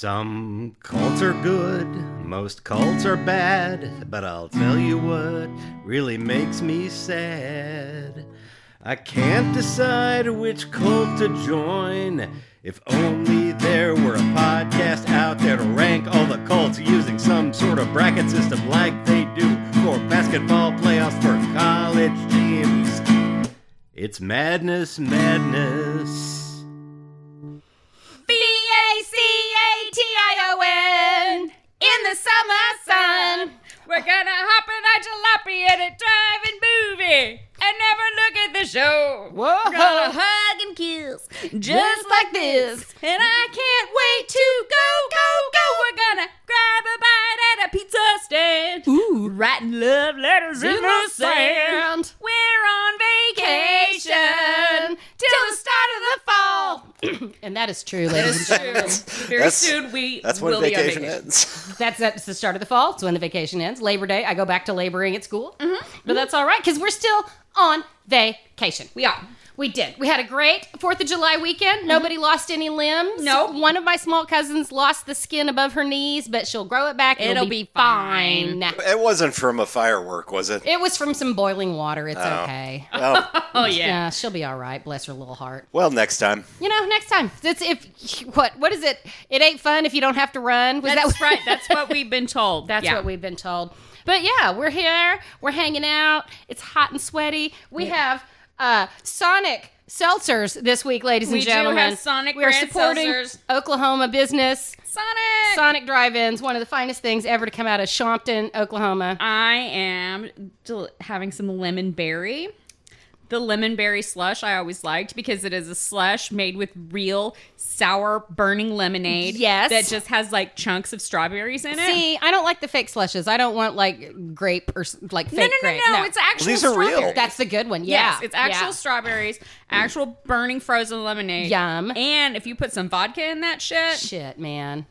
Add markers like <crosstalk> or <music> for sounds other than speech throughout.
Some cults are good, most cults are bad, but I'll tell you what really makes me sad. I can't decide which cult to join. If only there were a podcast out there to rank all the cults using some sort of bracket system like they do for basketball playoffs for college teams. It's madness, madness. B A C A T I O N. In the summer sun, we're gonna hop in a jalopy at a drive-in movie and never look at the show. Whoa! We're gonna hug and kiss just like this, and I can't wait to go, go, go. We're gonna grab a bite at a pizza stand. Ooh! Writing love letters in the sand. We're on vacation till the start of the fall. <clears throat> And that is true, ladies. True. Very That's- soon we That's when will be on vacation vacation. ends. that's, that's the start of the fall. It's when the vacation ends. Labor Day, I go back to laboring at school. Mm-hmm. But that's all right because we're still on vacation. We are. We did. We had a great Fourth of July weekend. Nobody lost any limbs. Mm-hmm. Nope. One of my small cousins lost the skin above her knees, but she'll grow it back. It'll, It'll be, be fine. it wasn't from a firework, was it? It was from some boiling water. It's okay. <laughs> Oh, Oh yeah. Yeah, she'll be all right. Bless her little heart. well, next time. You know, next time. That's if what what is it? It ain't fun if you don't have to run. Was That's that right. That's what we've been told. <laughs> That's Yeah. what we've been told. But yeah, we're here. We're hanging out. It's hot and sweaty. We have uh, Sonic seltzers this week, ladies We and do gentlemen. have Sonic We're brand supporting seltzers. Oklahoma business. Sonic. Sonic drive-ins, one of the finest things ever to come out of Shompton, Oklahoma. I am del- having some lemon berry. The lemon berry slush I always liked because it is a slush made with real sour burning lemonade. Yes. That just has like chunks of strawberries in it. <laughs> See, I don't like the fake slushes. I don't want like grape or s- like fake no, no, no, grape. no, It's actual These are real. strawberries. That's the good one. Yeah, Yes, it's actual Yeah. strawberries, actual burning frozen lemonade. Yum. And if you put some vodka in that shit, shit, man.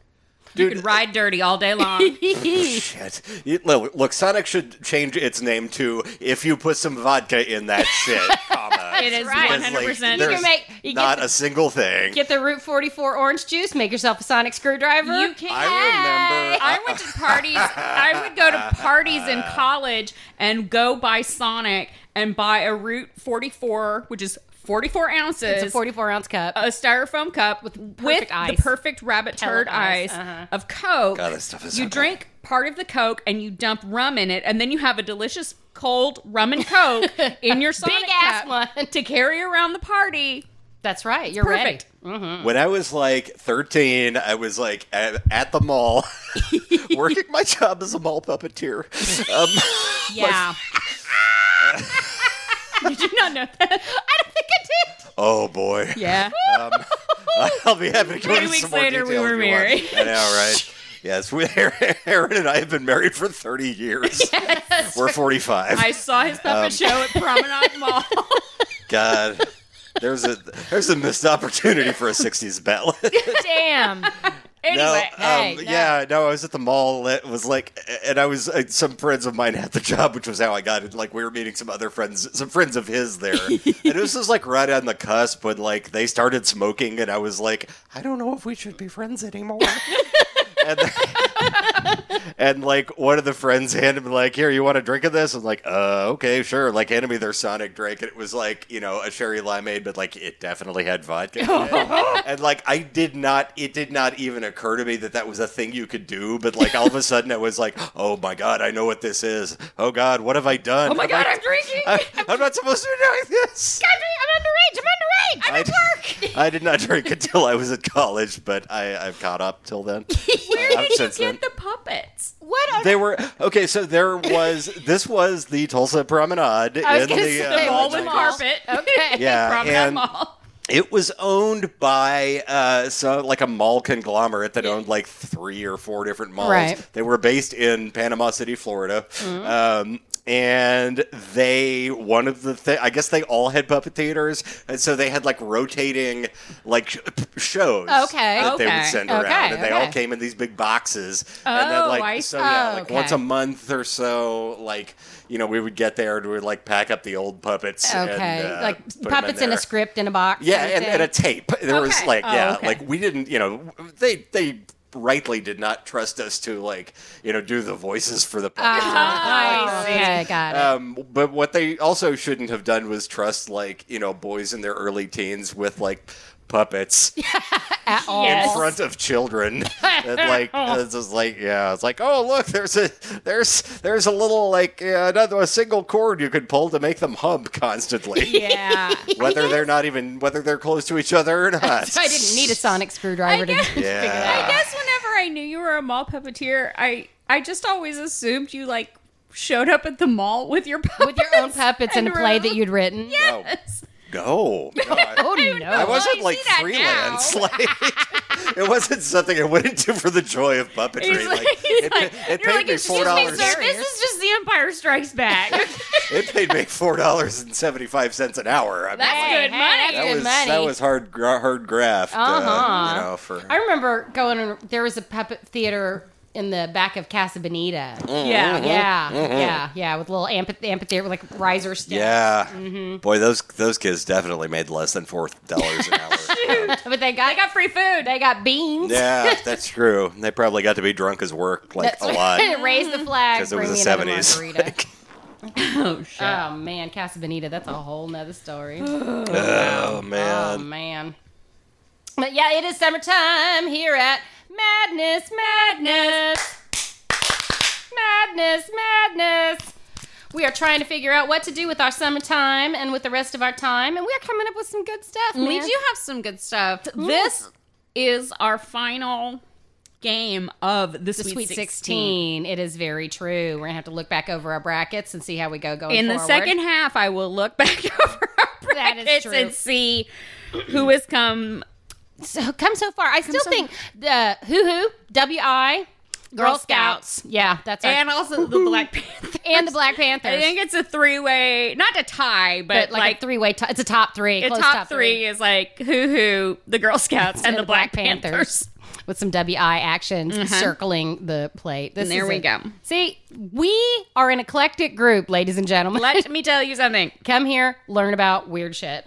you could ride dirty all day <laughs> long. Shit. You- look, look, Sonic should change its name to if you put some vodka in that <laughs> shit, comma. It is right. Because, like, 100%. You can there's make- you get not the- a single thing. Get the Route 44 orange juice. Make yourself a Sonic screwdriver. You can't. <laughs> I remember. I went to parties. I would go to parties in college and go buy Sonic and buy a Route 44, which is 44 ounces. It's a 44 ounce cup. a styrofoam cup with, with perfect ice. the perfect rabbit Hella turd ice, ice, uh-huh. of Coke. God, that stuff is you so good. drink part of the Coke and you dump rum in it, and then you have a delicious cold rum and <laughs> Coke in your Sonic Big ass cup one. to carry around the party. That's right. You're Perfect. When I was like 13, I was like at, at the <laughs> mall, <laughs> working my job as a mall puppeteer. Um, <laughs> Yeah. Did <laughs> you not know that? I don't think I did. oh boy. <laughs> Um, Yeah. I'll be happy to go Three into weeks some more later, we detail were if you want. married. I know, <laughs> right? Yes, we, <laughs> Aaron and I have been married for 30 years. We're 45. I saw his puppet Um, show at <laughs> Promenade Mall. God, there's a there's a missed opportunity for a 60s ballad. right. Damn. anyway, no, um, hey, no. yeah, no, I was at the mall. It was like, and I was uh, some friends of mine had the <laughs> job, which was how I got it. Like we were meeting some other friends, some friends of his there, and it was just like right on the cusp when like they started smoking, and I was like, I don't know if we should be friends anymore. and, and like one of the friends <laughs> handed me like, here, you want a drink of this? I'm like, uh, okay, sure. Like handed me their Sonic drink, and it was like, you know, a cherry limeade, but like it definitely had vodka. in <laughs> it. and like I did not, it did not even occur to me that that was a thing you could do. But like all of a sudden, I was like, oh my god, I know what this is. Oh god, what have I done? oh my god, I'm drinking. I, <laughs> I'm not supposed to be doing this. I'm underage. I'm underage. I, <laughs> I did not drink until I was at college, but I, I've caught up till then. Where <laughs> Where did you get the puppets? <laughs> What on <laughs> They were okay. So there was this was the Tulsa Promenade I was in gonna the, say, uh, The Mall what's with it carpet. <laughs> <laughs> <laughs> Okay. yeah, Promenade and Mall. it was owned by uh, so like a mall conglomerate that owned like three or four different malls. Right. Mm-hmm. They were based in Panama City, Florida. Um, and they one of the thi- I guess they all had puppet theaters, and so they had like rotating like sh- shows. Oh, Okay. that they would Okay. send Okay, around, and they all okay. came in these big boxes. and then Oh, like I so yeah, see. like once Okay. a month or so, like you know we would get there and we would like pack up the old puppets. and, <laughs> Okay. uh, put 'em like puppets in, a there. script in a box. Yeah, and, everything. and a tape. There was Okay. like, Oh, yeah, okay. like we didn't, you know, they they rightly did not trust us to like you know do the voices for the Uh, podcast. Uh-huh. I see. Oh, okay, got it. Um, but what they also shouldn't have done was trust like you know boys in their early teens with like puppets At all. in front of <laughs> children. and like it's just like yeah, it's like oh look, there's a there's there's a little like uh, another a single chord you could pull to make them hum <laughs> constantly. <laughs> Yeah. Whether they're not even whether they're close to each other <laughs> or not. So I didn't need <laughs> a sonic screwdriver to <laughs> I guess- figure Yeah. I guess whenever I knew you were a mall puppeteer, I I just always assumed you like showed up at the mall with your puppets with <laughs> your own puppets in a play that Oh. you'd written. Yeah. No, no, no, I, Oh I no. wasn't I like see that freelance. <laughs> Like it wasn't something I went into for the joy of puppetry. He's Like, like- it, pa- it You're paid like, me excuse four me, dollars. sir, this is just The Empire Strikes Back. <laughs> <laughs> It paid me four dollars and seventy five cents an hour. I mean, That's Hey, good hey, money. that's that good was money. that was hard gra- hard graft. Uh, Uh-huh. you know, for I remember going. and- There was a puppet theater in the back of Casa Bonita. Mm-hmm. Uh-huh. yeah, Yeah, yeah, yeah. With little amphi- amphitheater, with like riser steps. yeah, Mm-hmm. boy, those those kids definitely made less than four dollars an <laughs> hour. but they got I got free food. they got beans. <laughs> yeah, that's true. They probably got to be drunk as work like That's a lot right. Raise the <laughs> flag. because it was the bring me another seventies. <laughs> margarita. Oh shit. oh man, Casa Bonita. That's a whole nother story. oh Oh man. man. But yeah, it is summertime here at Madness, Madness, Madness, Madness. We are trying to figure out what to do with our summertime and with the rest of our time, and we are coming up with some good stuff. We man. do have some good stuff. This is our final game of the, the Sweet, Sweet 16. 16. It is very true. We're gonna have to look back over our brackets and see how we go going In the forward. second half, I will look <laughs> back over our That is brackets true. and see who has come. so come so far. I still so- think the Hoo Hoo W I Girl Girl Scouts. Yeah, that's our, And also the Black Panther. and the Black Panthers. I think it's a three way, not a tie, but, but like, like, a three way. It's a top three. a close top, three, is like Hoo Hoo, the Girl Scouts, and, the Black, Panthers. <laughs> with some WI action circling the plate. Mm-hmm. This And there is we it. go. See, we are an eclectic group, ladies and gentlemen. Let Mm-hmm. me tell you something. <laughs> Come here, learn about weird shit.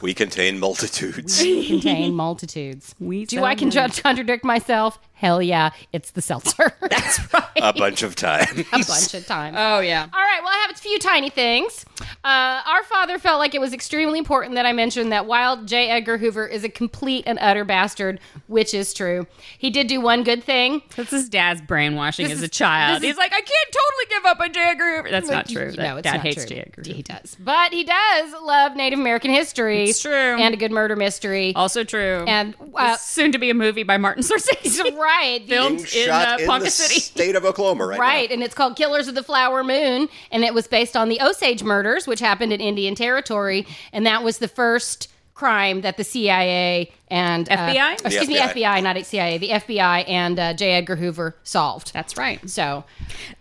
We contain multitudes. <laughs> Contain multitudes. <laughs> We Do I sound can contradict myself? Hell yeah, it's the seltzer. <laughs> That's right. a bunch of times. <laughs> A bunch of times. Oh, yeah. All right, well, I have a few tiny things. Uh, our father felt like it was extremely important that I mention that while J. Edgar Hoover is a complete and utter bastard, which is true, he did do one good thing. This is dad's brainwashing This as is- a child. this is- He's like, I can't totally give up on J. Edgar Hoover. That's not true. No, That- it's Dad not hates true. J. Edgar He Hoover. does. But he does love Native American history. It's true. Oh. And a good murder mystery. Also true. And, uh, This is soon to be a movie by Martin <laughs> <laughs> Scorsese. right. the- Filmed in, uh, Ponca City. state of Oklahoma, right? Right, and it's called Killers of the Flower Moon, and it was based on the Osage murders, which happened in Indian Territory, and that was the first crime that the CIA and uh, FBI? or The excuse me, FBI. FBI, not CIA, the FBI and uh, J. Edgar Hoover solved. That's right. so,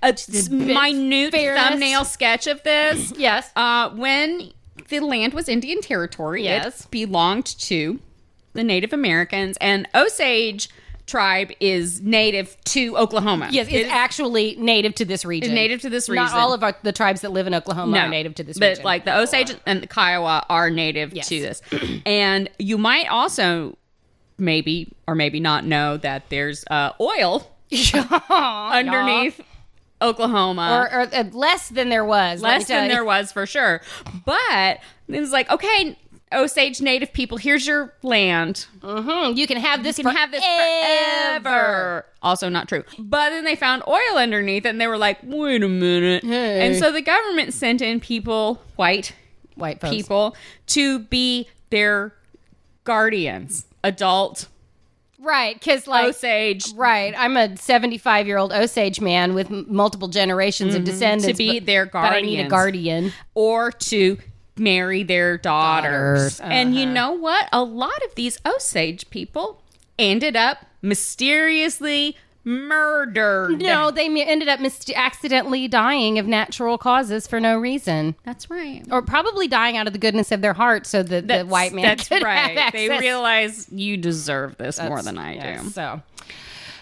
A s- minute fairness. thumbnail sketch of this. <clears throat> yes, Uh, when the land was Indian territory, Yes. it belonged to the Native Americans, and Osage tribe is native to Oklahoma. yes, It it's actually native to this region. native to this Not region. all of our, the tribes that live in Oklahoma no, are native to this but <laughs> region. like <laughs> the Osage and the Kiowa are native Yes. to this, <clears throat> and you might also maybe or maybe not know that there's uh, oil underneath Oklahoma or, or uh, less than there was. let me less tell than you. there was for sure. But it was like, okay, Osage Native people, here's your land. Mhm, <laughs> You can have this. You can have this forever. Also not true. But then they found oil underneath it and they were like, wait a minute. Hey. And so the government sent in people, white White folks. people, to be their guardians, adult right? Because like Osage Right. I'm a 75 year old Osage man with m- multiple generations of descendants. Mm-hmm. To be but, their But I need a guardians. guardian. or to marry their daughters. Daughters, Uh-huh. And you know what? A lot of these Osage people ended up mysteriously murdered. No, they m- ended up mis- accidentally dying of natural causes for no reason. That's right. Or probably dying out of the goodness of their heart so that the white man That's could right. have access. They realize you deserve this more than I Yeah, do. So.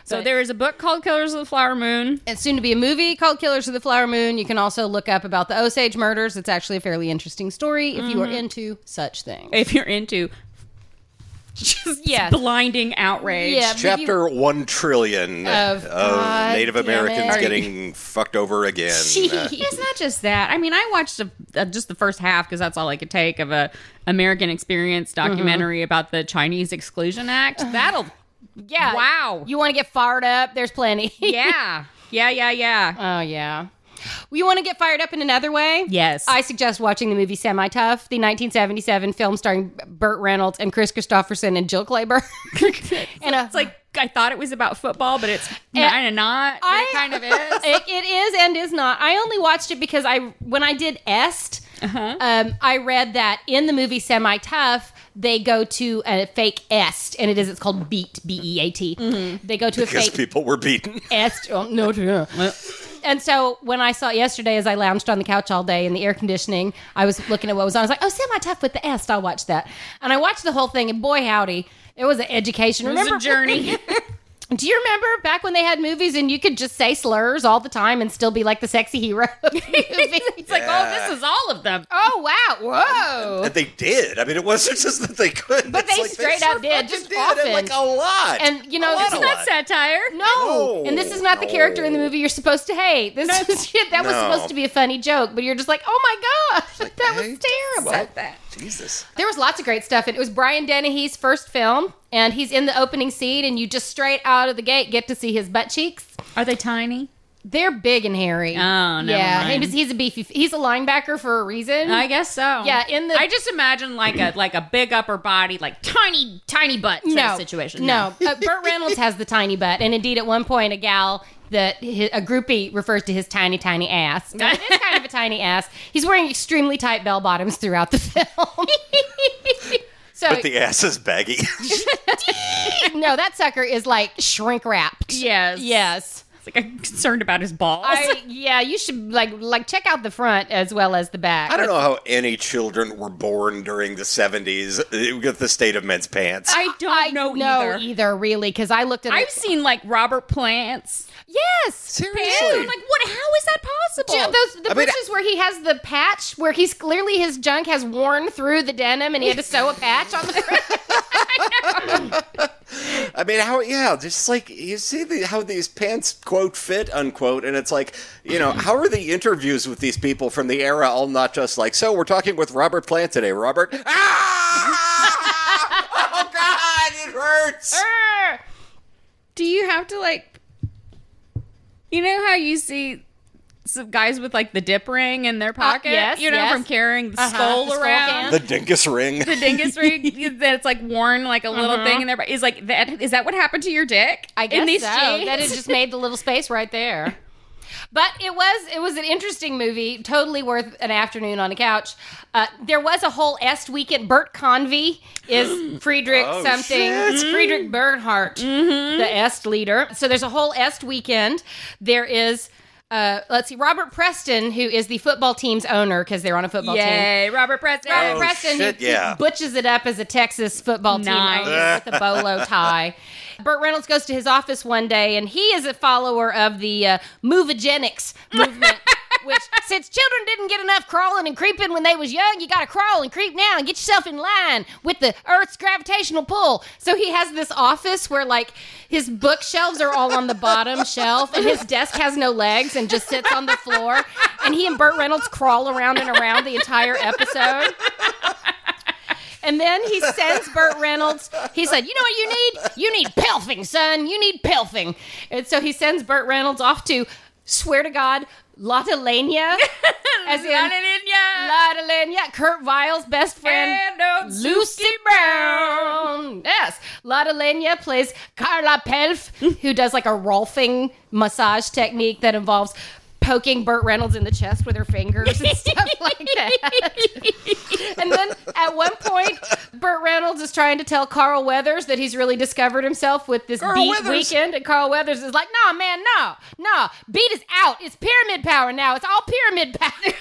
So there is a book called Killers of the Flower Moon. It's soon to be a movie called Killers of the Flower Moon. You can also look up about the Osage murders. Mm-hmm. It's actually a fairly interesting story if you are into such things. If you're into <laughs> Just Yes. blinding outrage. Yeah. Chapter one trillion Of- of, God Native damn Americans it. getting fucked over again. <laughs> uh, <laughs> It's not just that. I mean, I watched a, uh, just the first half because that's all I could take of a American Experience Mm-hmm. documentary about the Chinese Exclusion Act. That'll, yeah. Wow. You want to get fired up? There's plenty. <laughs> <laughs> yeah, yeah, yeah, yeah. Oh yeah. We want to get fired up in another way? Yes. I suggest watching the movie Semi Tough, the 1977 film starring Burt Reynolds and Chris Christopherson and <laughs> Jill Clayburgh. and uh, a, it's like I thought it was about football, but it's kind of not. But I- it kind <laughs> of is. <laughs> it, it is and is not. I only watched it because I when I did Est, Uh-huh. um, I read that in the movie Semi Tough. They go to a fake est, and it is. It's called beat, b e a t. Mm-hmm. They go to a Because fake people were beaten. est. Oh, no, no. And so when I saw it yesterday, as I lounged on the couch all day in the air conditioning, I was looking at what was on. I was like, "Oh, semi tough with the est." I'll watch that. And I watched the whole thing, and boy, howdy, it was an education. It was remember, a <laughs> journey. do you remember back when they had movies and you could just say slurs all the time and still be like the sexy hero? <laughs> Of the movie? It's <laughs> like, oh, this is all of them. oh wow, whoa. And they did. I mean, it wasn't just that they couldn't. But It's they like straight sure up did, fucking just did, often. and like a lot. And you know, A lot this of is what? not That's satire. No. No, and this is not the character in the no. movie you're supposed to hate. This is <laughs> shit that was No. supposed to be a funny joke, but you're just like, oh my god, that was hey, terrible. what? Jesus. There was lots of great stuff, and it was Brian Dennehy's first film, and he's in the opening scene, and you just straight out of the gate get to see his butt cheeks. Are they tiny? They're big and hairy. Oh, never yeah, mind. He's, he's a beefy. He's a linebacker for a reason. I guess so. Yeah, in the- I just imagine like a like a big upper body, like tiny tiny butt sort no of situation. No, uh, <laughs> Burt Reynolds has the tiny butt, and indeed, at one point, a gal that hi- a groupie refers to his tiny, tiny ass. Now, it is kind of a tiny ass. He's wearing extremely tight bell bottoms throughout the film. <laughs> so But the ass is baggy. no, that sucker is like shrink wrapped. Yes. Yes. It's like I'm concerned about his balls. <laughs> I, <laughs> yeah, you should like like check out the front as well as the back. I don't know how any children were born during the 70s uh, with the state of men's pants. I don't I know know either. either really because I looked at I've it. seen like Robert Plants. Yes, pants. I'm like, what? How is that possible? Yeah, those the I mean, pictures where he has the patch where he's clearly his junk has worn through the denim and he had to sew a patch on the <laughs> front. I mean, how? Yeah, just like you see the, how these pants quote fit unquote, and it's like you know how are the interviews with these people from the era all not just like so we're talking with Robert Plant today, Robert. <laughs> Ah! oh God, it Er, hurts. <laughs> Do you have to like? You know how you see some guys with like the dip ring in their pocket? yes, you know yes. from carrying the Uh-huh, skull the skull around. can. The dingus ring. the dingus <laughs> ring that it's like worn like a little thing in there. But is like that is that what happened to your dick? I guess in these so. jeans? That it just made the little space right there. <laughs> But it was it was an interesting movie, totally worth an afternoon on a couch. Uh, there was a whole Est weekend. Bert Convey <gasps> is Friedrich Oh, something. shit. It's Friedrich Bernhardt, the Est leader. So there's a whole Est weekend. There is. Uh, let's see, Robert Preston, who is the football team's owner because they're on a football team. Yay, Robert Preston. Robert Oh, Preston shit, he- yeah. he butches it up as a Texas football team Nice. owner with <laughs> a bolo tie. Burt Reynolds goes to his office one day, and he is a follower of the uh, movogenics <laughs> movement. Which, since children didn't get enough crawling and creeping when they was young, you gotta crawl and creep now and get yourself in line with the Earth's gravitational pull. So he has this office where, like, his bookshelves are all on <laughs> the bottom shelf, and his desk has no legs and just sits on the floor. And he and Burt Reynolds crawl around and around the entire episode. And then he sends Burt Reynolds. He said, "You know what you need? You need pelfing, son. You need pelfing." And so he sends Burt Reynolds off to, swear to God, Lotalania, as Not in in ya. Lotalania, Kurt Vile's best friend. And no Lucy Brown. Yes. Lotalania plays Carla Pelf, who does like a rolfing massage technique that involves poking Burt Reynolds in the chest with her fingers and stuff like that. and then at one point, Burt Reynolds is trying to tell Carl Weathers that he's really discovered himself with this Carl beat Weathers. weekend. And Carl Weathers is like, no, man, no, no. Beat is out. It's pyramid power now. It's all pyramid power.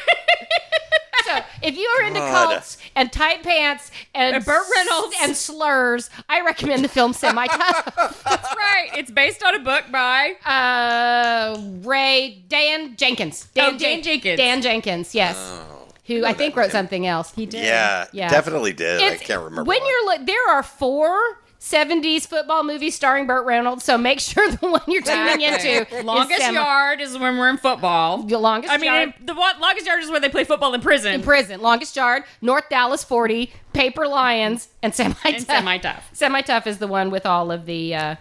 so if you are into God. cults and tight pants and, And Burt Reynolds. and slurs, I recommend the film <laughs> Semi Tough. That's right. It's based on a book by. uh, Ray Dan Jenkins. Dan Oh, Dan Jenkins. Oh, Dan Jenkins. Yes. who I think wrote something else. He did. Yeah, Yeah. definitely did. I It's- can't remember. When what. you're look, there are four 70s football movies starring Burt Reynolds, so make sure the one you're tuning into is longest semi- yard is when we're in football. The longest I mean, yard. the wa- longest yard is where they play football in prison. in prison, longest yard, North Dallas 40, Paper Lions, and semi and semi tough. Semi Tough is the one with all of the, uh,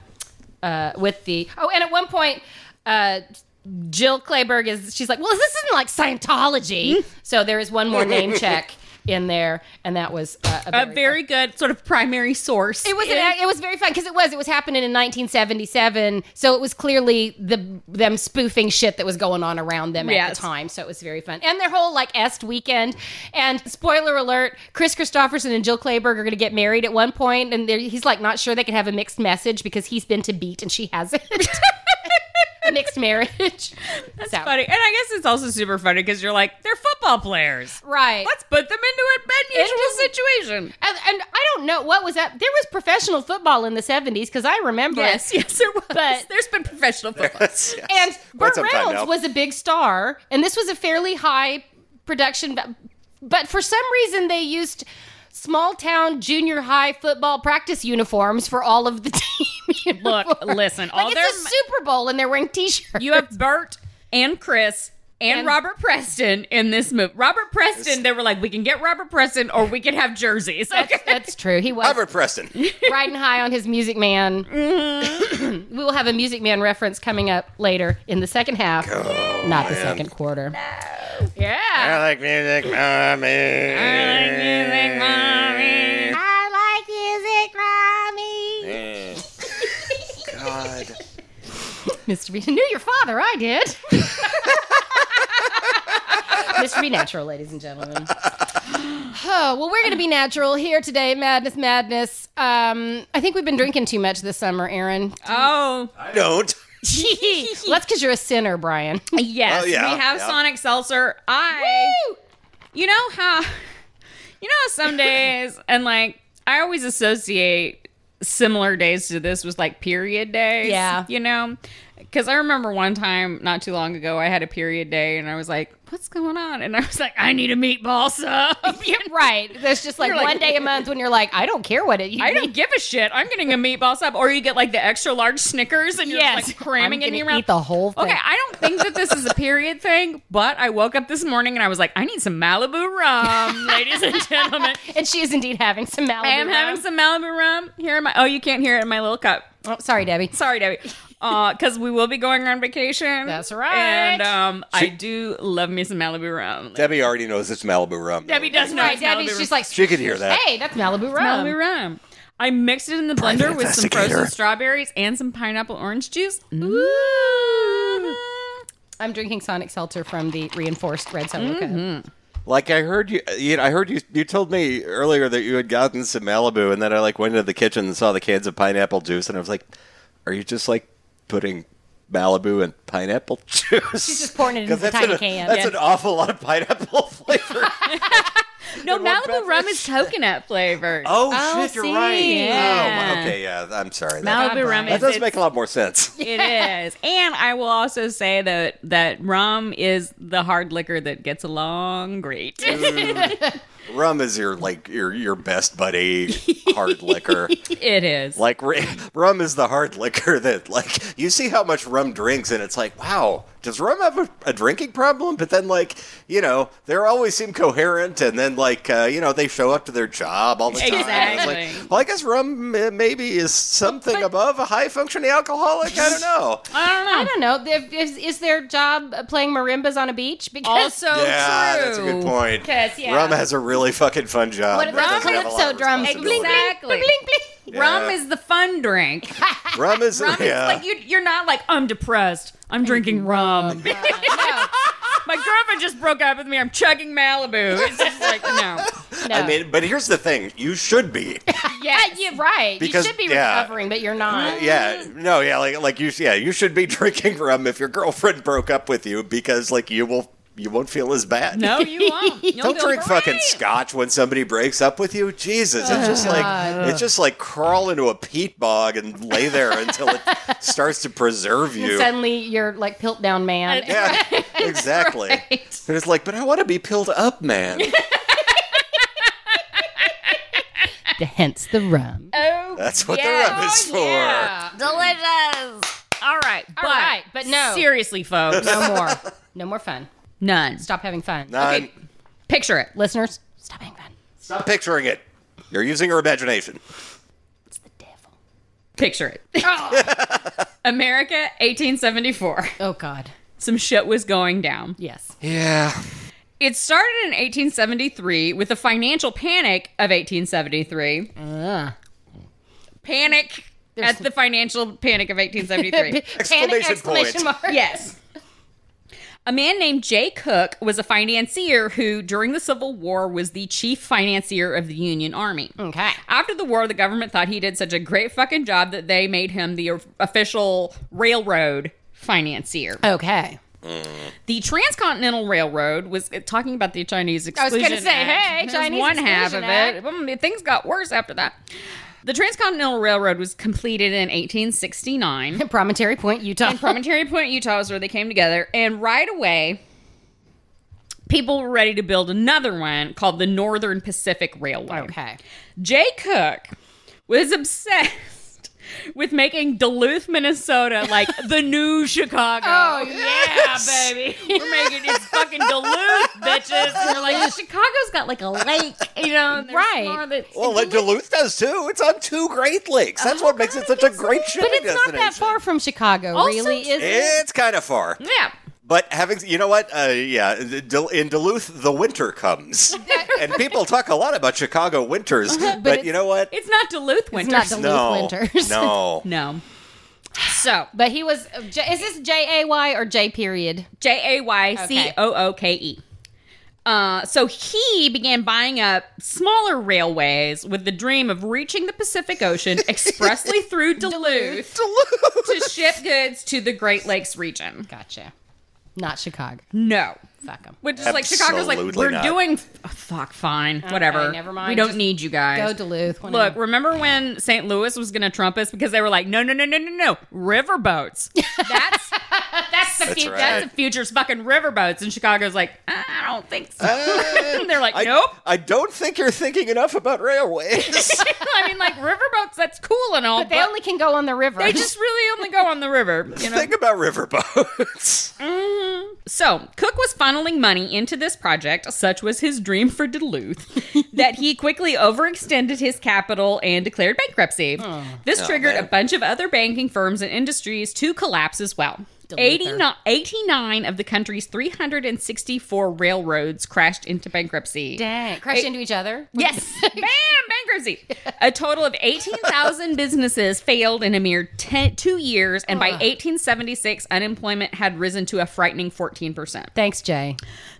uh, with the. Oh, and at one point, uh, Jill Clayburgh is. She's like, well, this isn't like Hmm. Scientology. so there is one more name check in there, and that was uh, a A very. very good sort of primary source. it was in- an, it was very fun because it was it was happening in 1977, so it was clearly the them spoofing shit that was going on around them at Yes. the time. So it was very fun, and their whole like Est weekend. And spoiler alert: Chris Christopherson and Jill Clayburgh are going to get married at one point, and they're- he's like not sure they can have a mixed message because he's been to Beat and she hasn't. <laughs> a mixed marriage. That's funny. And I guess it's also super funny because you're like, they're football players. right? Let's put them into an unusual Into- situation. and, and I don't know what was that. There was professional football in the 70s because I remember. it. Yes, yes, there was. But- there's been professional football. Yes. And Once Burt I'm found Reynolds out. was a big star, and this was a fairly high production. but- But for some reason, they used small town junior high football practice uniforms for all of the <laughs> team. Look, uniforms. listen, all like their it's a Super Bowl, and they're wearing T-shirts. you have Bert and Chris. And, And- Robert Preston in this movie. Robert Preston, they were like, we can get Robert Preston or we can have jerseys. <laughs> Okay. That's true. He was Robert Preston. riding high on his Music Man. <clears throat> we will have a Music Man reference coming up later in the second half, <laughs> not the Oh, man. second quarter. Yeah. I like music, uh, mommy. I like music, mommy. God. Mr. B. <laughs> Knew your father, I did. <laughs> Mr. Be Natural, ladies and gentlemen. Oh, well, we're going to be natural here today. Madness, madness. Um, I think we've been drinking too much this summer, Aaron. Oh, <laughs> I <laughs> don't. well, that's because you're a sinner, <laughs> Brian. yes. Oh, yeah, we have yeah. Sonic Seltzer. I. you know how <laughs> you know how some days and like i always associate similar days to this with like period days Yeah. you know because i remember one time not too long ago i had a period day and i was like what's going on and i was like i need a meatball sub <laughs> You know? right. That's just like You're one like- day a month when you're like, I don't care what it you I don't give a shit. I'm getting a meatball sub, or you get like the extra large Snickers, and you're Yes. like cramming I'm it in your gonna mouth. eat the whole thing. Okay, I don't think that this is a period thing, but I woke up this morning and I was like, I need some Malibu <laughs> rum, ladies and gentlemen. And she is indeed having some Malibu. I am having rum. some Malibu rum here in my. Oh, you can't hear it in my little cup. Oh, sorry, Debbie. Sorry, <laughs> Debbie. Because we will be going on vacation. That's right. And um, I do love me some Malibu rum. Debbie already knows it's Malibu rum. Debbie does know. Right, it's Malibu Debbie's rum. just like, She could hear that. hey, that's Malibu rum. Malibu rum. I mixed it in the blender with some investigator. frozen strawberries and some pineapple orange juice. I'm drinking Sonic Seltzer from the reinforced red soda cup. Like I heard you, uh, you know, I heard you. You told me earlier that you had gotten some Malibu, and then I like went into the kitchen and saw the cans of pineapple juice, and I was like, "Are you just like putting Malibu and pineapple <laughs> juice?" She's just pouring it into the tiny can, That's yeah. an awful lot of pineapple <laughs> flavor. No, In one Malibu rum is coconut flavored. oh, Oh, shit, you're see, right. yeah. Oh, my- okay, yeah. I'm sorry. That, Malibu rum that is does it's- make a lot more sense. It is. And I will also say that that rum is the hard liquor that gets along great. Rum is your like your your best <laughs> buddy hard liquor. it is. Like r- rum is the hard liquor that like you see how much rum drinks and it's like wow does rum have a, a drinking problem but then like you know they always seem coherent and then like uh, you know they show up to their job all the time And it's Exactly. like, well I guess rum uh, maybe is something above a high functioning alcoholic I don't <laughs> know I don't know. If- Is, is their job playing marimbas on a beach? Because also yeah Oh, true. that's a good point 'Cause, yeah. rum has a really fucking fun job what that about the doesn't have a lot calypso of drum? responsibility. Exactly. Bling, bling, bling. Rum Yeah. is the fun drink. <laughs> rum is Rum yeah. is like you, you're not like I'm depressed. I'm drinking <laughs> rum. My girlfriend just broke up with me. I'm chugging Malibu. It's just like <laughs> no. No. I mean, but here's the thing: you should <laughs> be. Uh, yeah, you're right. Because- you should be yeah. recovering, but you're not. yeah, no, yeah, like like you, yeah, you should be <laughs> drinking rum if your girlfriend broke up with you because like you will you won't feel as bad. No, you won't. You'll Don't feel drink great. Oh, fucking scotch when somebody breaks up with you. Jesus, it's just like it's just like crawl into a peat bog and lay <laughs> there until it starts to preserve And you. suddenly you're like Piltdown Man. <laughs> Yeah, exactly. Right. And it's like, but I want to be pilled up, man. <laughs> Hence the rum. Oh, That's what yeah. Oh, the rum is for. Delicious. All right. But, All right, but no. Seriously, <laughs> folks. No more. No more fun. None. Stop having fun. None. Okay. Picture it. Listeners, stop having fun. Stop picturing it. You're using your imagination. It's the <laughs> devil. Picture it. America, 1874. Oh, God. Some shit was going down. Yes. Yeah. It started in 1873 with the financial panic of 1873. Uh. Panic at the financial panic of <laughs> 1873. <laughs> Exclamation point. mark. yes. A man named Jay Cook was a financier who, during the Civil War, was the chief financier of the Union Army. Okay. After the war, the government thought he did such a great fucking job that they made him the o- official railroad financier. Okay. <laughs> The Transcontinental Railroad was talking about the Chinese was exclusion. gonna say, Act. hey, That's Chinese one half of Exclusion it. Um, Things got worse after that. The Transcontinental Railroad was completed in <laughs> 1869. Promontory Point, Utah. <laughs> Promontory Point, Utah, is where they came together, and right away, people were ready to build another one called the Northern Pacific Railway. okay. Jay Cook was obsessed with making Duluth, Minnesota like the new Chicago. Oh, yeah, baby. <laughs> We're making these fucking Duluth bitches. And We're like, <laughs> Chicago's got like a lake, you know? and there's Right. more that's- Well, like Duluth does too. It's on two Great Lakes. That's what makes it such a great But shipping it's not that destination. far from Chicago, Also- really, is it? It's kind of far. yeah. But having, you know what? Uh, yeah, Dul- in Duluth, the winter comes. and people talk a lot about Chicago winters, but, you it's- know what? It's not Duluth winter. not Duluth. no. winters. No. no. So, But he was. Is this J A Y or J period? J A Y C O O K E. Uh, so he began buying up smaller railways with the dream of reaching the Pacific <laughs> Ocean expressly through Duluth, to ship goods to the Great Lakes region. Gotcha. Not Chicago. No. Fuck him. Which is like Chicago's like, Absolutely we're not. doing. f- Oh, fuck, fine. whatever. never mind. We don't Just need you guys. Go Duluth. whatever. Look, remember when St. Louis was going to trump us because they were like, no, no, no, no, no, no, riverboats. <laughs> That's that's the That's future. right. That's the future's fucking riverboats. And Chicago's like, I don't think so. Uh, And they're like, I, nope. <laughs> I don't think you're thinking enough about railways. I mean, like riverboats, that's cool and all, But they only can go on the river. they just really only go on the river. You <laughs> know? Think about riverboats. So, Cook was funneling money into this project, such was his dream for Duluth, that he quickly overextended his capital and declared bankruptcy. This triggered man. a bunch of other banking firms and industries to collapse as well. 89, 89 of the country's 364 railroads crashed into bankruptcy. <laughs> Dang. Crash into each other. Yes. Bam! Bankruptcy. A total of 18,000 businesses failed in a mere 10, two years, and by 1876, unemployment had risen to a frightening 14%. Thanks, Jay.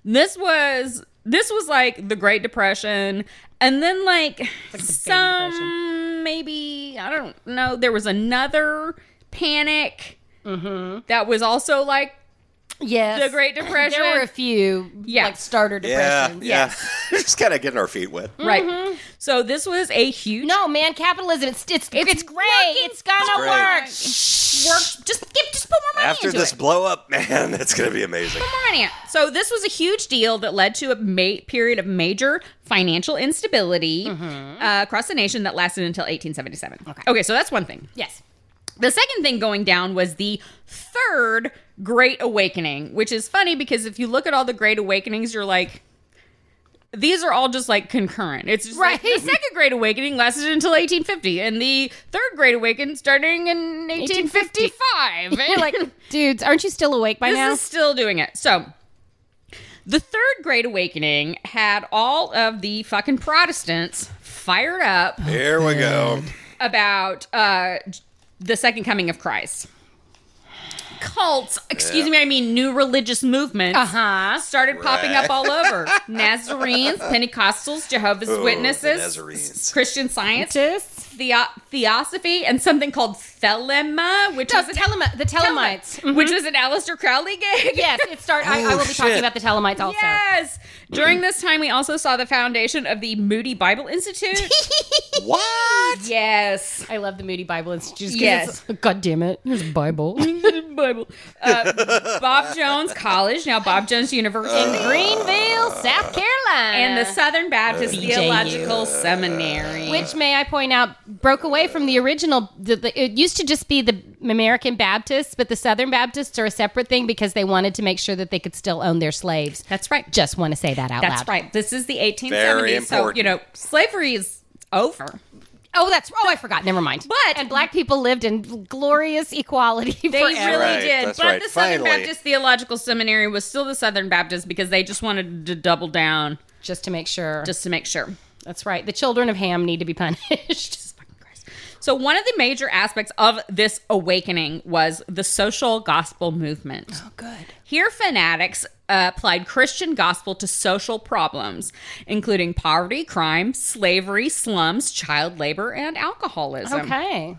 This was. This was like the Great Depression, and then like, some maybe I don't know. There was another panic that was also like Yes. the Great Depression. Mm-hmm. There were a few Yeah. like starter yeah, depressions. yeah. <laughs> Just kind of getting our feet wet. right. So this was a huge Mm-hmm. No, man, capitalism. It's it's it's, great. working It's gonna great. work. work. Just give, just put more money After into this it. blow up, man, <laughs> it's going to be amazing. California. So this was a huge deal that led to a ma- period of major financial instability Mm-hmm. uh, across the nation that lasted until 1877. Okay. Okay, so that's one thing. Yes. The second thing going down was the third Great Awakening, which is funny because if you look at all the Great Awakenings, you're like, these are all just like concurrent. It's just like, Right. the second Great Awakening lasted until 1850, and the third Great Awakening starting in 1855. And you're like, Dudes, aren't you still awake by this now? is still doing it. So, the third Great Awakening had all of the fucking Protestants fired up Here we go. about uh, the second coming of Christ. Cults, excuse me, I mean new religious movements huh. started popping Right. up all over. <laughs> Nazarenes, Pentecostals, Jehovah's Ooh, the Witnesses, Nazarenes. Christian Science, theo- Theosophy, and something called Thelema, which No, was an- telemi- Oh, the Telemites. which was an Aleister Crowley gig. <laughs> yes, it start. I, I Oh, will be talking shit. about the Telemites also. Yes. During this time, we also saw the foundation of the Moody Bible <laughs> Institute. What? yes. I love the Moody Bible Institute. Yes. <laughs> Yes. God damn it. Here's a Bible. Bible. <laughs> Uh, Bob Jones College, now Bob Jones University, Greenville, South Carolina. and the Southern Baptist BJU. Theological Seminary. Which, may I point out, broke away from the original. The, the, it used to just be the American Baptists, but the Southern Baptists are a separate thing because they wanted to make sure that they could still own their slaves. that's right. Just want to say that out That's loud. right. This is the 1870s. Very So, you important. know, slavery is over. Oh, that's. Oh, I forgot. Never mind. But- and black people lived in glorious They equality. forever. really Right, did. that's but right. the Southern Finally. Baptist Theological Seminary was still the Southern Baptist because they just wanted to double down just to make sure. just to make sure. that's right. The children of Ham need to be punished. <laughs> Jesus fucking Christ. So, one of the major aspects of this awakening was the social gospel movement. Oh, good. Here, fanatics uh, applied Christian gospel to social problems, including poverty, crime, slavery, slums, child labor, and alcoholism. Okay.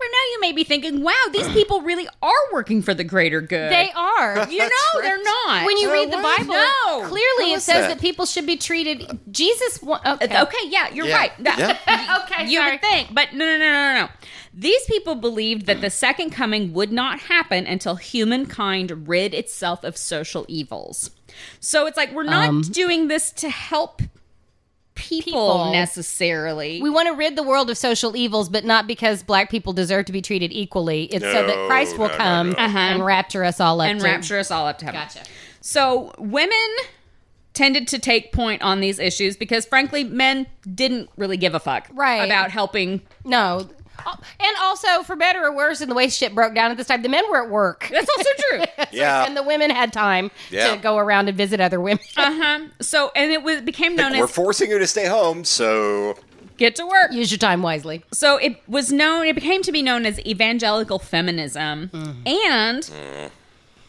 Well, now you may be thinking, wow, <clears throat> these people really are working for the greater good. They are. You know, they're not. when you Uh, read the what? Bible, No. clearly it was says that? that? people should be treated. Jesus. wa- Okay. Uh, Okay, yeah, you're Yeah. right. That- <laughs> Yeah. Okay, you sorry. would think, but no, no, no, no, no. These people believed that the second coming would not happen until humankind rid itself of social evils. So it's like we're not doing this to help people, People. necessarily. We want to rid the world of social evils, but not because black people deserve to be treated equally. It's so that No, Christ will no, no, come no. Uh-huh. and rapture us all up. and to- rapture us all up to heaven. Gotcha. So women tended to take point on these issues because, frankly, men didn't really give a fuck Right. about helping. No. Oh, And also, for better or worse, in the way shit broke down at this time, the men were at work. That's also <laughs> true. Yeah. And the women had time Yeah. to go around and visit other women. uh-huh. So, and it was became known We're as forcing you to stay home, so get to work. <laughs> Use your time wisely. So it was known. It became to be known as evangelical feminism, Mm. and.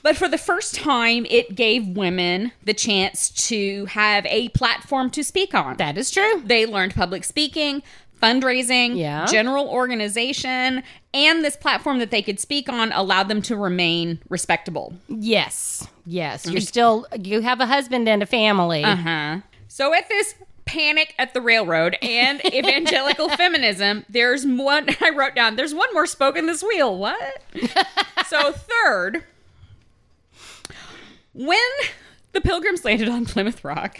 But for the first time, it gave women the chance to have a platform to speak on. That is true. they learned public speaking fundraising Yeah. general organization and this platform that they could speak on allowed them to remain respectable Yes. Yes. Mm-hmm. You're still, you have a husband and a family. uh-huh so at this panic at the railroad and <laughs> evangelical feminism there's one <laughs> i wrote down there's one more spoke in this wheel <laughs> what so third when the pilgrims landed on plymouth <laughs> rock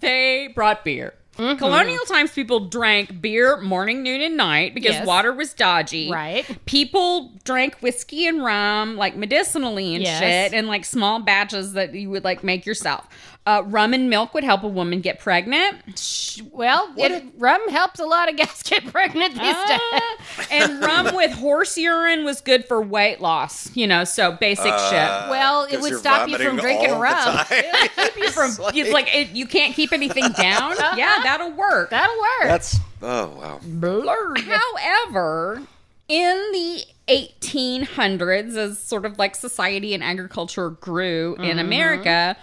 they brought beer. Mm-hmm. Colonial times people drank beer morning, noon, and night because Yes. water was dodgy. Right. People drank whiskey and rum, like medicinally and Yes. shit, and like small batches that you would like make yourself. Uh, rum and milk would help a woman get pregnant. Sh- Well, it, rum helps a lot of guys get pregnant these days. Ah, and rum with horse urine was good for weight loss, you know, so basic shit. Well, it 'cause would uh, you're stop you from vomiting drinking all the rum. time. Keep you from, it's like it, you can't keep anything down. Yeah, that'll work. That'll work. That's oh wow. However, in the 1800s, as sort of like society and agriculture grew in America,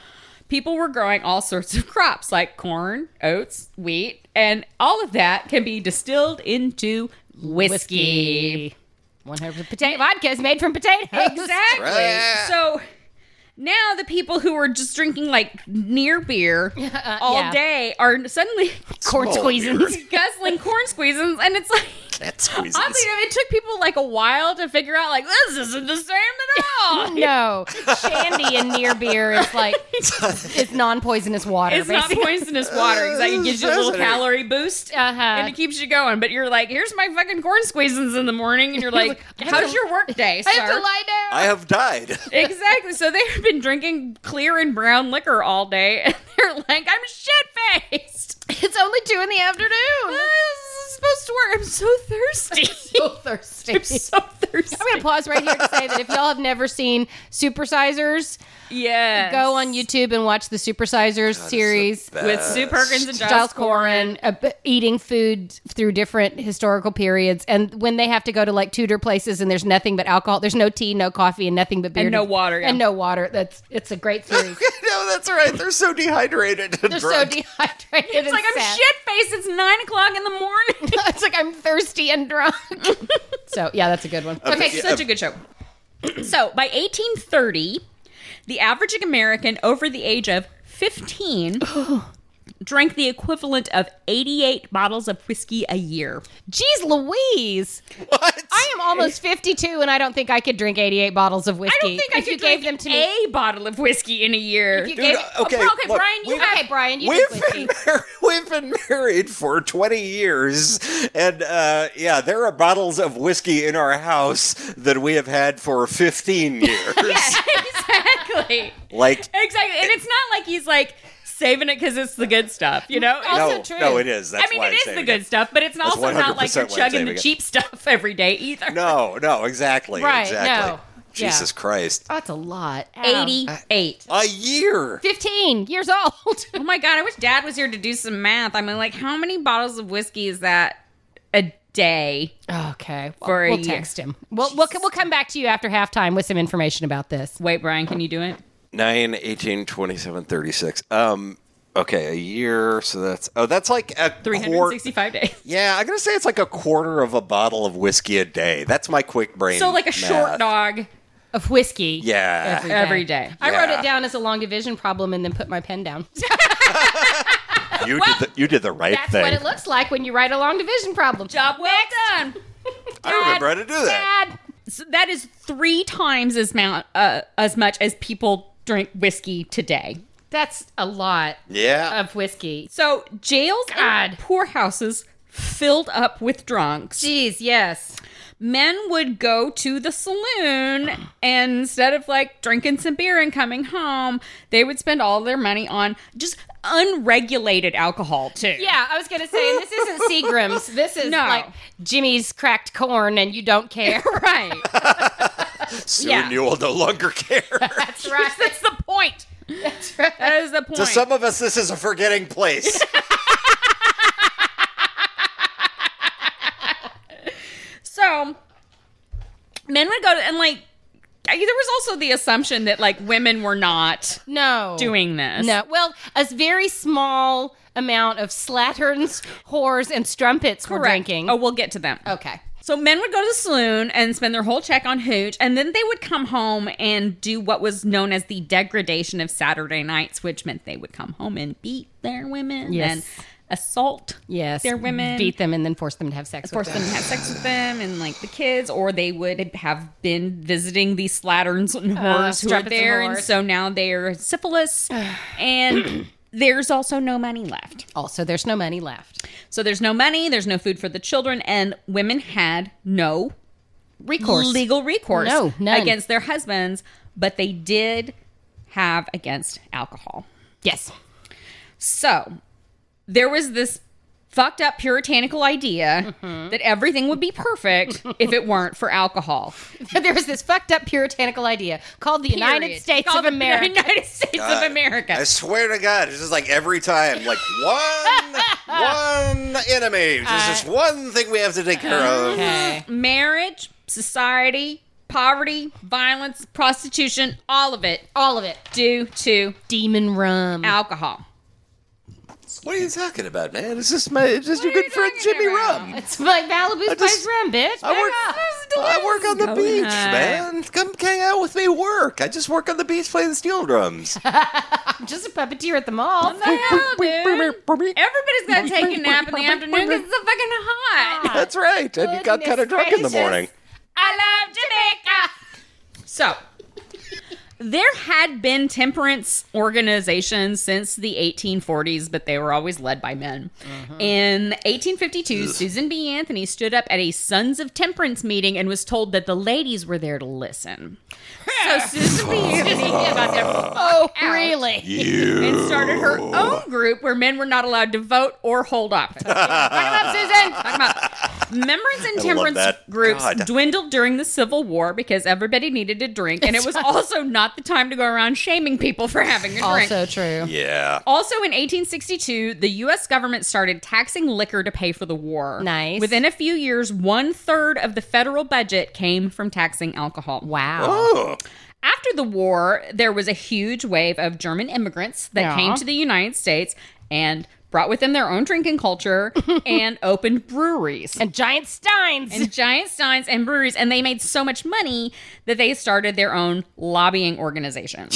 people were growing all sorts of crops like corn, oats, wheat, and all of that can be distilled into whiskey. whiskey. One hundred potato vodka is made from potatoes. Exactly. right. So now the people who were just drinking like near beer all yeah. day are suddenly <laughs> Corn Small squeezins. guzzling corn squeezins, and it's like. That squeezes. Oddly enough, it took people like a while to figure out like this isn't the same at <laughs> all. <laughs> No, shandy and near beer is <laughs> like it's non-poisonous water. It's not basically. poisonous water. It's like it <laughs> gives you a little Doesn't it? calorie boost. Uh-huh. And it keeps you going, but you're like, here's my fucking corn squeezins in the morning, and <laughs> you're like, how's your work day, I have to sir? lie down. I have died. <laughs> exactly. So they've been drinking clear and brown liquor all day, <laughs> and they're like, I'm shit faced. <laughs> It's only two in the afternoon. Ah. supposed to work. I'm so thirsty. <laughs> so <laughs> thirsty. I'm so thirsty. <laughs> I'm gonna pause right here to say that if y'all have never seen Supersizers, yeah. go on YouTube and watch the Supersizers <laughs> series. with Sue Perkins <laughs> and Giles Giles Corn. Corrin uh, b- eating food through different historical periods, and when they have to go to like Tudor places, and there's nothing but alcohol. There's no tea, no coffee, and nothing but beer, And no to- water, yeah. and no water. That's it's a great <laughs> series. no, that's right. They're so dehydrated. And They're so drunk. dehydrated. It's like I'm shit faced. It's nine o'clock in the morning. <laughs> it's like I'm thirsty and drunk. <laughs> so yeah, that's a good one. Okay, such a good show. <clears throat> So by <gasps> 1830, the average American over the age of 15 drank the equivalent of 88 bottles of whiskey a year. Jeez Louise. <laughs> What? I <laughs> am almost 52 and I don't think I could drink 88 bottles of whiskey. I don't think I if could you drink gave them to a me. bottle of whiskey in a year. you Dude, gave- uh, okay, Oh, okay, look, Brian, you we- have <laughs> Okay, <laughs> Brian, you drink We've been, whiskey. mar- we've been married for 20 years. And uh, yeah, there are bottles of whiskey in our house that we have had for 15 years. exactly. Like, Exactly. And it's not like he's like saving it because it's the good stuff, you know? It's- Also no, true. no, it is. That's I mean, why it I'm is the saving good it. stuff, but it's also not like you're 100% why I'm chugging the saving it. cheap stuff every day either. No, no, exactly. Right, exactly. no. Yeah. Jesus Christ. Oh, that's a lot. Ow. 88. A year. 15 years old. <laughs> Oh my God, I wish dad was here to do some math. I mean, like, how many bottles of whiskey is that a day? okay. Well, For a we'll year. text him. We'll, we'll, we'll come back to you after halftime with some information about this. Wait, Brian, can you do it? 9 18 27 36 um okay a year so that's oh that's like a quarter 365 days. yeah i'm gonna say it's like a quarter of a bottle of whiskey a day that's my quick brain So, like a short math. dog Of whiskey. yeah Every every day. I wrote Yeah. it down as a long division problem and then put my pen down. <laughs> you did the, you did the right That's thing what it looks like when you write a long division problem. Job well done. i remember how to do that Dad. So that is three times as, mount, uh, as much as people drink whiskey today. That's a lot yeah of whiskey. So jails and God. poorhouses filled up with drunks. Jeez, yes. Men would go to the saloon and instead of like drinking some beer and coming home, they would spend all their money on just unregulated alcohol too. Yeah, I was gonna say, and this isn't <laughs> Seagram's. This is No. like Jimmy's cracked corn, and you don't <laughs> care. Right. soon yeah. you will no longer care That's right. That's the point. <laughs> That's right. That is the point. to some of us this is a forgetting place So men would go to and like I- there was also the assumption that like women were not <laughs> No, doing this. no. Well, a very small amount of slatterns, whores, and strumpets were Correct. drinking. Oh, we'll get to them. okay. So men would go to the saloon and spend their whole check on hooch, and then they would come home and do what was known as the degradation of Saturday nights, which meant they would come home and beat their women Yes. and assault Yes, their women, beat them and then force them to have sex. force with them to have sex with them and like the kids, or they would have been visiting these slatterns and whores who are strumpets and there, and Uh, whores. so now they're <sighs> syphilis, and there's also no money left. Also, there's no money left. So there's no money, there's no food for the children, and women had no Recourse. legal recourse No, none. against their husbands, but they did have against alcohol. Yes. So there was this fucked up puritanical idea Mm-hmm. that everything would be perfect <laughs> if it weren't for alcohol. <laughs> there was this fucked up puritanical idea called the United Period. States Called of the America. <laughs> United States of America. Uh, I swear to God, it's just like every time, <laughs> like one one enemy. There's just one thing we have to take care of. Okay. Marriage, society, poverty, violence, prostitution, all of it All of it. due to Demon rum. alcohol. What are you talking about, man? It's just my, it's just your are good you friend talking Jimmy about? Rum. It's like Malibu I Spice just- Rum, bitch. I work, Back off. I work on the Going beach, on. man. Come hang out with me. Work. I just work on the beach playing the steel drums. I'm just a puppeteer at the mall. Hell, dude. Everybody's got to take a nap in the afternoon because it's so fucking hot. That's right. And you got Goodness kind of drunk in the gracious. morning. I love Jamaica. So, there had been temperance organizations since the 1840s, but they were always led by men. In 1852, Susan B. Anthony stood up at a Sons of Temperance meeting and was told that the ladies were there to listen. <laughs> so, Susan B. <laughs> Anthony about their Oh, really? and started her own group where men were not allowed to vote or hold <laughs> office. Come up, Susan. Talk about- members and temperance that. groups God. dwindled during the Civil War because everybody needed to drink, and it was also not the time to go around shaming people for having a drink. Also true. Yeah. Also in 1862, the U.S. government started taxing liquor to pay for the war. Nice. Within a few years, one third of the federal budget came from taxing alcohol. Wow. Oh. After the war, there was a huge wave of German immigrants that Yeah. came to the United States and brought with them their own drinking <laughs> culture and opened breweries And giant steins. and giant steins and breweries and they <laughs> made so much money that they started their own lobbying organization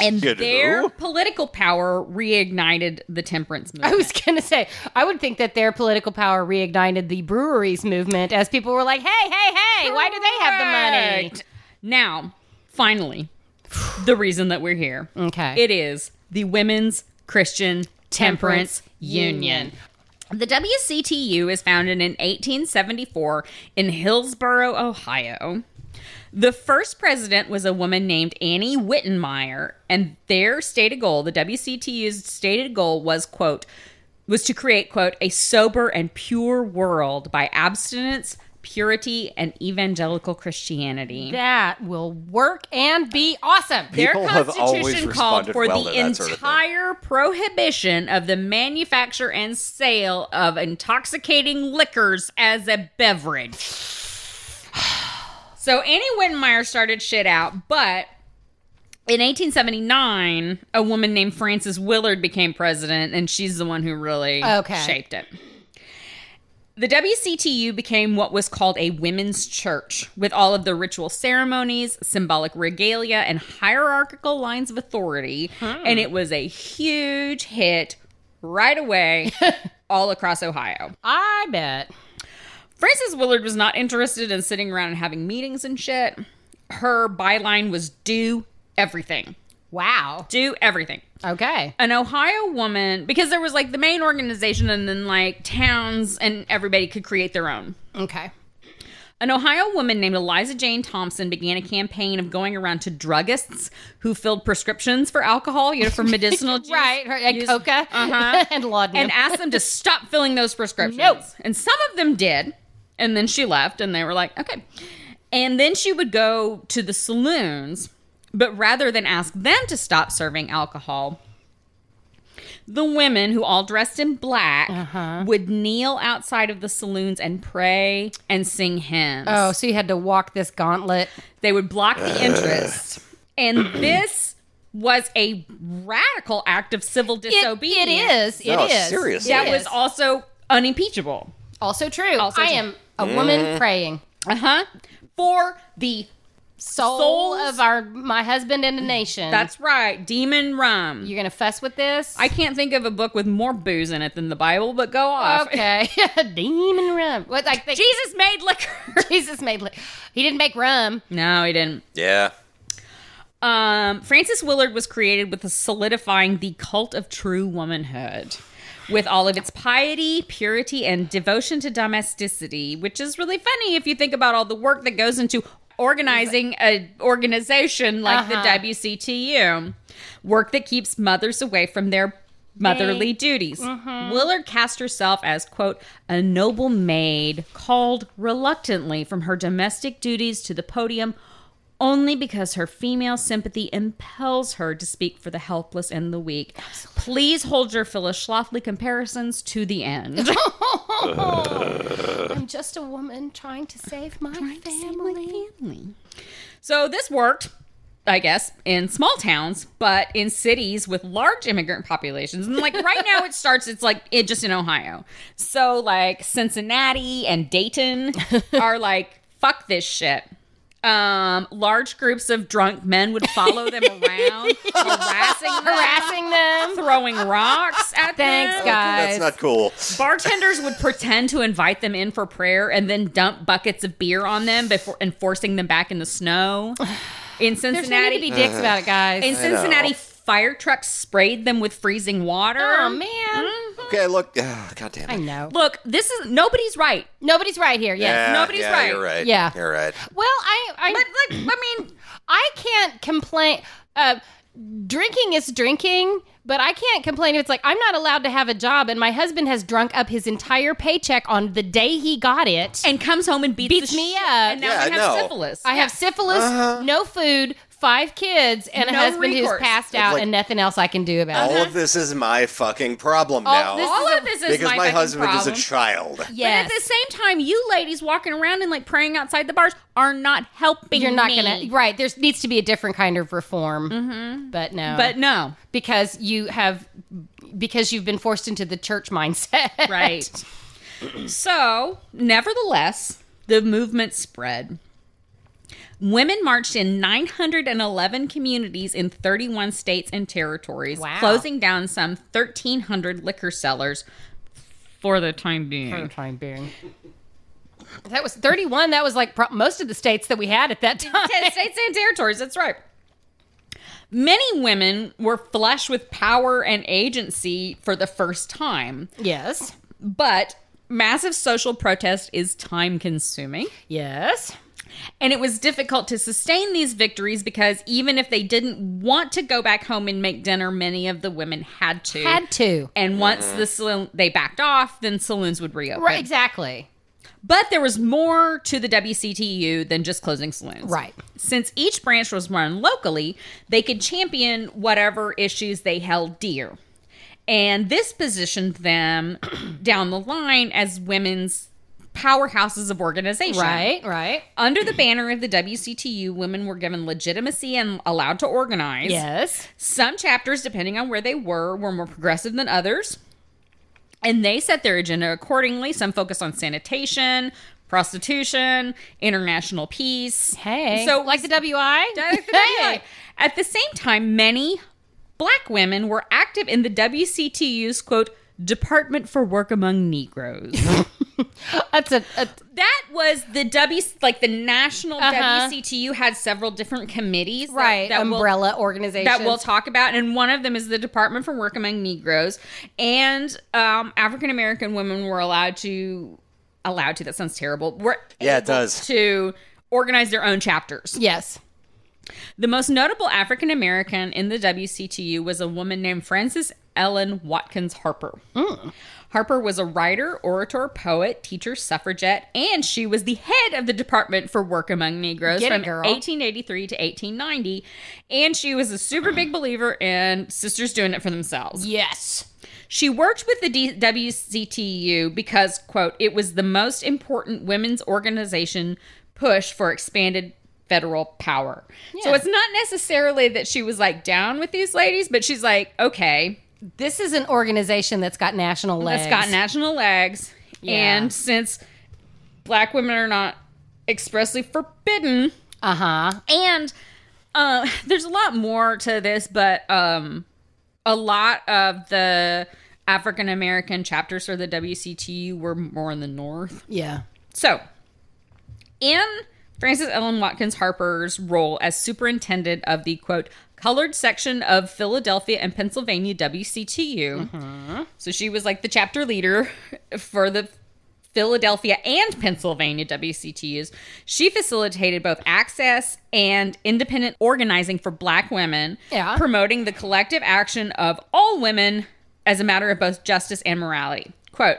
And You their know? political power reignited the temperance I movement. was going to say, I would think that their political power reignited the breweries movement as people were like, hey, hey, hey, why do they have the money? Correct. Now, finally, the reason that we're here. Okay. It is the Women's Christian Temperance, Union. The WCTU is founded in 1874 in Hillsboro, Ohio. The first president was a woman named Annie Wittenmeyer, and their stated goal, the WCTU's stated goal was, quote, was to create, quote, a sober and pure world by abstinence, purity, and evangelical Christianity. Mm. that will work and be awesome. Their People have always constitution called responded for well the to that sort of thing. entire prohibition of the manufacture and sale of intoxicating liquors as a beverage. So Annie Wittenmeyer started shit out, but in 1879, a woman named Frances Willard became president, and she's the one who really Okay. shaped it. The WCTU became what was called a women's church, with all of the ritual ceremonies, symbolic regalia, and hierarchical lines of authority. And it was a huge hit right away all across Ohio. I bet. Frances Willard was not interested in sitting around and having meetings and shit. Her byline was do everything. Wow. Do everything Okay. an Ohio woman because there was like the main organization and then like towns and everybody could create their own. Okay. An Ohio woman named Eliza Jane Thompson began a campaign of going around to druggists who filled prescriptions for alcohol, you know, for medicinal juice. Right. Her, and use- coca Uh-huh. <laughs> and laudanum. and asked <laughs> them to stop filling those prescriptions. Nope. And some of them did. And then she left and they were like, okay. And then she would go to the saloons, but rather than ask them to stop serving alcohol, the women who all dressed in black Uh-huh. would kneel outside of the saloons and pray and sing hymns. oh, so you had to walk this gauntlet. They would block the entrance. And this was a radical act of civil It- disobedience. it is. It is. No, seriously. That It was is. also unimpeachable. also true. Also I true. am a Mm. woman praying. Uh huh. For the Soul Souls. of our my husband and the nation. that's right, demon rum. you're gonna fuss with this. I can't think of a book with more booze in it than the Bible, but go off. okay. <laughs> Demon rum. What like <laughs> they, Jesus made liquor. <laughs> Jesus made li- he didn't make <laughs> rum. no, he didn't. Yeah. Um, Frances Willard was created with a solidifying the cult of true womanhood. With all of its piety, purity, and devotion to domesticity, which is really funny if you think about all the work that goes into organizing a organization like the WCTU, work that keeps mothers away from their motherly duties. Willard cast herself as quote a noble maid called reluctantly from her domestic duties to the podium only because her female sympathy impels her to speak for the helpless and the weak. Please hold your Phyllis Schlafly comparisons to the end. <laughs> Oh. I'm just a woman trying to save my family. so this worked, I guess, in small towns, but in cities with large immigrant populations. And like right now <laughs> it starts, it's like it just in Ohio. So like Cincinnati and <laughs> Dayton are like, fuck this shit. Um, large groups of drunk men would follow <laughs> them around, harassing them. <laughs> Harassing them. throwing rocks at Thanks, them. That's guys. not cool. Bartenders would pretend to invite them in for prayer and then dump buckets of beer on them before and forcing them back in the snow. In There's no need Cincinnati, to be dicks about it, guys. in Cincinnati, fire trucks sprayed them with freezing water. oh man. Mm. Okay, look. <sighs> ah, God damn it. I know. Look, this is nobody's right. Nobody's right here. Yes. Yeah, nobody's yeah, right. You're right. Yeah. You're right. Well, I I But like, I mean, <clears throat> I can't complain. Uh, drinking is drinking, but I can't complain if it's like I'm not allowed to have a job and my husband has drunk up his entire paycheck on the day he got it. and comes home and beats, Beats the me shit- up. And now Yeah, I I have know. syphilis. I have syphilis, no food, five kids, and No a husband recourse. Uh-huh. who's passed out like- and nothing else I can do about All it. of this is my fucking problem All now. this all of this is because my, my fucking husband problem. is a child. Yes. But at the same time, you ladies walking around and like praying outside the bars are not helping. You're not me. gonna right. There needs to be a different kind of reform, mm-hmm. but no, But no, because you have because you've been forced into the church mindset, right. <laughs> so, nevertheless, the movement spread. Women marched in 911 communities in 31 states and territories, Wow. closing down some 1,300 liquor cellars for the time being. Fine being. That was 31. That was like pro- most of the states that we had at that time. Ten <laughs> states and territories. That's right. Many women were flush with power and agency for the first time, Yes. but massive social protest is time consuming. <laughs> Yes. And it was difficult to sustain these victories because even if they didn't want to go back home and make dinner, many of the women had to. Had to. And once the saloon they backed off, then saloons would reopen. Right. Exactly. But there was more to the WCTU than just closing saloons. Right. Since each branch was run locally, they could champion whatever issues they held dear. And this positioned them <clears throat> down the line as women's powerhouses of organization. Right. Right. Under the banner of the WCTU, women were given legitimacy and allowed to organize. Yes. Some chapters, depending on where they were, were more progressive than others. And they set their agenda accordingly. Some focused on sanitation, prostitution, international peace. Hey. So, like <laughs> the WI? Hey. At the same time, many black women were active in the WCTU's quote, Department for Work Among Negroes. That's a, a that was the W, like the national Uh-huh. WCTU had several different committees. that- right that will- umbrella organization. that we'll talk about. And one of them is the Department for Work Among Negroes. And um, African American women were allowed to, allowed to, that sounds terrible, were Yeah, it able does. to organize their own chapters. yes. The most notable African American in the WCTU was a woman named Frances Ellen Watkins Harper. Mm. Harper was a writer, orator, poet, teacher, suffragette, and she was the head of the Department for Work Among Negroes Get it, from girl. 1883 to 1890. And she was a super big believer in sisters doing it for themselves. Yes. She worked with the D- WCTU because, quote, it was the most important women's organization push for expanded federal power. So Yeah. it's not necessarily that she was like down with these ladies, but she's like, okay, This is an organization that's got national legs. that's got national legs. And since black women are not expressly forbidden, Uh huh. and uh, <laughs> there's a lot more to this, but um, a lot of the African American chapters for the WCTU were more in the North. Yeah. So, in Frances Ellen Watkins Harper's role as superintendent of the quote colored section of Philadelphia and Pennsylvania WCTU, so she was like the chapter leader for the Philadelphia and Pennsylvania WCTUs. She facilitated both access and independent organizing for black women, Yeah. promoting the collective action of all women as a matter of both justice and morality. Quote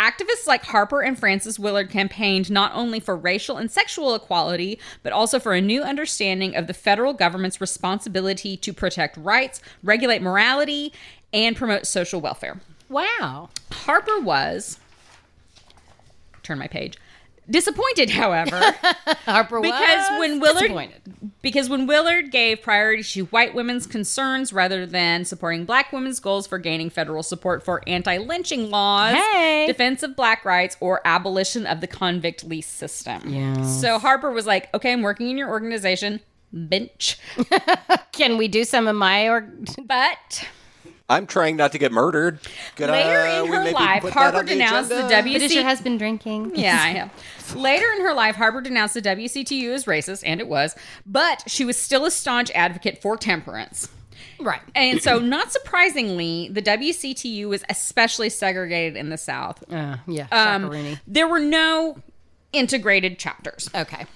Activists like Harper and Frances Willard campaigned not only for racial and sexual equality, but also for a new understanding of the federal government's responsibility to protect rights, regulate morality, and promote social welfare. Wow. Harper was, turn my page, disappointed, however, <laughs> Harper because was when Willard disappointed. because when Willard gave priority to white women's concerns rather than supporting black women's goals for gaining federal support for anti-lynching laws, Hey. defense of black rights, or abolition of the convict lease system. Yeah. So Harper was like, "Okay, I'm working in your organization, bench, Can we do some of my or but." I'm trying not to get murdered. Could, Later uh, in we her maybe life, put that Harper on the denounced the agenda? WC. But is your husband drinking? Yeah, I know. Later in her life, Harper denounced the WCTU as racist, and it was, but she was still a staunch advocate for temperance. Right. And <clears throat> so, not surprisingly, the WCTU was especially segregated in the South. Uh, yeah. Um, Chaperone. there were no integrated chapters. Okay.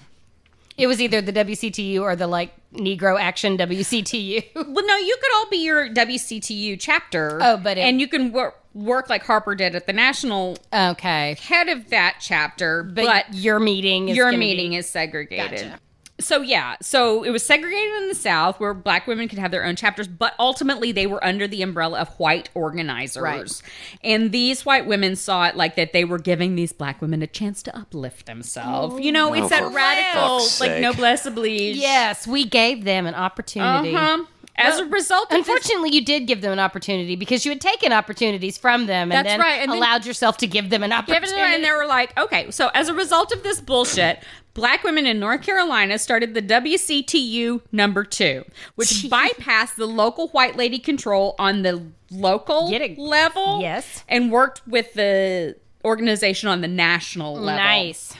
It was either the WCTU or the like Negro <laughs> Action WCTU. Well, no, you could all be your WCTU chapter. Oh, but it- and you can work, work like Harper did at the national okay. head of that chapter, But, but your meeting is your gonna be- meeting is segregated. Gotcha. So yeah, so it was segregated in the South where black women could have their own chapters, but ultimately they were under the umbrella of white organizers. Right. And these white women saw it like that they were giving these black women a chance to uplift themselves. you know, it's Oh, for that fuck's radical sake. like noblesse oblige. Yes, we gave them an opportunity. Uh-huh. As Well, a result of this Unfortunately, you did give them an opportunity because you had taken opportunities from them and That's then right, and then- allowed yourself to give them an Give opportunity. it to her, and they were like, okay, so as a result of this bullshit, black women in North Carolina started the WCTU number two, which <laughs> bypassed the local white lady control on the local Get it. level. Yes. And worked with the organization on the national level. <laughs> nice.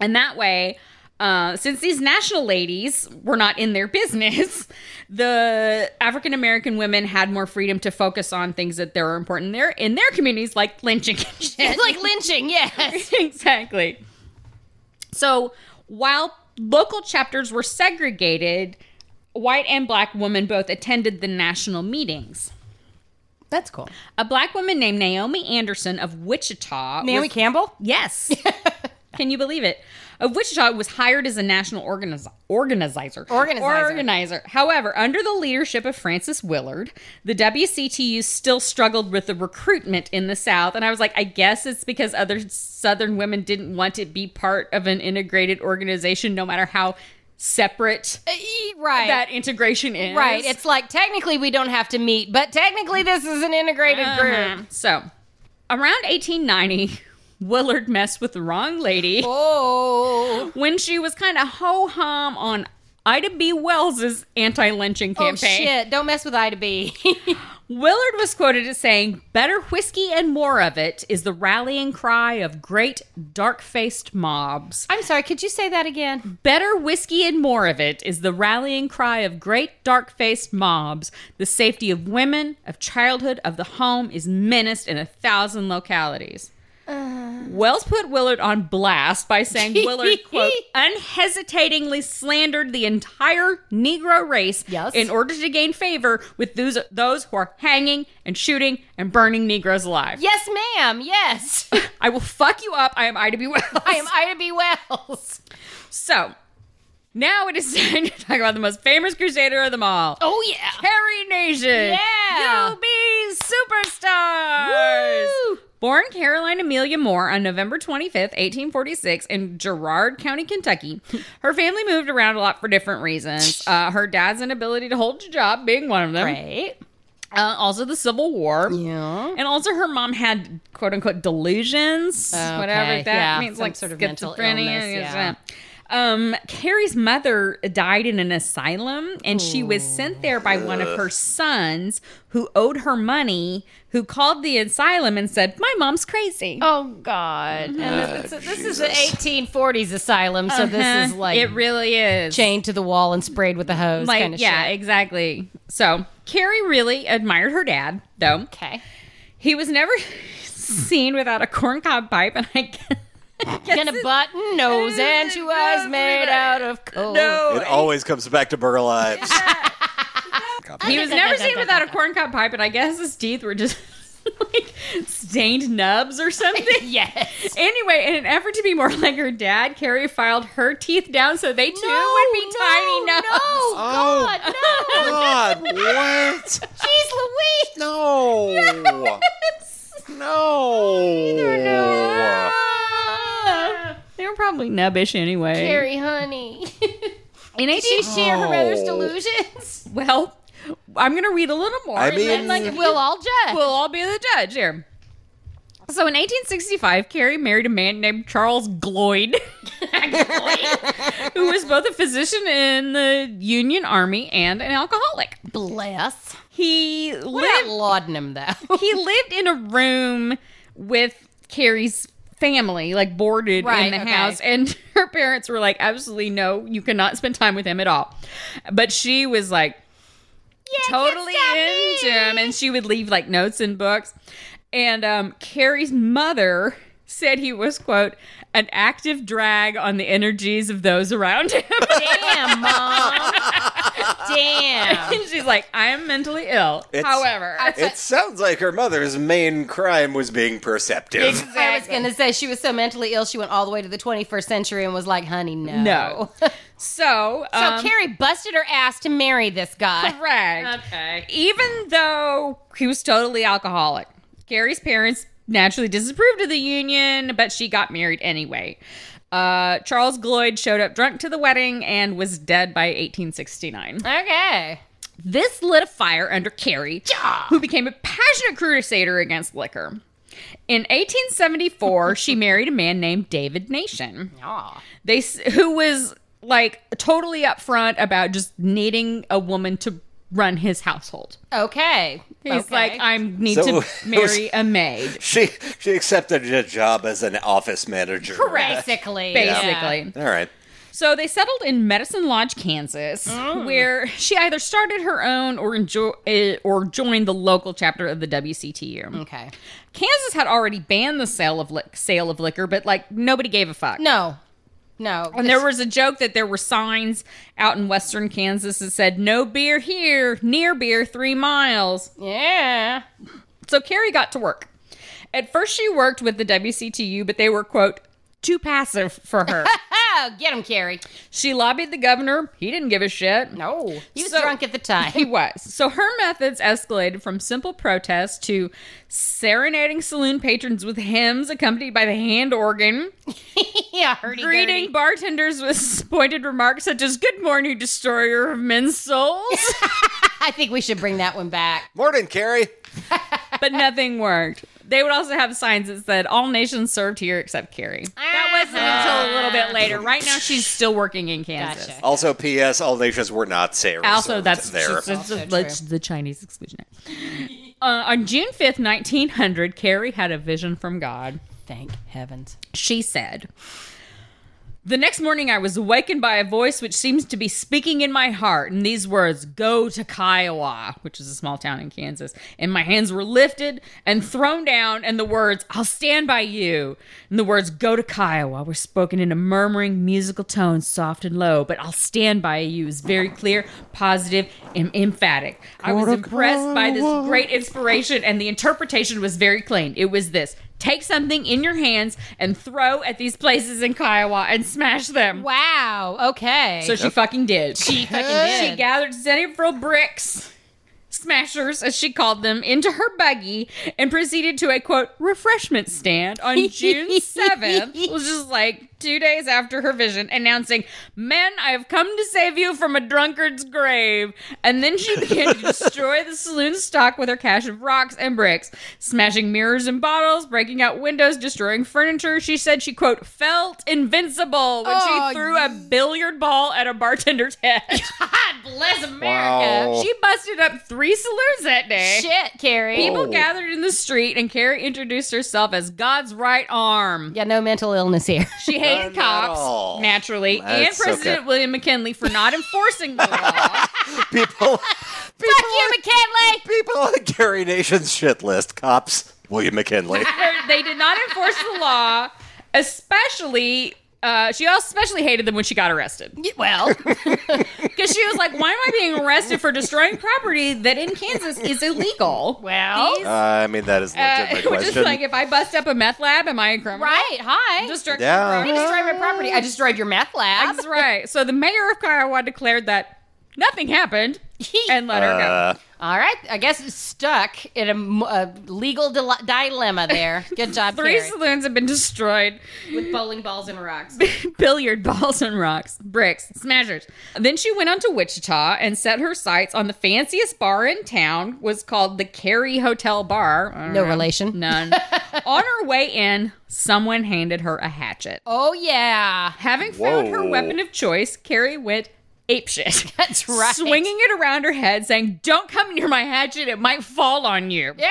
And that way, uh, since these national ladies were not in their <laughs> business, the African American women had more freedom to focus on things that they were important there in their communities, like lynching and shit It's like <laughs> lynching, yes. exactly. So while local chapters were segregated, white and black women both attended the national meetings. That's cool. A black woman named Naomi Anderson of Wichita. Naomi was- Campbell? <laughs> yes. Can you believe it? Of Wichita was hired as a national organiz- organizer. Organizer. Organizer. However, under the leadership of Francis Willard, the WCTU still struggled with the recruitment in the South. And I was like, I guess it's because other Southern women didn't want to be part of an integrated organization, no matter how separate Right. Uh, e, that integration is. right. It's like technically we don't have to meet, but technically this is an integrated Uh-huh. group. So, around 1890, <laughs> Willard messed with the wrong lady. Oh. when she was kind of ho hum on Ida B. Wells's anti-lynching Oh campaign. shit, don't mess with I to B. <laughs> Willard was quoted as saying, "Better whiskey and more of it is the rallying cry of great dark-faced mobs. I'm sorry, could you say that again? Better whiskey and more of it is the rallying cry of great dark-faced mobs. The safety of women, of childhood, of the home is menaced in a thousand localities." Uh-huh. Wells put Willard on blast by <laughs> saying Willard, quote, unhesitatingly slandered the entire Negro race Yes. in order to gain favor with those, those who are hanging and shooting and burning Negroes alive. Yes, ma'am. <laughs> Yes. I will fuck you up. I am Ida B. Wells. I am Ida B. Wells. So, now it is <laughs> time to talk about the most famous crusader of them all. Oh yeah. Harry Nation. Yeah. You be superstars. Woo! Born Caroline Amelia Moore on November 25th, 1846, in Girard County, Kentucky, her family moved around a lot for different reasons. Uh, her dad's inability to hold a job being one of them. Right. Uh, also, the Civil War. Yeah. And also, her mom had quote unquote delusions, Oh, Okay, whatever that yeah, means, some like sort of mental illness, yeah. Um, Carrie's mother died in an asylum, and she was sent there by one of her sons who owed her money, who called the asylum and said, "My mom's crazy." Oh God! And this, this is an Jesus. 1840s asylum, so this is Uh-huh. like it really is. chained to the wall and sprayed with a hose like kind of yeah, shit. exactly. So Carrie really admired her dad, though. Okay, He was never <laughs> seen without a corncob pipe, and I guess in a button nose, and she was made out of coal. <laughs> no, It always comes back to Burl Ives. he was never seen without a corncob pipe, and I guess his teeth were just <laughs> like stained nubs or <laughs> something. Yes. Anyway, in an effort to be more like her dad, Carrie filed her teeth down so they too No, would be no, tiny nubs. No, <laughs> Oh. <laughs> God, no. God, what? <laughs> Jeez Louise. No. Oh, No. They were probably nubbish anyway. Carrie, honey. <laughs> in She 18, share her mother's Oh. delusions. <laughs> well, I'm gonna read a little more. I and mean- then, like, We'll all judge. we'll all be the judge here. So in 1865, Carrie married a man named Charles Gloyd, <laughs> who was both a physician in the Union Army and an alcoholic. Bless. He We're not lived lauding him <laughs> though. he lived in a room with Carrie's family, like boarded in Right, the okay. house, and <laughs> her parents were like, "Absolutely no, you cannot spend time with him at all." But she was like, totally into him and she would leave like notes and books and um carrie's mother said he was quote an active drag on the energies of those around him <laughs> Damn, mom. <laughs> Damn. and she's like i am mentally ill It's- however It sounds like her mother's main crime was being perceptive. I was gonna say she was so mentally ill she went all the way to the 21st century and was like, "Honey, no." No. so so um, Carrie busted her ass to marry this <laughs> guy. correct Okay. even though he was totally alcoholic carrie's parents naturally disapproved of the union but she got married anyway uh, Charles Gloyd showed up drunk to the wedding and was dead by 1869. Okay. This lit a fire under Carey, who became a passionate crusader against liquor. In 1874, she married a man named David Nation. Aw. They s- who was like totally upfront about just needing a woman to run his household. Okay. He's Okay. like, I need So- to marry a maid, She she accepted a job as an office manager. basically. basically. All right. So they settled in Medicine Lodge, Kansas, Oh. where she either started her own or enjoy, eh, or joined the local chapter of the WCTU. Yeah. Okay. Kansas had already banned the sale of li- sale of liquor, but like nobody gave a fuck. No. No. And there was a joke that there were signs out in western Kansas that said "No beer here, near beer three miles." Yeah. So Carrie got to work. At first, she worked with the WCTU, but they were quote too passive for <laughs> her. Oh, get him, Carrie. she lobbied the governor. He didn't give a shit. No. He was So- drunk at the He time. <laughs> was. So her methods escalated from simple protest to serenading saloon patrons with hymns accompanied by the hand organ, yeah, hurdy greeting bartenders with <laughs> pointed remarks such as "Good morning, destroyer of men's souls," I think we should bring that one back. Morning, Carrie. but nothing worked. They would also have signs that said "All nations served here except Carrie." That wasn't until a little bit later. Right now, she's still working in Kansas. Gotcha. Also, P.S. All nations were not saved. Also, that's there. just- it's Also just like true. the Chinese exclusion. Act. Uh, on June 5th, 1900, Carrie had a vision from God. Thank heavens. She said, The next morning I was awakened by a voice which seems to be speaking in my heart, and these words, Go to Kiowa, which is a small town in Kansas. And my hands were lifted and thrown down, and the words, I'll stand by you, and the words, Go to Kiowa, were spoken in a murmuring, musical tone, soft and low, but I'll stand by you is very clear, positive, and emphatic. I was impressed by this great inspiration, and the interpretation was very clean. It was this. Take something in your hands and throw at these places in Kiowa and smash them. Wow. Okay. So she fucking did. She fucking did. She gathered several bricks, smashers as she called them, into her buggy and proceeded to a quote refreshment stand <laughs> on June seventh, which is like two days after her vision, announcing, "Men, I have come to save you from a drunkard's grave." And then she began to destroy the saloon stock with her cache of rocks and bricks, smashing mirrors and bottles, breaking out windows, destroying furniture. She said she quote felt invincible when Oh, she threw a billiard ball at a bartender's head. God bless America. Wow. She busted up three saloons that day. Shit, Carrie. People gathered in the street, and Carrie introduced herself as God's right arm. Yeah, no mental illness <laughs> here. She None hated at cops, all. naturally, and That's okay. President William McKinley for not <laughs> enforcing the law. <laughs> people. Fuck you, McKinley. People on the Carrie Nation's shit list. Cops. William McKinley. they did not enforce the law, especially. Uh, she also especially hated them when she got arrested Well, because she was like, "Why am I being arrested for destroying property that in Kansas is illegal?" Well. These, Uh, I mean, that is a uh, <laughs> legitimate which is question. like, if I bust up a meth lab, am I a criminal? <laughs> right. Hi. Destruction Yeah. of property. I destroyed my property. I destroyed your meth lab. That's right. So the mayor of Kiowa declared that nothing happened and let her go. Uh, All right. I guess it's stuck in a, m- a legal dile- dilemma <laughs> there. Good job, Three Carrie. saloons have been destroyed With bowling balls and <laughs> rocks. <laughs> billiard balls and rocks, bricks, smashers. Then she went on to Wichita and set her sights on the fanciest bar in town, was called the Carey Hotel Bar. I don't No know. relation. <laughs> None. on her way in, someone handed her a hatchet. Oh, yeah. Having found her Whoa. weapon of choice, Carrie went <laughs> apeshit. That's right. Swinging it around her head, saying, Don't come near my hatchet, it might fall on you. <laughs> Yeah.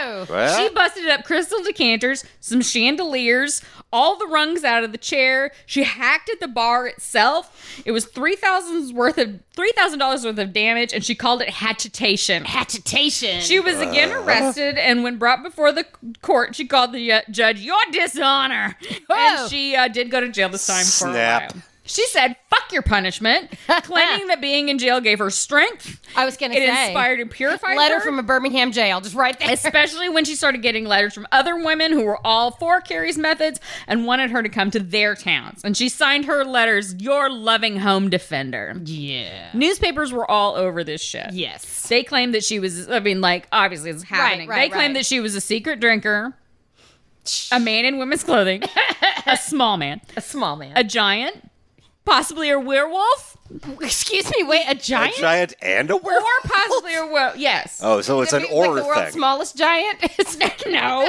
Oh. well, She busted up crystal decanters, some chandeliers, all the rungs out of the chair. She hacked at the bar itself. It was three thousands worth of three thousand dollars worth of damage, and she called it hatchetation. Hatchetation. She was again arrested, and when brought before the court, she called the uh, judge "your dishonor," Whoa. and she uh, did go to jail this time for Snap. a while. She said, "Fuck your punishment," <laughs> claiming that being in jail gave her strength. I was going to It say. inspired and purified letter her. from a Birmingham jail. Just right there. especially when she started getting letters from other women who were all for Carrie's methods and wanted her to come to their towns. And she signed her letters, Your Loving Home Defender. Yeah. Newspapers were all over this shit. Yes. They claimed that she was, I mean, like, obviously it's happening. right, they claimed right. that she was a secret drinker, a man in women's <laughs> clothing, a small man, A small man. a giant, possibly a werewolf, Excuse me, wait, a A giant? giant and a Or werewolf. possibly a world. Yes. Oh, so it's Could an be, or like the world's thing. smallest giant. <laughs> It's <laughs> like, No.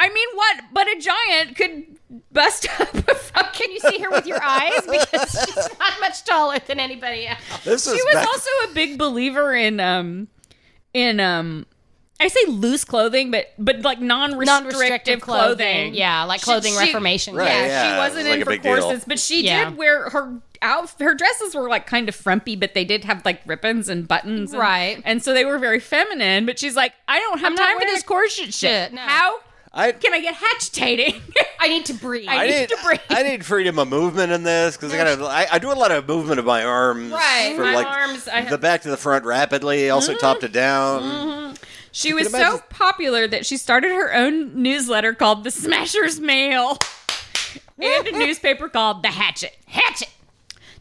I mean, what? But a giant could bust <laughs> up a fucking. Can you see her with your eyes? Because she's not much taller than anybody else. This is She was back- also a big believer in um, in um, I say loose clothing, but but like non-restrictive, Non-restrictive clothing. clothing. Yeah, like clothing reformation. Right, yeah, yeah, she it wasn't was like in a for big deal. courses, but she Yeah. did wear her out. Her dresses were like kind of frumpy, but they did have like ribbons and buttons, and, Right. And so they were very feminine. But she's like, I don't have I'm not time for wearing this corset shit. shit, no. How I, can I get <laughs> hatchetating? I need to breathe. I need need, to breathe. I need freedom of movement in this because I gotta. I, I do a lot of movement of my arms, Right, From my like arms, I have- the back to the front rapidly, also top Mm-hmm. to down. She was imagine- so popular that she started her own newsletter called The Smasher's Mail and <laughs> a newspaper called The Hatchet. Hatchet!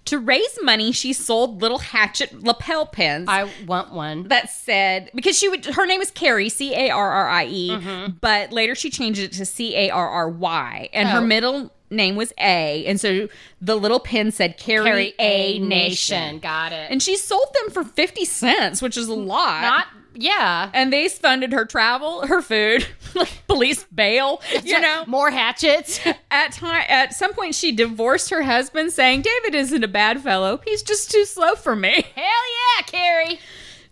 To raise money, she sold little hatchet lapel pins I want one. that said, because she would, her name is Carrie, C A R R I E, Mm-hmm. but later she changed it to C A R R Y, and her Oh. middle name was A, and so the little pin said Carrie, Carry A a Nation. nation. Got it. And she sold them for 50 cents, which is a lot not, yeah. and they funded her travel, her food, <laughs> like police bail. You know, more <laughs> hatchets. at time at some point she divorced her husband, saying David isn't a bad fellow. He's just too slow for me. <laughs> Hell yeah, Carrie.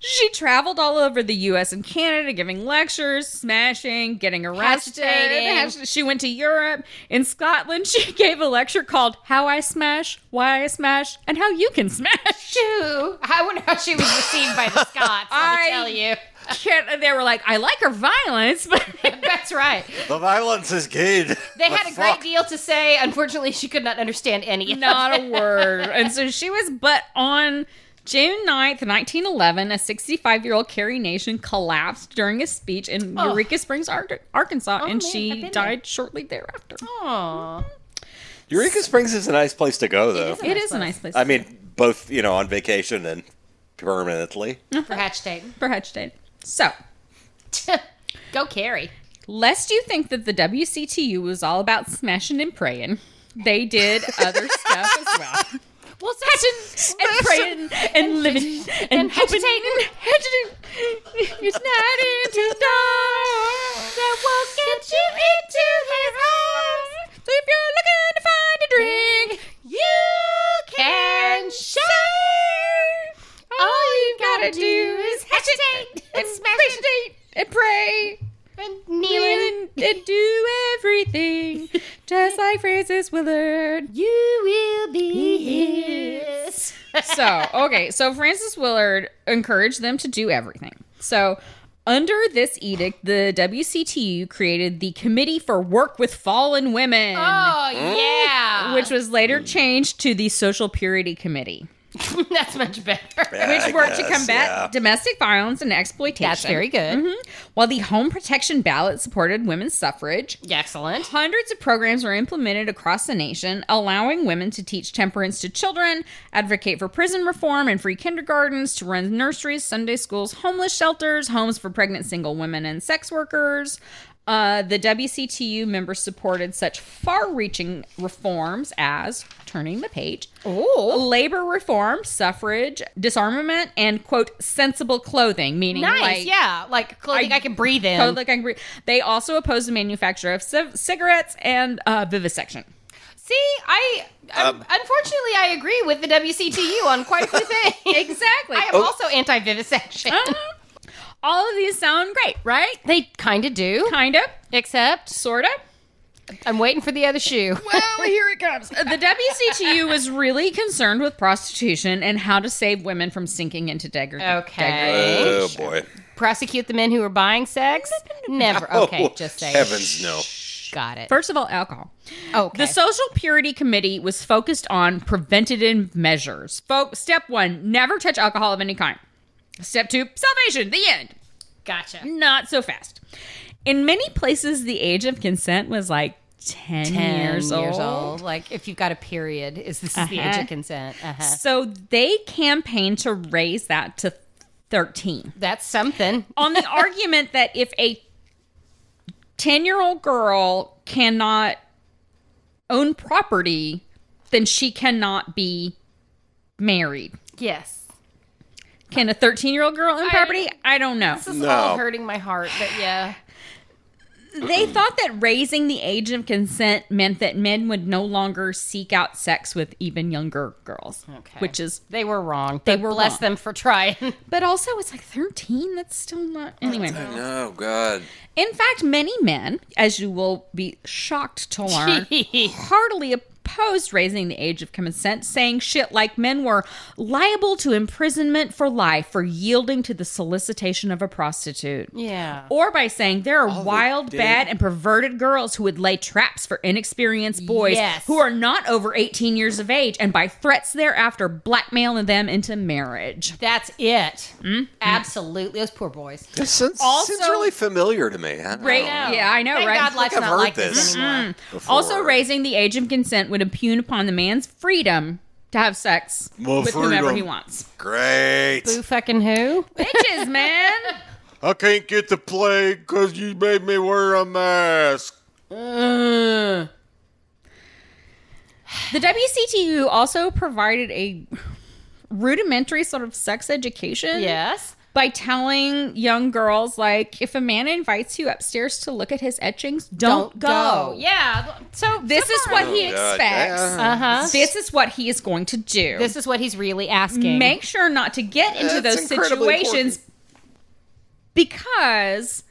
She traveled all over the U.S. and Canada, giving lectures, smashing, getting arrested. Hatchetating. Hatch- She went to Europe. In Scotland, <laughs> she gave a lecture called "How I Smash, Why I Smash, and How You Can Smash." <laughs> Shoo. I wonder how she was received <laughs> by the Scots. I- I tell you. Can't- they were like, "I like her violence, but <laughs> <laughs> That's right. The violence is good. They But had a fuck. great deal to say. Unfortunately, she could not understand any. of <laughs> not it. a word. And so she was, but on June 9th, 1911, a 65 year old Carrie Nation collapsed during a speech in Oh. Eureka Springs, Ar- Arkansas, and man, I've she been died there. Oh, shortly thereafter. Aw. Eureka Springs is a nice place to go, though. is a It nice is a nice place I mean, both you know, on vacation and permanently. For hatchetating. for Hatchet. So, <laughs> Go Carrie. lest you think that the WCTU was all about smashing and praying, they did <laughs> other stuff as well. Well, Hatchet and praying and living and and hoping hesitating. and hesitating. It's not into dark that will get you into his arms. So if you're looking to find a drink, you can share. All you gotta do is hesitate and smash hesitate and pray and and, and do <laughs> everything just like Francis Willard. You will be his. so okay so francis willard encouraged them to do everything so under this edict the wctu created the committee for work with fallen women Oh yeah, which was later changed to the social purity committee <laughs> that's much better. Yeah, I which worked to guess, combat yeah. domestic violence and exploitation That's very good. Mm-hmm. while the home protection ballot supported women's suffrage Yeah, Excellent. Hundreds of programs were implemented across the nation, allowing women to teach temperance to children, advocate for prison reform and free kindergartens, to run nurseries, Sunday schools, homeless shelters, homes for pregnant single women and sex workers. Uh, the WCTU members supported such far reaching reforms as turning the page, Oh, labor reform, suffrage, disarmament, and quote, sensible clothing, meaning nice. like, yeah, like clothing I, can breathe in. Oh, like I agree. They also oppose the manufacture of civ- cigarettes and uh, vivisection. See, I um, unfortunately I agree with the WCTU on quite <laughs> a few things. Exactly. I am Oh. also anti-vivisection. <laughs> All of these sound great, right? They kind of do, Kind of, except sort of. I'm waiting for the <laughs> other shoe. Well, Oh, here it comes. <laughs> The WCTU was really concerned with prostitution and how to save women from sinking into degradation. Okay. Oh boy. Prosecute the men who are <laughs> buying sex? Never. Okay, oh, just say it. Heavens no. Got it. First of all, alcohol. Okay. The Social Purity Committee was focused on preventative measures. Fo- Step one: never touch alcohol of any kind. Step two: salvation. The end. gotcha. not so fast. In many places, the age of consent was like 10, 10 years, old. Like if you've got a period, is this is the age Uh-huh. of consent? Uh-huh. So they campaigned to raise that to 13 That's something. on <laughs> the argument that if a 10 year old girl cannot own property, then she cannot be married. Yes. Can a 13 year old girl own property? I don't know. This is No. all hurting my heart, but yeah. They thought that raising the age of consent meant that men would no longer seek out sex with even younger girls, Okay. which is. They were wrong. They were bless wrong. them for trying. <laughs> But also, it's like 13. That's still not. Anyway. Oh God. In fact, many men, as you will be shocked to learn, heartily opposed raising the age of consent, saying shit like men were liable to imprisonment for life for yielding to the solicitation of a prostitute. yeah. Or by saying there Oh, are wild, bad, and perverted girls who would lay traps for inexperienced boys Yes. who are not over 18 years of age and by threats thereafter blackmailing them into marriage. That's it. Mm-hmm. Absolutely. Those poor boys. This sounds, Also- seems really familiar to me. I don't Right? know. Oh. Yeah, I know, Thank right? Mm-hmm. God life's I've not heard like this, this. anymore. Before. Also, raising the age of consent would impugn upon the man's freedom to have sex Well, with whomever freedom. he wants. Great. Who <laughs> fucking who? Bitches, <laughs> man. I can't get to play because you made me wear a mask. Uh. The WCTU also provided a rudimentary sort of sex education. yes. By telling young girls, like, if a man invites you upstairs to look at his etchings, don't, go. Yeah. So This is what he Oh, God. expects. Uh-huh. Yeah. Uh huh. This is what he is going to do. This is what he's really asking. make sure not to get into That's those incredibly situations important. because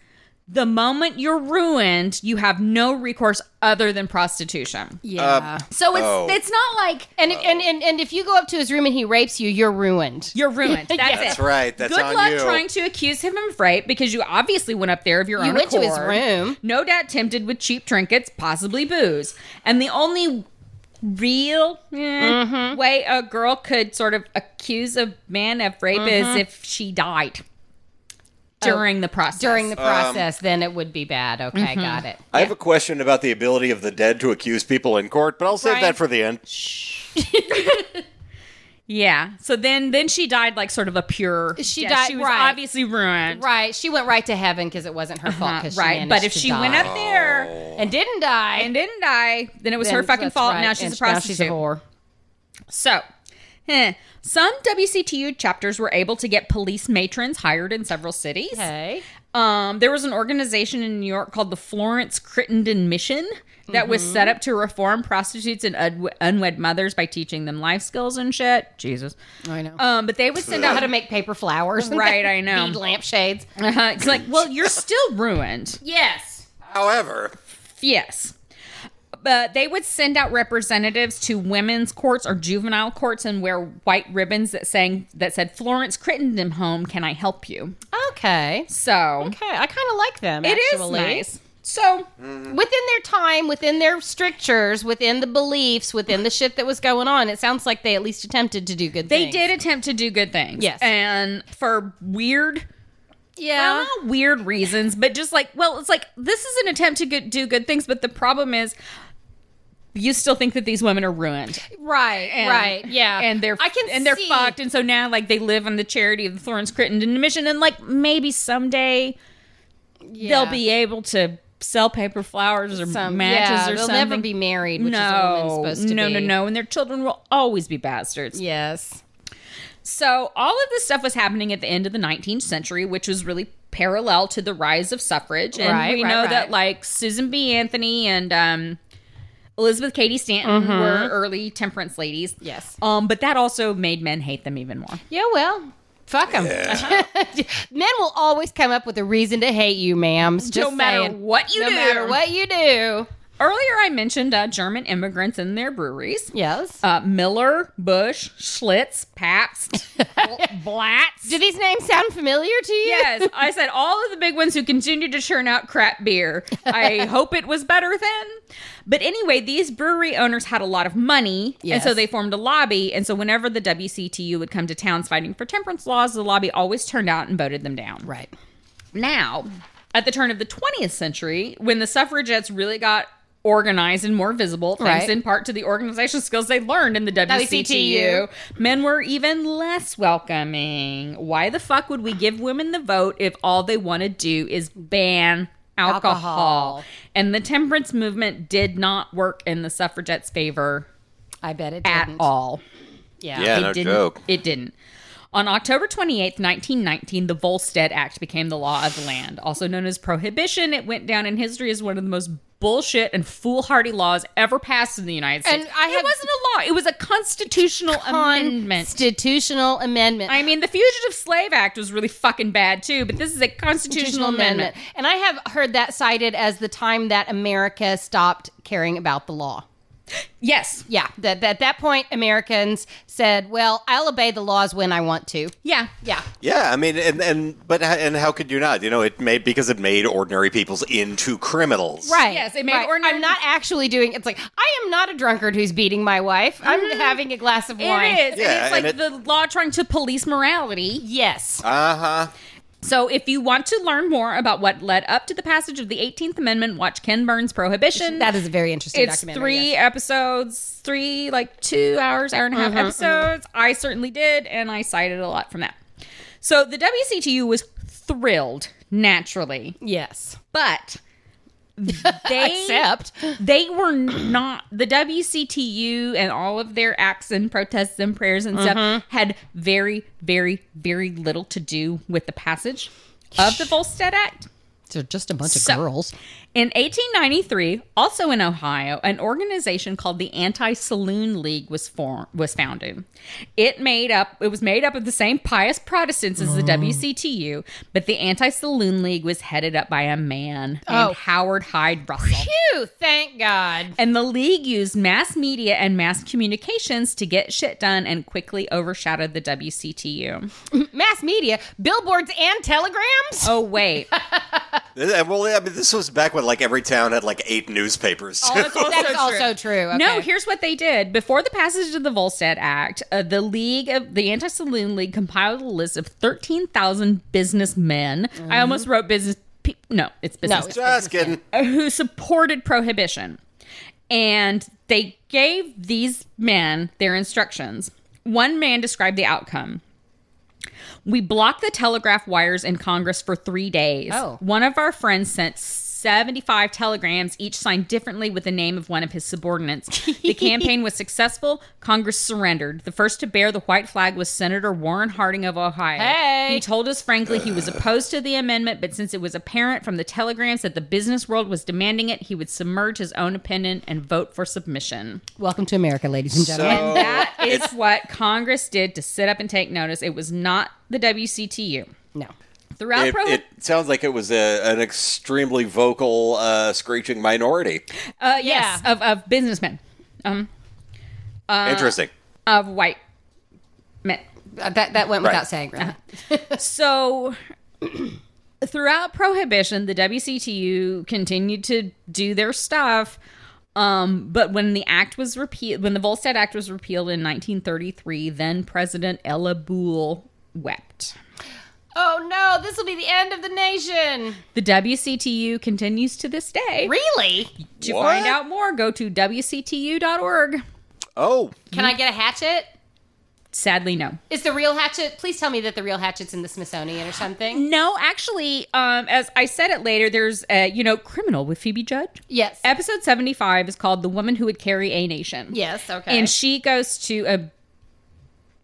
the moment you're ruined, you have no recourse other than prostitution. yeah. So it's Oh. it's not like and, and and and if you go up to his room and he rapes you, you're ruined. you're <laughs> ruined. That's it. That's right. That's Good on luck you. trying to accuse him of rape because you obviously went up there of your You own went to his accord. room. No doubt tempted with cheap trinkets, possibly booze. And the only real eh, Mm-hmm. way a girl could sort of accuse a man of rape Mm-hmm. is if she died during the process. Oh, During the process, then it would be bad. Okay, got it. I have a question about the ability of the dead to accuse people in court, but I'll save Brian- that for the end. yeah. So then then she died like sort of a pure She death. died- she was right. obviously ruined. Right. She went right to heaven because it wasn't her fault. 'cause she right. But managed if to she die. went up there and didn't die, and didn't die, then it was then- her fucking that's fault. right, Now she's and a prostitute. Now she's a whore. So, eh, some WCTU chapters were able to get police matrons hired in several cities. Okay. Um, there was an organization in New York called the Florence Crittenden Mission that was set Mm-hmm. up to reform prostitutes and un- unwed mothers by teaching them life skills and shit. Jesus. I know. Um, but they would send know how out. to make paper <laughs> flowers. <laughs> Right, I know. Bead lampshades. Uh, <laughs> it's like, well, you're still ruined. Yes. However, Yes. But they would send out representatives to women's courts or juvenile courts and wear white ribbons that saying that said Florence Crittenden home, can I help you? Okay. So Okay. I kind of like them. it is actually. nice. So Within their time, within their strictures, within the beliefs, within the shit that was going on, it sounds like they at least attempted to do good they things. did attempt to do good things. Yes. And for weird well, Yeah. not weird reasons, but just like, well, it's like this is an attempt to good, do good things, but the problem is you still think that these women are ruined. Right. and- right. Yeah. and they're I can and they're see- fucked and so now like they live on the charity of the florence crittenden mission and like maybe someday Yeah. they'll be able to sell paper flowers or some matches yeah, or they'll something never be married, which is what women's no supposed to no be. no no and their children will always be bastards Yes. so all of this stuff was happening at the end of the 19th century which was really parallel to the rise of suffrage and Right, we right, know that right. like susan b anthony and um Elizabeth Cady Stanton were early temperance ladies. Mm-hmm. Yes. Um, but that also made men hate them even more. Yeah, well, fuck them. <laughs> Men will always come up with a reason to hate you, ma'am. Just no matter saying. what you no do. matter what you do. Earlier, I mentioned uh, German immigrants and their breweries. Yes. Uh, Miller, Bush, Schlitz, Pabst, <laughs> Blatz. do these names sound familiar to you? yes, I said all of the big ones who continued to churn out crap beer. I hope it was better then. But anyway, these brewery owners had a lot of money, and so Yes. they formed a lobby. And so whenever the WCTU would come to towns fighting for temperance laws, the lobby always turned out and voted them down. Right. Now, at the turn of the 20th century, when the suffragettes really got organized and more visible, thanks Right. in part to the organization skills they learned in the WCTU, WCTU. men were even less welcoming. Why the fuck would we give women the vote if all they want to do is ban alcohol? Alcohol. And the temperance movement did not work in the suffragettes' favor I bet it at didn't. all. Yeah. Yeah, it no didn't, joke. It didn't. On October 28th, 1919, the Volstead Act became the law of the land, also known as prohibition. It went down in history as one of the most bullshit and foolhardy laws ever passed in the United States. And I it have- wasn't a law, it was a constitutional amendment. Constitutional amendment. I mean, the Fugitive Slave Act was really fucking bad too, but this is a constitutional, amendment. And I have heard that cited as the time that America stopped caring about the law. Yes. Yeah, that that- at that point, Americans said, "Well, I'll obey the laws when I want to." Yeah. Yeah, Yeah, I mean, and and but h- and how could you not? You know, it made because it made ordinary people's into criminals. right. Yes, it made right. ordinary- I'm not actually doing. It's like I am not a drunkard who's beating my wife. I'm having a glass of It wine. is. Yeah, and it's like and it- the law trying to police morality. Yes. Uh huh. So, if you want to learn more about what led up to the passage of the 18th Amendment, watch Ken Burns' Prohibition. That is a very interesting it's documentary. three yes. Mm-hmm, episodes, three like two hours, hour and a half episodes. I certainly did, and I cited a lot from that. So the WCTU was thrilled naturally, Yes. <laughs> but they <gasps> Except they were <clears throat> not the WCTU and all of their acts and protests and prayers and stuff had very, very, very little to do with the passage of the Volstead Act. they're just a bunch of So- girls. In 1893, also in Ohio, an organization called the Anti-Saloon League was form- was founded. It made up it was made up of the same pious Protestants as the WCTU, but the Anti-Saloon League was headed up by a man named Oh. Howard Hyde Russell. Phew! Thank God. And the league used mass media and mass communications to get shit done and quickly overshadowed the WCTU. Mass media, billboards, and telegrams. Oh, wait. Well, I mean, this was back when like every town had like eight newspapers. <laughs> Oh, That's also true. Okay. No, here's what they did. Before the passage of the Volstead Act, uh, the League of the Anti Saloon League compiled a list of 13,000 businessmen. I almost wrote business. Pe- no, it's business. <laughs> it's- Just <laughs> kidding. uh, Who supported prohibition. And they gave these men their instructions. One man described the outcome. We blocked the telegraph wires in Congress for three days. Oh. One of our friends sent 75 telegrams, each signed differently with the name of one of his subordinates. The campaign was successful. Congress surrendered. The first to bear the white flag was Senator Warren Harding of Ohio. Hey. He told us frankly he was opposed to the amendment, but since it was apparent from the telegrams that the business world was demanding it, he would submerge his own opinion and vote for submission. Welcome to America, ladies and gentlemen. So <laughs> That is what Congress did to sit up and take notice. It was not the WCTU. no. Throughout it, prohi- it sounds like it was a, an extremely vocal, uh, screeching minority. uh, yes, Yeah. of, of businessmen, Uh, Interesting. of white men. Uh, That that went Right. without saying, really. So throughout prohibition, the WCTU continued to do their stuff. Um, but when the act was repealed, when the Volstead Act was repealed in 1933, then President Ella Boole wept. Oh no, this will be the end of the nation. The WCTU continues to this day. Really? To What? find out more, go to WCTU.org. Oh, Can I get a hatchet? Sadly, no. Is the real hatchet? Please tell me that the real hatchet's in the Smithsonian or something. No, actually, um, as I said it later, there's, uh, you know, Criminal with Phoebe Judge. Yes. Episode 75 is called The Woman Who Would Carry a Nation. yes. Okay. And she goes to a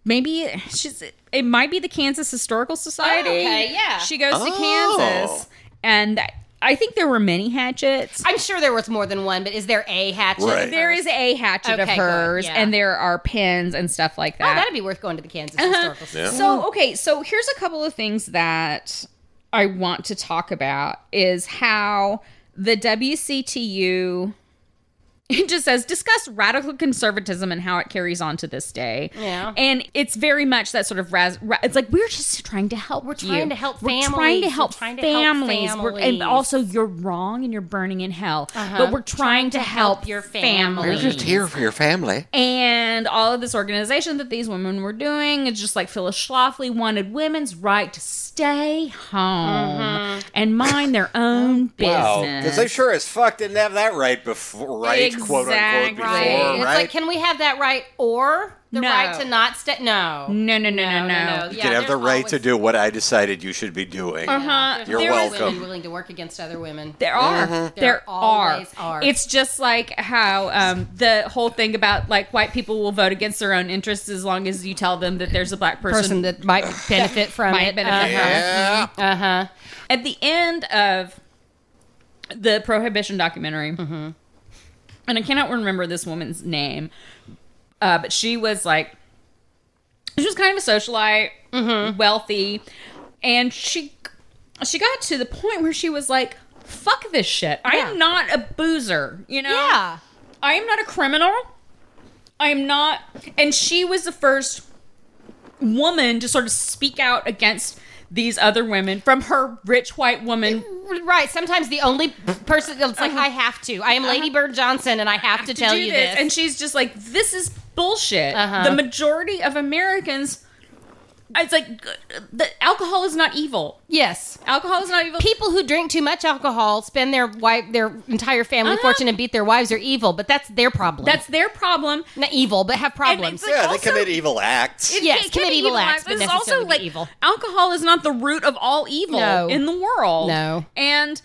maybe she's it might be the Kansas Historical Society. Oh, okay, yeah. She goes Oh. to Kansas and I think there were many hatchets. I'm sure there was more than one, but is there a hatchet? Right. of there hers? is a hatchet of Okay, good, hers yeah. and there are pins and stuff like Oh, that. that'd be worth going to the Kansas Historical Society. so okay, so here's a couple of things that I want to talk about is how the WCTU <laughs> it just says discuss radical conservatism and how it carries on to this day. Yeah. and it's very much that sort of raz- ra- it's like we're just trying to help. We're trying to help We're trying families. to We're help trying to help families. We're- and families. Uh-huh. also, you're wrong and you're burning in hell. But we're trying, to, help, your family. We're just here for your family. And all of this organization that these women were doing is just like Phyllis Schlafly wanted women's right to stay home and mind their own business. Wow, because they sure as fuck didn't have that right before, right? Quote unquote Exactly. before, Right. It's right? like, can we have that right or The No. right to not stay. No. Mm-hmm. No, no, no, no, no. You can have the right to do what I decided you should be doing. Uh-huh. You're There is- welcome. Women willing to work against other women. There are. There There are. always are. It's just like how um, the whole thing about like white people will vote against their own interests as long as you tell them that there's a black person. person that <coughs> might benefit from might it. benefit from it. Yeah. Uh huh. At the end of the prohibition documentary, and I cannot remember this woman's name, uh, but she was like, she was kind of a socialite, wealthy, and she she got to the point where she was like, "Fuck this shit! I am Yeah. not a boozer, you know. Yeah. I am not a criminal. I am not. And she was the first woman to sort of speak out against these other women from her rich white woman. Right. Sometimes the only person that's like, I have to. I am Lady Bird Johnson, and Uh-huh. I have to tell do you this. And she's just like, this is bullshit. Uh-huh. The majority of Americans, it's like, the alcohol is not evil. yes. Alcohol is not evil. People who drink too much alcohol spend their wife, their entire family Uh-huh. fortune and beat their wives are evil, but that's their problem. That's their problem. not evil, but have problems. it's like- Yeah, Also- they commit evil acts. It Yes, can- can commit be evil acts, but This is also necessarily like evil. alcohol is not the root of all evil No. in the world. No. and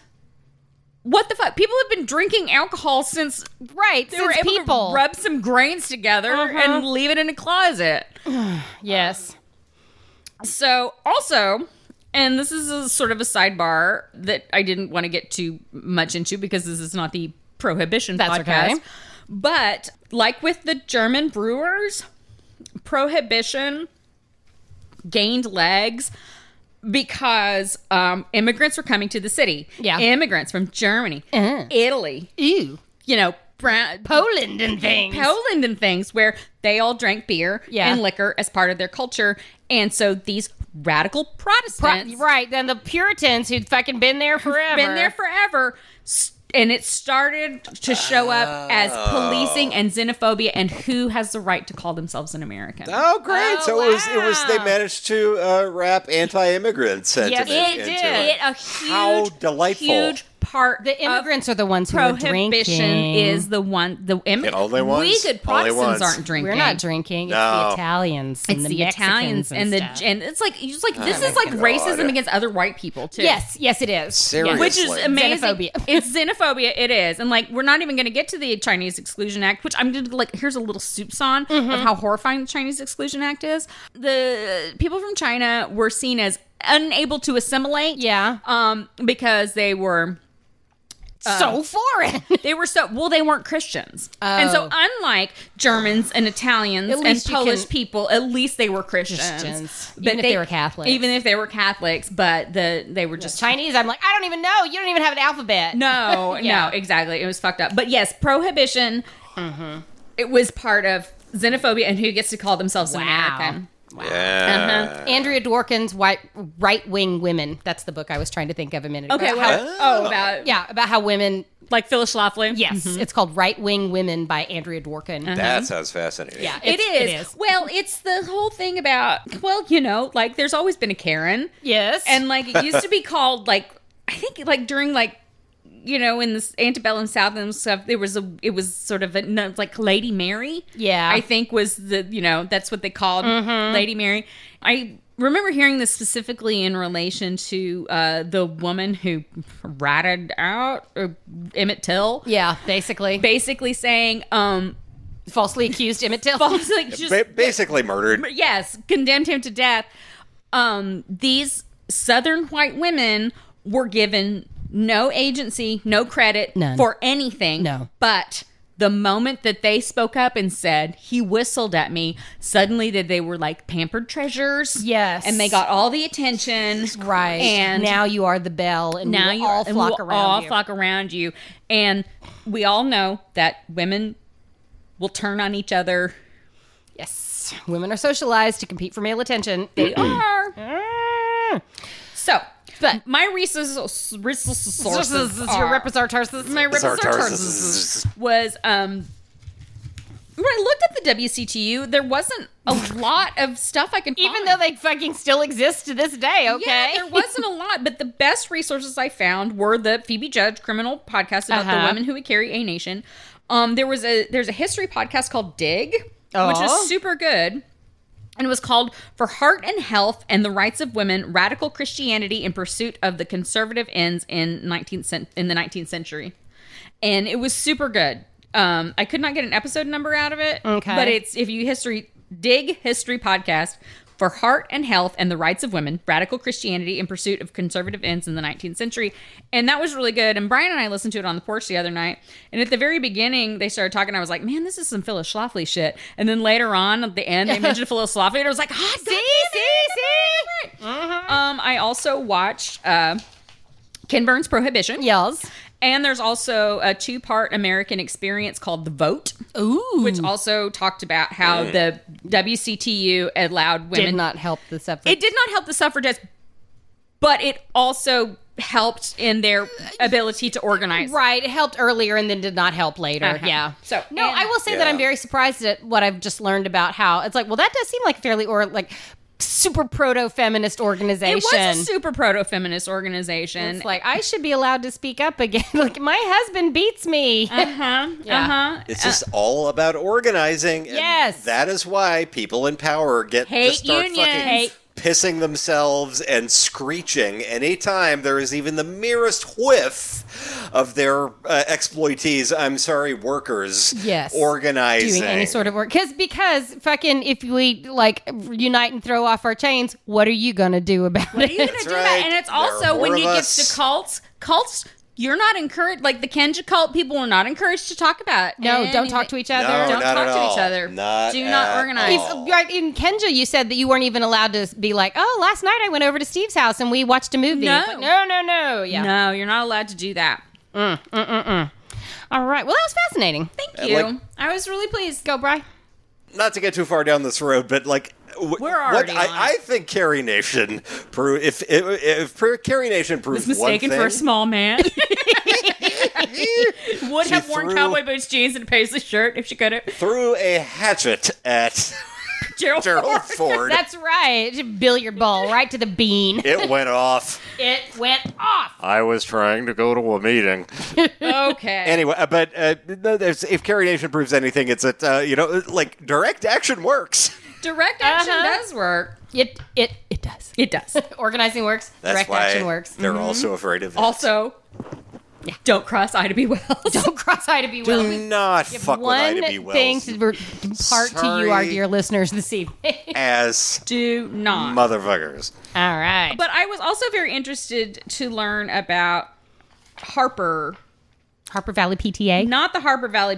what the fuck? People have been drinking alcohol since right. they since were able people. to rub some grains together Uh-huh. and leave it in a closet. yes. So also. And this is a sort of a sidebar that I didn't want to get too much into because this is not the prohibition That's podcast. okay. But like with the German brewers, prohibition gained legs because um, immigrants were coming to the city. Yeah. Immigrants from Germany, Uh. Italy, Ew. you know, brown, Poland and things. Poland and things where they all drank beer Yeah. and liquor as part of their culture. And so these radical Pro- Protestants right. Then the Puritans who'd fucking been there forever. been there forever. s- And it started to show up as Oh. policing and xenophobia and who has the right to call themselves an American. Oh, great! Oh, so it was. It was. They wow. managed to uh, wrap anti-immigrant sentiment it into did. it it. a huge, How delightful. huge part. The immigrants of are the ones who are prohibition drinking. is the one. The immigrants, all they we wants, good all they Protestants wants. aren't drinking. We're not drinking. It's No. the Italians. It's and the, the, Mexicans Italians and, the stuff. and it's like you just like this Oh, is like God. racism against other white people too. yes, yes, it is. Seriously, Which is amazing. Xenophobia. <laughs> it's xenophobia. It is, and like we're not even going to get to the Chinese Exclusion Act, which I'm going to like. Here's a little soups on Mm-hmm. of how horrifying the Chinese Exclusion Act is. The people from China were seen as unable to assimilate, Yeah. um, because they were Uh. so foreign. <laughs> they were so well they weren't Christians, and so Oh. unlike Germans and Italians At and least you Polish can- people, at least they were Christians, Christians. Even if they were Catholics. even if they were Catholics, but the they were just Chinese, I'm like, I don't even know. You don't even have an alphabet. No, Yeah. no, exactly. It was fucked up. But yes, prohibition. It was part of xenophobia and who gets to call themselves an Wow. American. Yeah. Uh-huh. Andrea Dworkin's White Right Wing Women. That's the book I was trying to think of a minute ago. Okay, How- well, oh, about yeah, about how women. like Phyllis Schlafly. Yes, it's called Right Wing Women by Andrea Dworkin. That sounds fascinating. Yeah, Uh-huh. It it's- is. Well, it's the whole thing about well, you know, like there's always been a Karen, Yes, and like it used to be called like I think like during like you know in this antebellum South and stuff there was a it was sort of a no, it's like Lady Mary. Yeah. Mm-hmm. I think was the you know that's what they called Lady Mary. I remember hearing this specifically in relation to uh, the woman who ratted out uh, Emmett Till, yeah, basically, basically saying um <laughs> falsely accused Emmett Till. falsely just Ba- basically murdered. yes, condemned him to death. Um, these southern white women were given no agency, no credit None. for anything. No. But the moment that they spoke up and said, he whistled at me, suddenly that they were like pampered treasures. Yes. And they got all the attention. right, And now you are the bell, and now we you will all and flock we'll around all you. flock around you. And we all know that women will turn on each other. Yes, women are socialized to compete for male attention. Mm. They are. So, But- my resources, resources This is- this is your are- representatives. my resources Sartarsus. was um. When I looked at the WCTU, there wasn't a lot of stuff I can even find. though they fucking still exist to this day. Okay, Yeah, there <laughs> wasn't a lot, but the best resources I found were the Phoebe Judge criminal podcast about the Uh-huh. women who would carry a nation. Um, there was a there's a history podcast called Dig. which Aw. is super good. And was called For Heart and Health and the Rights of Women: Radical Christianity in Pursuit of the Conservative Ends in 19th cen- in the 19th Century. And it was super good. Um, I could not get an episode number out of it, Okay. but it's if you history dig history podcast for Heart and Health and the Rights of Women: Radical Christianity in Pursuit of Conservative Ends in the 19th Century, and that was really good. And Brian and I listened to it on the porch the other night, and at the very beginning they started talking. I was like, "Man, this is some Phyllis Schlafly shit." And then later on at the end they <laughs> mentioned Phyllis Schlafly, and I was like, "Ah, "Hot see, see, see." Um, I also watched uh, Ken Burns' Prohibition. Yells. And there's also a two part American experience called The Vote, Ooh. which also talked about how the WCTU allowed women. did not help the subject. It did not help the suffragettes, but it also helped in their ability to organize. Right. It helped earlier and then did not help later. Uh-huh. Yeah. So- no, and- I will say that Yeah. I'm very surprised at what I've just learned about how it's like. Well, that does seem like a fairly or like super proto feminist organization. It was a super proto feminist organization. It's like I should be allowed to speak up again. <laughs> like my husband beats me. uh huh. Yeah. Uh huh. It's just all about organizing. and Yes. that is why people in power get Hate to start unions. fucking Hate. pissing themselves and screeching anytime there is even the merest whiff of their uh, exploitees. I'm sorry, workers. Yes. organizing doing any sort of work because because fucking if we like unite and throw off our chains, what are you gonna do about What are it? you gonna That's do that? right. And it's There are also more when of it gets us. to cults, cults. You're not encouraged, like the Kenja cult. People are not encouraged to talk about. <laughs> no, don't anything. talk to each No, other. Don't not talk at to all. each other. Not Do not at organize. all. If- right, in Kenja, you said that you weren't even allowed to be like, "Oh, last night I went over to Steve's house and we watched a movie." No. It's like, no, no, no. Yeah. No, you're not allowed to do that. All right. Well, that was fascinating. Thank you. like- I was really pleased. Go, Bry. not to get too far down this road, but like w- We're what already on it. I, I think Carrie Nation pro- if if, if pro- Carrie Nation proves Mistaken one for a thing, small <laughs> man. <laughs> Would She have worn threw- cowboy boots, jeans, and a paisley shirt if she could have. <laughs> threw a hatchet <laughs> at Gerald, Gerald Ford. Ford. That's right. Just Billiard ball right to the bean. it went off. It went off. I was trying to go to a meeting. Okay. Anyway, uh, but uh, no, there's, if Carrie Nation proves anything, it's that uh, you know, like direct action works. Direct action Uh-huh. does work. It it it does. It does. Organizing works. That's direct why action works. Mm-hmm. They're also afraid of it. <laughs> Also, don't cross I to be <laughs> Wells. Don't cross eye to be well. do not fuck with One Ida B. Wells thing to re- impart to you, our Sorry. dear listeners, this evening. <laughs> as Do not. motherfuckers. All right. But I was also very interested to learn about Harper, Harper Valley PTA. not the Harper Valley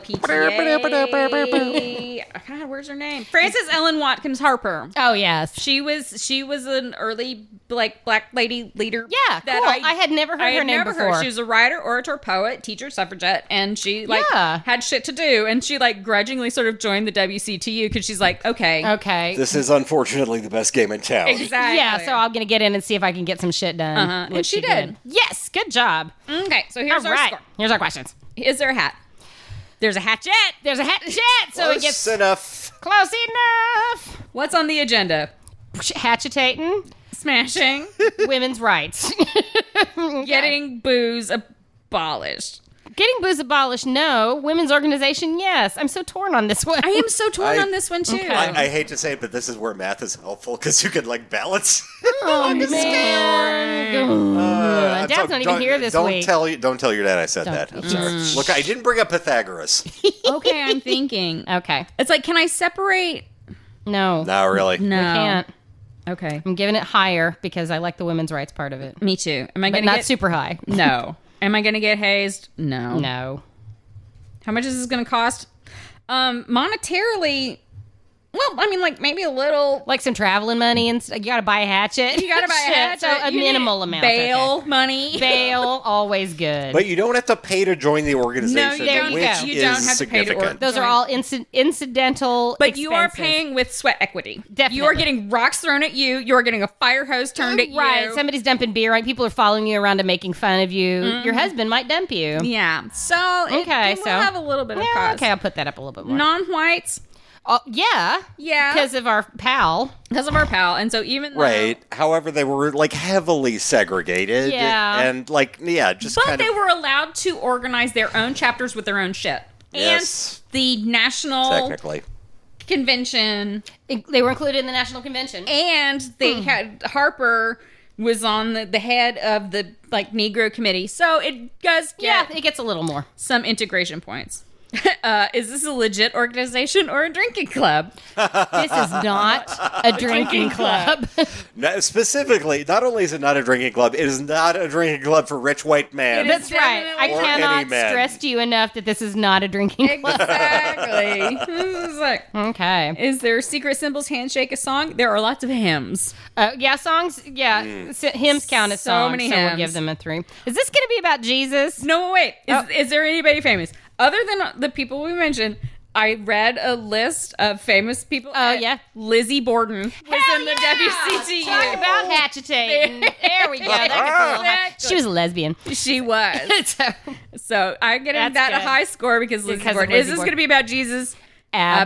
PTA. Oh, God, where's her name? Frances Ellen Watkins Harper. Oh yes. She was she was an early like black lady leader. Yeah, cool. I had never heard I her had name never heard. before. She was a writer, orator, poet, teacher, suffragette, and she like Yeah. had shit to do. And she like grudgingly sort of joined the WCTU because she's like, okay, Okay. This is unfortunately the best game in town. exactly. Yeah, so I'm gonna get in and see if I can get some shit done. Uh-huh, and which she did. Yes, good job. okay. So here's All our right, score. here's our questions. Is there a hat? There's a hatchet. There's a hat and shit, so it Close gets enough. close enough. What's on the agenda? Hatchetating, Smashing, <laughs> women's rights, <laughs> getting booze abolished. getting booze abolished. No, women's organization. Yes, I'm so torn on this one. I am so I- torn on this one too. I, Oh. I hate to say it, but this is where math is helpful because you can like balance. <laughs> oh, man. Uh, Dad's I'm sorry, not even don't- here this don't week. Tell you, don't tell your dad I said that. I'm sorry. Look, I didn't bring up Pythagoras. <laughs> okay, I'm thinking. <laughs> Okay, It's like, can I separate? no, no, really. No. I can't. Okay. I'm giving it higher because I like the women's rights part of it, Me too. Am I but going to not get super high. <laughs> No. Am I going to get hazed? No. No. How much is this going to cost? Um, monetarily, well, I mean, like maybe a little. Like some traveling money and st- you gotta buy a hatchet. You got to buy a <laughs> Shit, hat. So a you need minimal amount. okay. Bail money. Bail, always good. But you don't have to pay to join the organization, there you which go. You is don't have to pay to significant. org- Those are all inci- incidental. But you are expenses. paying with sweat equity. You are Definitely. getting rocks thrown at you. You are getting a fire hose turned at you. Right, somebody's dumping beer. Right, people are following you around and making fun of you. Your husband might dump you. Mm-hmm. yeah. So it, Okay, it will so- have a little bit of Yeah, cost. okay, I'll put that up a little bit more. Non-whites, Oh, yeah, Yeah. because of our pal. because of our pal, and so even though- Right. However, they were like heavily segregated. Yeah. And like, yeah, just But kind they of. were allowed to organize their own chapters with their own shit. Yes. And the national Technically, convention, They were included in the national convention. and they had Harper was on the, the head of the like Negro committee, so it does yeah, get it gets a little more. some integration points. <laughs> uh, is this a legit organization or a drinking club? This is not <laughs> a drinking club. No, specifically, not only is it not a drinking club, it is not a drinking club for rich white man. It is- That's right. I Or any cannot man. stress to you enough that this is not a drinking club. <laughs> Exactly. this is like, <laughs> Okay. is there secret symbols handshake a song? There are lots of hymns. Uh, yeah, songs. Yeah, s- hymns count as So songs. many so hymns. we'll give them a three. Is this going to be about Jesus? No, wait. Is, Oh. is there anybody famous other than the people we mentioned? I read a list of famous people. Oh, and yeah. Lizzie Borden was in the WCTU. Talk about hatcheting. <laughs> There we go. That gets a little high. Exactly. She was a lesbian. <laughs> she was. So, So I get that That's a good. high score because Lizzie Because of Borden. Is Lizzie this Borden. going to be about Jesus?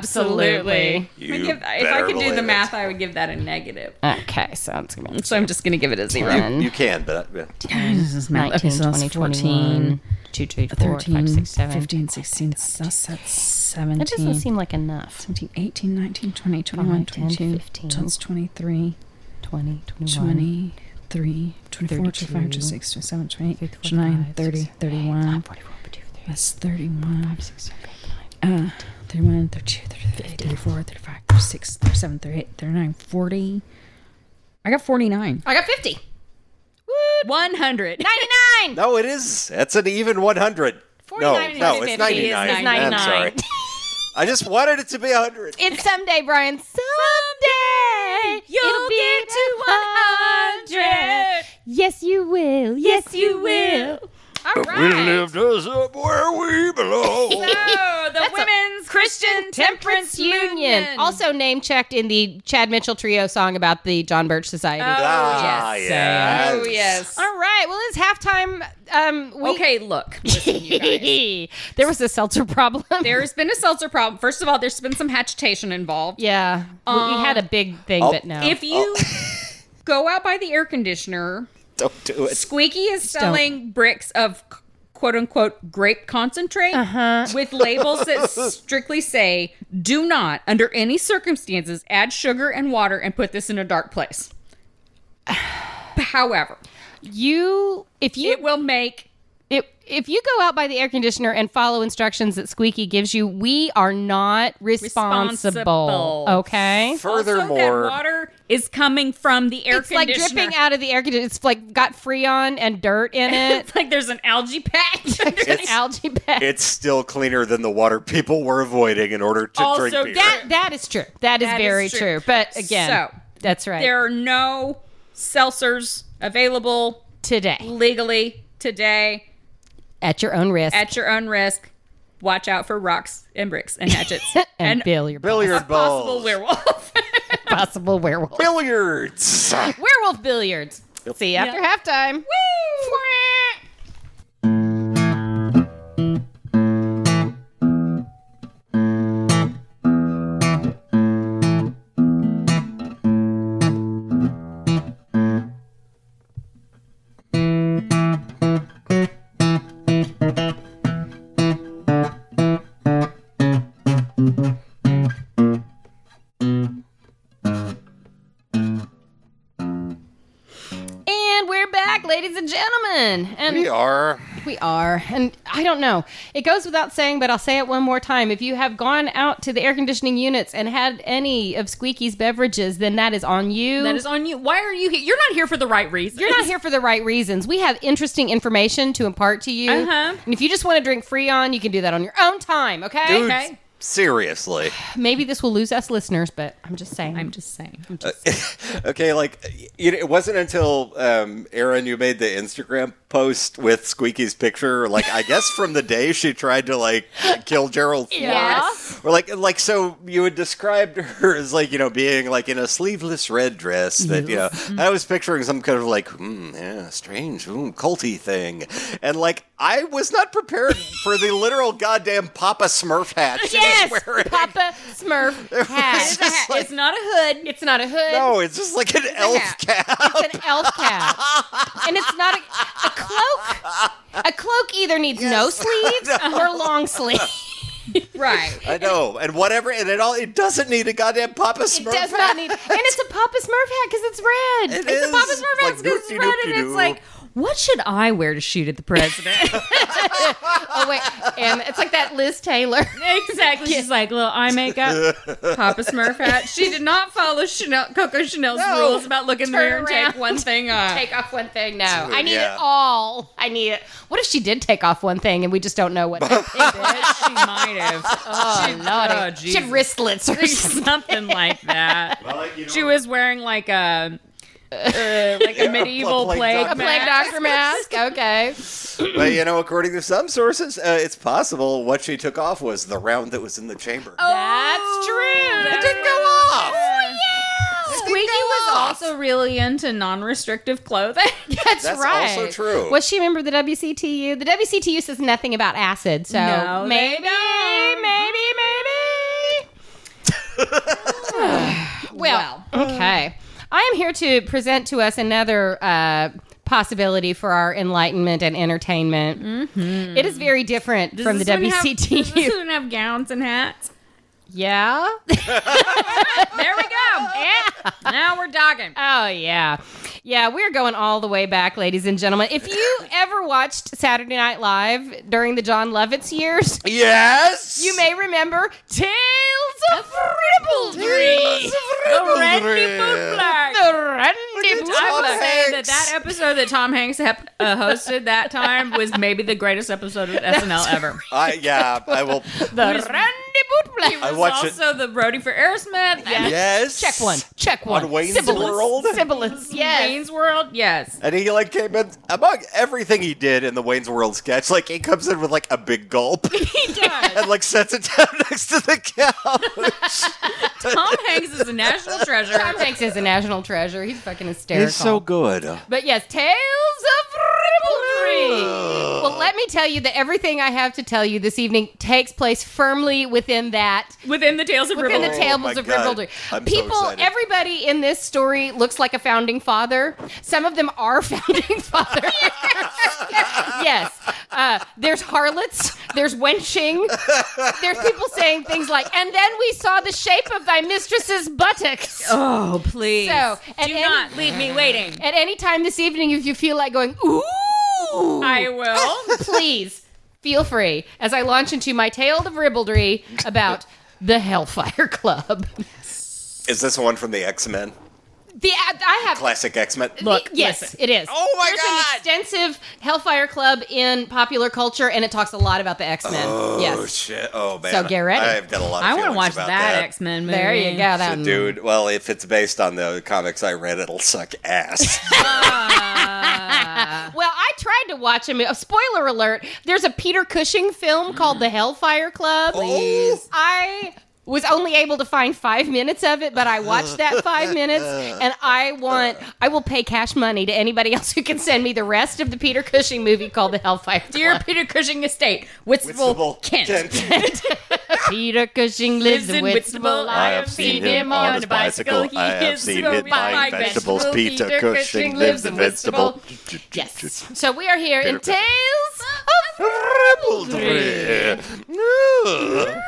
absolutely. You I give- if I better could do believe the it. math, I would give that a negative. Okay, so it's going to be So I'm just going to give it a zero. You can, but yeah. 19, 20, 21, 2, 3, 4, 5, 6, 7. 16, 17, That doesn't seem like enough. 17, 18, 19, 20, 21, 22, 22, 23, 20, 21, 23, 24, 25, 26, 27, 28, 29, 30, 31, 44, 43, That's Uh, 31. 31, 46, 32, 33, 34, 35, 36, 37, 38, 39, 40. I got 49. I got 50. <laughs> 100. 99! No, it is. That's an even 100. No, 49 no, is it's 50 is 99. 99. I'm sorry. I just wanted it to be 100. It's someday, Brian. Someday you'll get to <laughs> 100. Yes, you will. Yes, you will. All right. us up where we belong. <laughs> Oh, the Women's Christian Temperance Union. Also name checked in the Chad Mitchell Trio song about the John Birch Society. Oh. ah, yes. yes. Oh, yes. All right. Well, it's halftime. Um, we- <laughs> Okay, look. there was a seltzer problem. There's been a seltzer problem. First of all, there's been some hatchetation involved. <laughs> yeah. We- we had a big thing, I'll- but no. Uh, If you Oh. <laughs> go out by the air conditioner, Don't do it. Squeaky is selling bricks of quote unquote grape concentrate Uh-huh. with labels <laughs> that strictly say do not, under any circumstances, add sugar and water and put this in a dark place. <sighs> However, you, if you it will make It, if you go out by the air conditioner and follow instructions that Squeaky gives you, we are not responsible. Responsible. Okay. also that Furthermore, water is coming from the air It's like conditioner. dripping out of the air conditioner. It's like got Freon and dirt <laughs> in it. It's like there's an algae patch. <laughs> It's an algae bed. it's still cleaner than the water people were avoiding in order to Also, drink beer. that that is true. That is That is very true. true. But again, So, that's right. there are no seltzers available Today, legally today. at your own risk, at your own risk. Watch out for rocks and bricks and <laughs> hatchets and, <laughs> and bill your Billiard balls. possible werewolf. possible werewolf. Billiards. werewolf billiards. See you after halftime. Woo! And we're back, ladies and gentlemen. And We are. We are. And I don't know. It goes without saying, but I'll say it one more time. If you have gone out to the air conditioning units and had any of Squeaky's beverages, then that is on <laughs> you. that is on you. Why are you here? You're not here for the right reason. You're not here for the right reasons. We have interesting information to impart to you. Uh-huh. And if you just want to drink Freon, you can do that on your own time, okay? Dude, Okay. seriously. Maybe this will lose us listeners, but I'm just saying. I'm just saying. Uh, Okay, like you know, it wasn't until um, Aaron you made the Instagram post with Squeaky's picture, like I guess from the day she tried to like kill Gerald Ford. <laughs> Yes. Or like like so you had described her as like, you know, being like in a sleeveless red dress that you know I was picturing some kind of like hmm, yeah, strange, hmm, culty thing. And like I was not prepared for the literal goddamn Papa Smurf hat she was yes! wearing. <laughs> Papa Smurf It's hat. just like- it's not a hood. It's not a hood. no, it's just like an elf hat. cap. It's an elf cap. and it's not a, a cloak. A cloak either needs no sleeves or long sleeves. Right. I know, and whatever, and it all it doesn't need a goddamn Papa Smurf. It does hat. not need, and it's a Papa Smurf hat because it's <laughs> red. It It's is, a Papa Smurf like, hat because it's doopty red, doopty and doo. it's like, what should I wear to shoot at the president? Oh wait, and it's like that Liz <laughs> Taylor. <laughs> exactly. She's like, little <laughs> eye makeup, Papa Smurf hat. She did not follow Chanel, Coco Chanel's No. rules about looking in the Turn mirror and around. take one thing off. Take off one thing. No, I need yeah. it all. I need it. What if she did take off one thing and we just don't know what? that is? Bet she might have. oh, She- naughty. oh, she had Jesus. wristlets or <laughs> something. <laughs> something like that. Well, like, you know, She was wearing like a uh, like a medieval plague plague, doctor. A plague mask. doctor mask. Okay. but you know, according to some sources, uh, it's possible what she took off was the round that was in the chamber. Oh, That's true. That's it didn't go off. Oh, Squeaky was also really into non-restrictive <laughs> clothing. <laughs> That's, That's right. also true. Was she a member of the WCTU? The WCTU says nothing about acid, so No, they maybe, maybe, <laughs> maybe. well, okay. I am here to present to us another uh, possibility for our enlightenment and entertainment. It is very different from the Mm-hmm. Does this one have- does <laughs> <laughs> WCTU. this one have gowns and hats. yeah. There we go. now we're dogging. Oh yeah. Yeah, we're going all the way back, ladies and gentlemen. <laughs> If you ever watched Saturday Night Live during the John Lovitz years, Yes, You may remember Tales of Ribaldry. The Randy Bootblack. The Randy I Tom will Bootleg. say that Hanks. that episode that Tom Hanks hep- uh, hosted that time was maybe the greatest episode of SNL ever. I, yeah, I will. The Randy Bootleg. I watched it. also the roadie for Aerosmith. <laughs> Yes. Yes, Check one. Check one. Wayne's Sibilance. World? <laughs> Sibilance. Yes. Wayne's World. Yes. And he like came in among everything he did in the Wayne's World sketch. Like he comes in with like a big gulp He does. <laughs> and like sets it down <laughs> next to the couch. Tom Hanks is a <laughs> national treasure. Tom Hanks is a national treasure. He's fucking hysterical. It's so good. But yes, Tales of Ribaldry. well, let me tell you that everything I have to tell you this evening takes place firmly within that Within the Tales of within the Ribaldry. tail- tables Oh my of God. ribaldry. I'm so People, excited. everybody in this story looks like a founding father. Some of them are <laughs> founding fathers. <laughs> yes. Uh, there's harlots. There's wenching. There's people saying things like, and then we saw the shape of thy mistress's buttocks. Oh, please. So, and Do any- not leave me waiting. At any time this evening, if you feel like going, ooh, I will. Oh, please feel free as I launch into my tale of ribaldry about the Hellfire Club. Is this one from the X Men? The I have Classic X Men. Look, yes, listen. it is. Oh my There's an extensive Hellfire Club in popular culture, and it talks a lot about the X Men. Oh yes, shit! Oh man. So get ready. I've got a lot. Of I want to watch that, X Men movie. there you go. That Shit, dude. Well, if it's based on the comics I read, it'll suck <laughs> ass. Well, I tried to watch a movie. Spoiler alert: There's a Peter Cushing film called The Hellfire Club. Oh, Please. I was only able to find five minutes of it, but I watched that <laughs> five minutes, and I want I will pay cash money to anybody else who can send me the rest of the Peter Cushing movie called The Hellfire Dear Club. Peter Cushing Estate, Whitstable, Kent. <laughs> Peter Cushing lives, in Whitstable. I have seen him on his bicycle. He is going buying vegetables. Peter Cushing lives in Yes. So we are here in Peter Tales <laughs> of vegetable.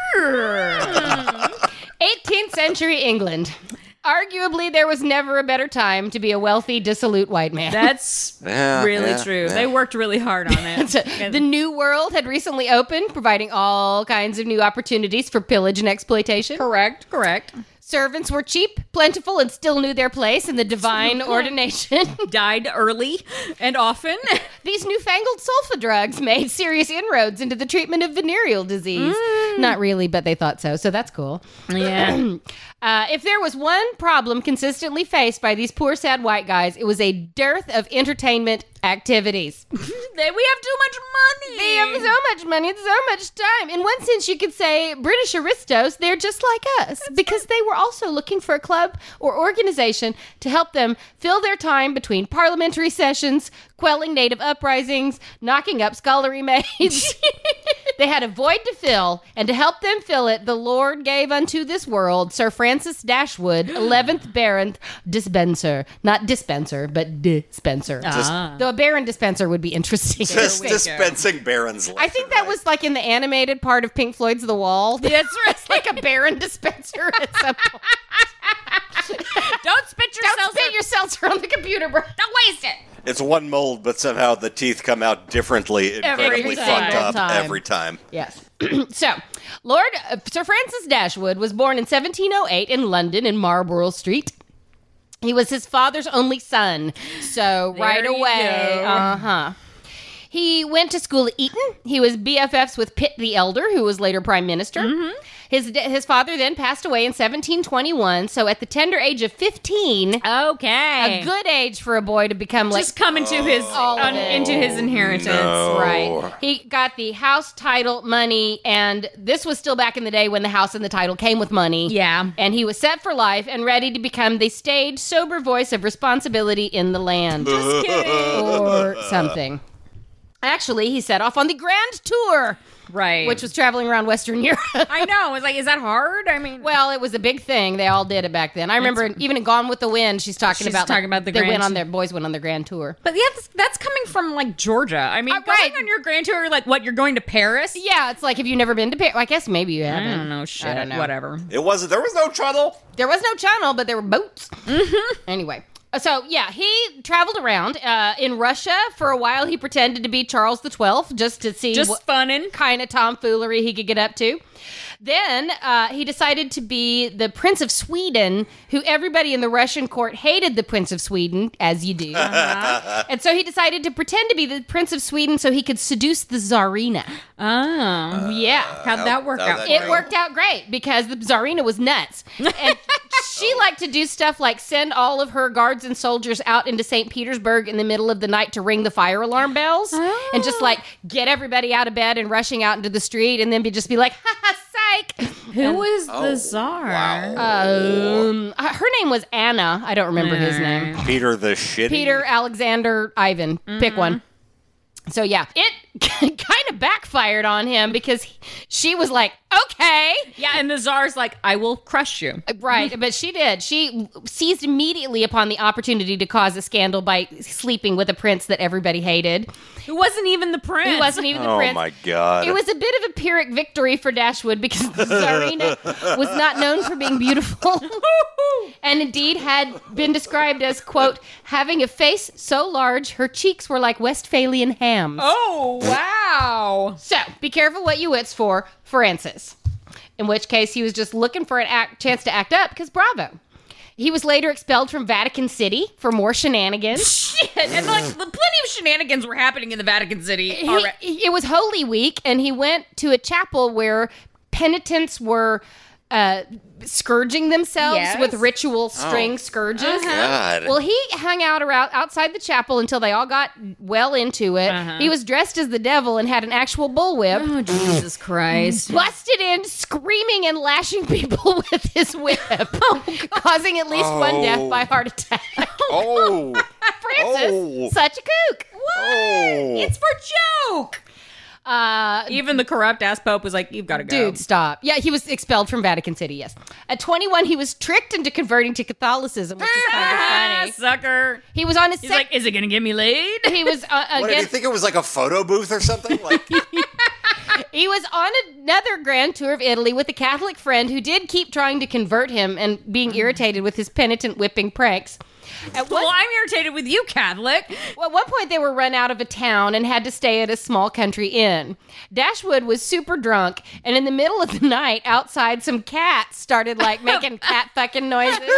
18th century England. Arguably, there was never a better time to be a wealthy, dissolute white man. That's <laughs> <laughs> Yeah, really yeah, true. yeah. They worked really hard on it. <laughs> the New World had recently opened, providing all kinds of new opportunities for pillage and exploitation. correct, correct. Servants were cheap, plentiful, and still knew their place in <laughs> the divine ordination. <laughs> Died early and often. These newfangled sulfa drugs made serious inroads into the treatment of venereal disease. Mm. Not really, but they thought so, so that's cool. yeah. Uh, if there was one problem consistently faced by these poor, sad white guys, it was a dearth of entertainment activities. They, we have too much money. They have so much money and so much time. In one sense, you could say British aristos, they're just like us because they were also looking for a club or organization to help them fill their time between parliamentary sessions, quelling native uprisings, knocking up scullery <laughs> maids, They had a void to fill, and to help them fill it, the Lord gave unto this world Sir Francis Dashwood, 11th Baron Dispenser. Not dispenser, but dispenser. Ah. Though a Baron dispenser would be interesting. Just we go. dispensing barons. I think that was like in the animated part of Pink Floyd's <laughs> The Wall. That's It's like a Baron dispenser at <laughs> some point. Don't spit Don't yourself. spit your seltzer on the computer, bro. Don't waste it. It's one mold, but somehow the teeth come out differently, Every incredibly time. fucked up Time. every time. Yes. <clears throat> so, Lord uh, Sir Francis Dashwood was born in 1708 in London in Marlborough Street. He was his father's only son, so right you away, go. uh huh. He went to school at Eton. He was BFFs with Pitt the Elder, who was later prime minister. Mm-hmm. His his father then passed away in 1721. So at the tender age of 15, Okay. a good age for a boy to become like just come into his All of un- it. into his inheritance. no. Right. He got the house title money, and this was still back in the day when the house and the title came with money. Yeah. And he was set for life and ready to become the stage sober voice of responsibility in <laughs> the land Just kidding. or something. Actually, he set off on the grand tour, right. which was traveling around Western <laughs> Europe. I know. I was like, is that hard? I mean, Well, it was a big thing. They all did it back then. I remember even in Gone with the Wind, she's talking She's about talking about the they went grand- on their boys went on their grand tour. but yeah, that's, that's coming from like Georgia. I mean, Uh, going right. on your grand tour, like what? You're going to Paris? Yeah, it's like have you never been to Paris? I guess maybe you I haven't. don't know. Shit. don't know. Whatever. <laughs> It wasn't. There was no trouble. There was no channel, but there were boats. Mm-hmm. Anyway, uh, so yeah, he traveled around uh, in Russia for a while. He pretended to be Charles the Twelfth just to see Just what funnin'. kind of tomfoolery he could get up to. Then uh, he decided to be the Prince of Sweden, who everybody in the Russian court hated the Prince of Sweden, as you do. and so he decided to pretend to be the Prince of Sweden so he could seduce the Tsarina. Oh, yeah. how'd that work how'd out? that It Right. worked out great because the Tsarina was nuts. And she liked to do stuff like send all of her guards and soldiers out into St. Petersburg in the middle of the night to ring the fire alarm bells and just like get everybody out of bed and rushing out into the street and then be just be like, ha ha, psych. Who was Oh, the czar? Wow. Um, uh, her name was Anna. I don't remember his name. Peter the shitty. Peter, Alexander, Ivan. Pick one. So yeah, it <laughs> kind of backfired on him because he- she was like, okay. Yeah, and the czar's like, I will crush you. Right, but she did. She seized immediately upon the opportunity to cause a scandal by sleeping with a prince that everybody hated. Who wasn't even the prince? He wasn't even the Oh prince. my god. It was a bit of a Pyrrhic victory for Dashwood because the Tsarina was not known for being beautiful <laughs> and indeed had been described as, quote, having a face so large her cheeks were like Westphalian hams. Oh wow! So be careful what you wits for, Francis. In which case, he was just looking for an act, chance to act up because bravo. He was later expelled from Vatican City for more shenanigans. Shit, and like the plenty of shenanigans were happening in the Vatican City. He- already. It was Holy Week, and he went to a chapel where penitents were uh, scourging themselves Yes. with ritual string scourges. God. Well, he hung out around outside the chapel until they all got well into it. He was dressed as the devil and had an actual bullwhip. Oh Jesus Christ! busted in screaming and lashing <laughs> people with <laughs> his whip, Oh, causing at least one death by heart attack. <laughs> <laughs> oh. Francis, Oh. such a kook. oh. It's for joke. Uh, Even the corrupt ass pope was like, "You've got to go." Dude, stop. Yeah, he was expelled from Vatican City, yes. At 21, he was tricked into converting to Catholicism, which is kind of Ah, funny. sucker. He was on his He's sec- like, "Is it gonna get me <laughs> laid?" he was uh, what did you again. think it was like a photo booth or something? <laughs> Like He was on another grand tour of Italy with a Catholic friend who did keep trying to convert him and being irritated with his penitent whipping pranks. At one Well, I'm irritated with you, Catholic. Well, at one point, they were run out of a town and had to stay at a small country inn. Dashwood was super drunk, and in the middle of the night, outside, some cats started <laughs> like making cat fucking noises.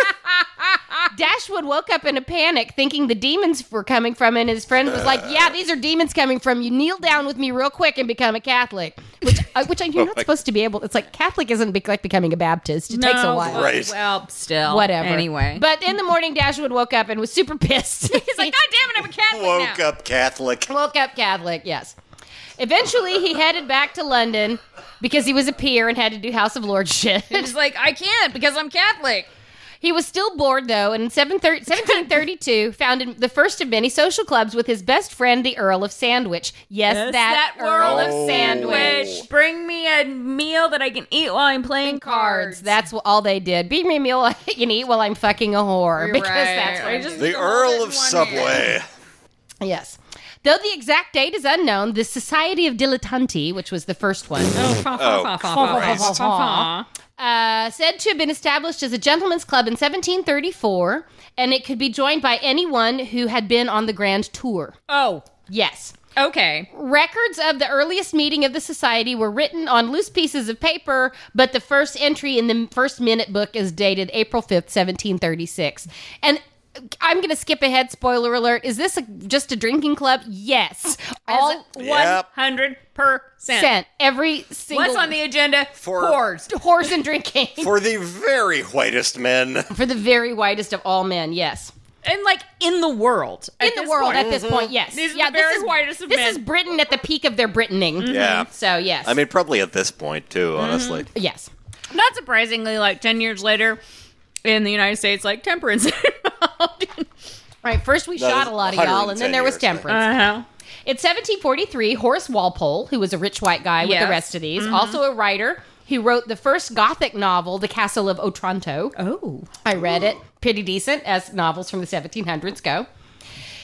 Dashwood woke up in a panic, thinking the demons were coming from, him, and his friend was like, "Yeah, these are demons coming from you. Kneel down with me real quick and become a Catholic." Which, uh, which you're not my- supposed to be able. It's like Catholic isn't be- like becoming a Baptist. It takes a No, while. well, Right. Well, still, Whatever. Anyway, but in the morning, Dashwood woke up and was super pissed. <laughs> he's like, "God <laughs> damn it, I'm a Catholic now." woke up Catholic. Woke up Catholic, yes. Eventually, he headed back to London <laughs> because he was a peer and had to do House of Lords shit. He's like, I can't because I'm Catholic. He was still bored, though, and in 7 thir- 1732 founded the first of many social clubs with his best friend, the Earl of Sandwich. Yes, Yes, that, that Earl Earl Oh. of Sandwich. Which bring me a meal that I can eat while I'm playing Cards. cards. That's wh- all they did. Be me a meal I can eat while I'm fucking a whore. You're because right. that's what I I just- The Don't Earl let of one <laughs> Subway. Yes. Though the exact date is unknown, the Society of Dilettanti, which was the first one, Oh, fa- Oh, fa- fa- fa- fa- Christ. fa- fa- fa- fa. uh, said to have been established as a gentleman's club in 1734, and it could be joined by anyone who had been on the grand tour. <laughs> <laughs> Oh, Yes. okay. Records of the earliest meeting of the society were written on loose pieces of paper, but the first entry in the first minute book is dated April 5th, 1736. And I'm going to skip ahead, spoiler alert. Is this a, just a drinking club? Yes. All Yep. 100%. cent. Every single What's on the agenda? For- Whores. horse and drinking For the very whitest men. for the very whitest of all men. Yes. And like in the world. at in the this world point. Mm-hmm. at this point. Yes, These are yeah, the very this is whitest of this men. Mm-hmm. is Britain at the peak of their Britaning. Yeah. So yes, I mean, probably at this point, Mm-hmm. too, honestly. yes, Mm. Not surprisingly, like 10 years later in the United States, like temperance. <laughs> right. First we That shot is a lot of y'all, and 110 then there was years, temperance. uh-huh. In 1743, Horace Walpole, who was a rich white guy with Yes. Mm-hmm. the rest of these, also a writer. He wrote the first Gothic novel, The Castle of Otranto. Oh. I read it. Pretty decent as novels from the 1700s go.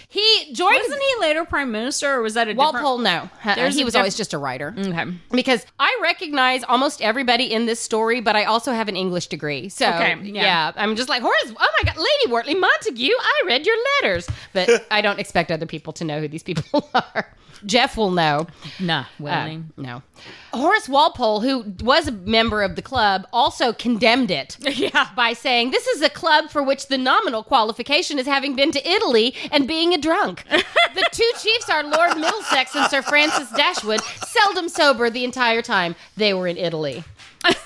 He joined Wasn't he later prime minister or was that a Walpole, no. Uh-uh, There's He a was diff- always just a writer. different... Okay. because I recognize almost everybody in this story, but I also have an English degree. So Okay, yeah. yeah. I'm just like Horace. Oh my God, Lady Wortley Montague, I read your letters, <laughs> but I don't expect other people to know who these people <laughs> are. Jeff will know. Nah, Uh, Willing. no, Horace Walpole, who was a member of the club, also <laughs> condemned it. Uh, yeah. By saying this is a club for which the nominal qualification is having been to Italy and being a drunk. the two chiefs are Lord Middlesex and Sir Francis Dashwood, seldom sober the entire time they were in Italy.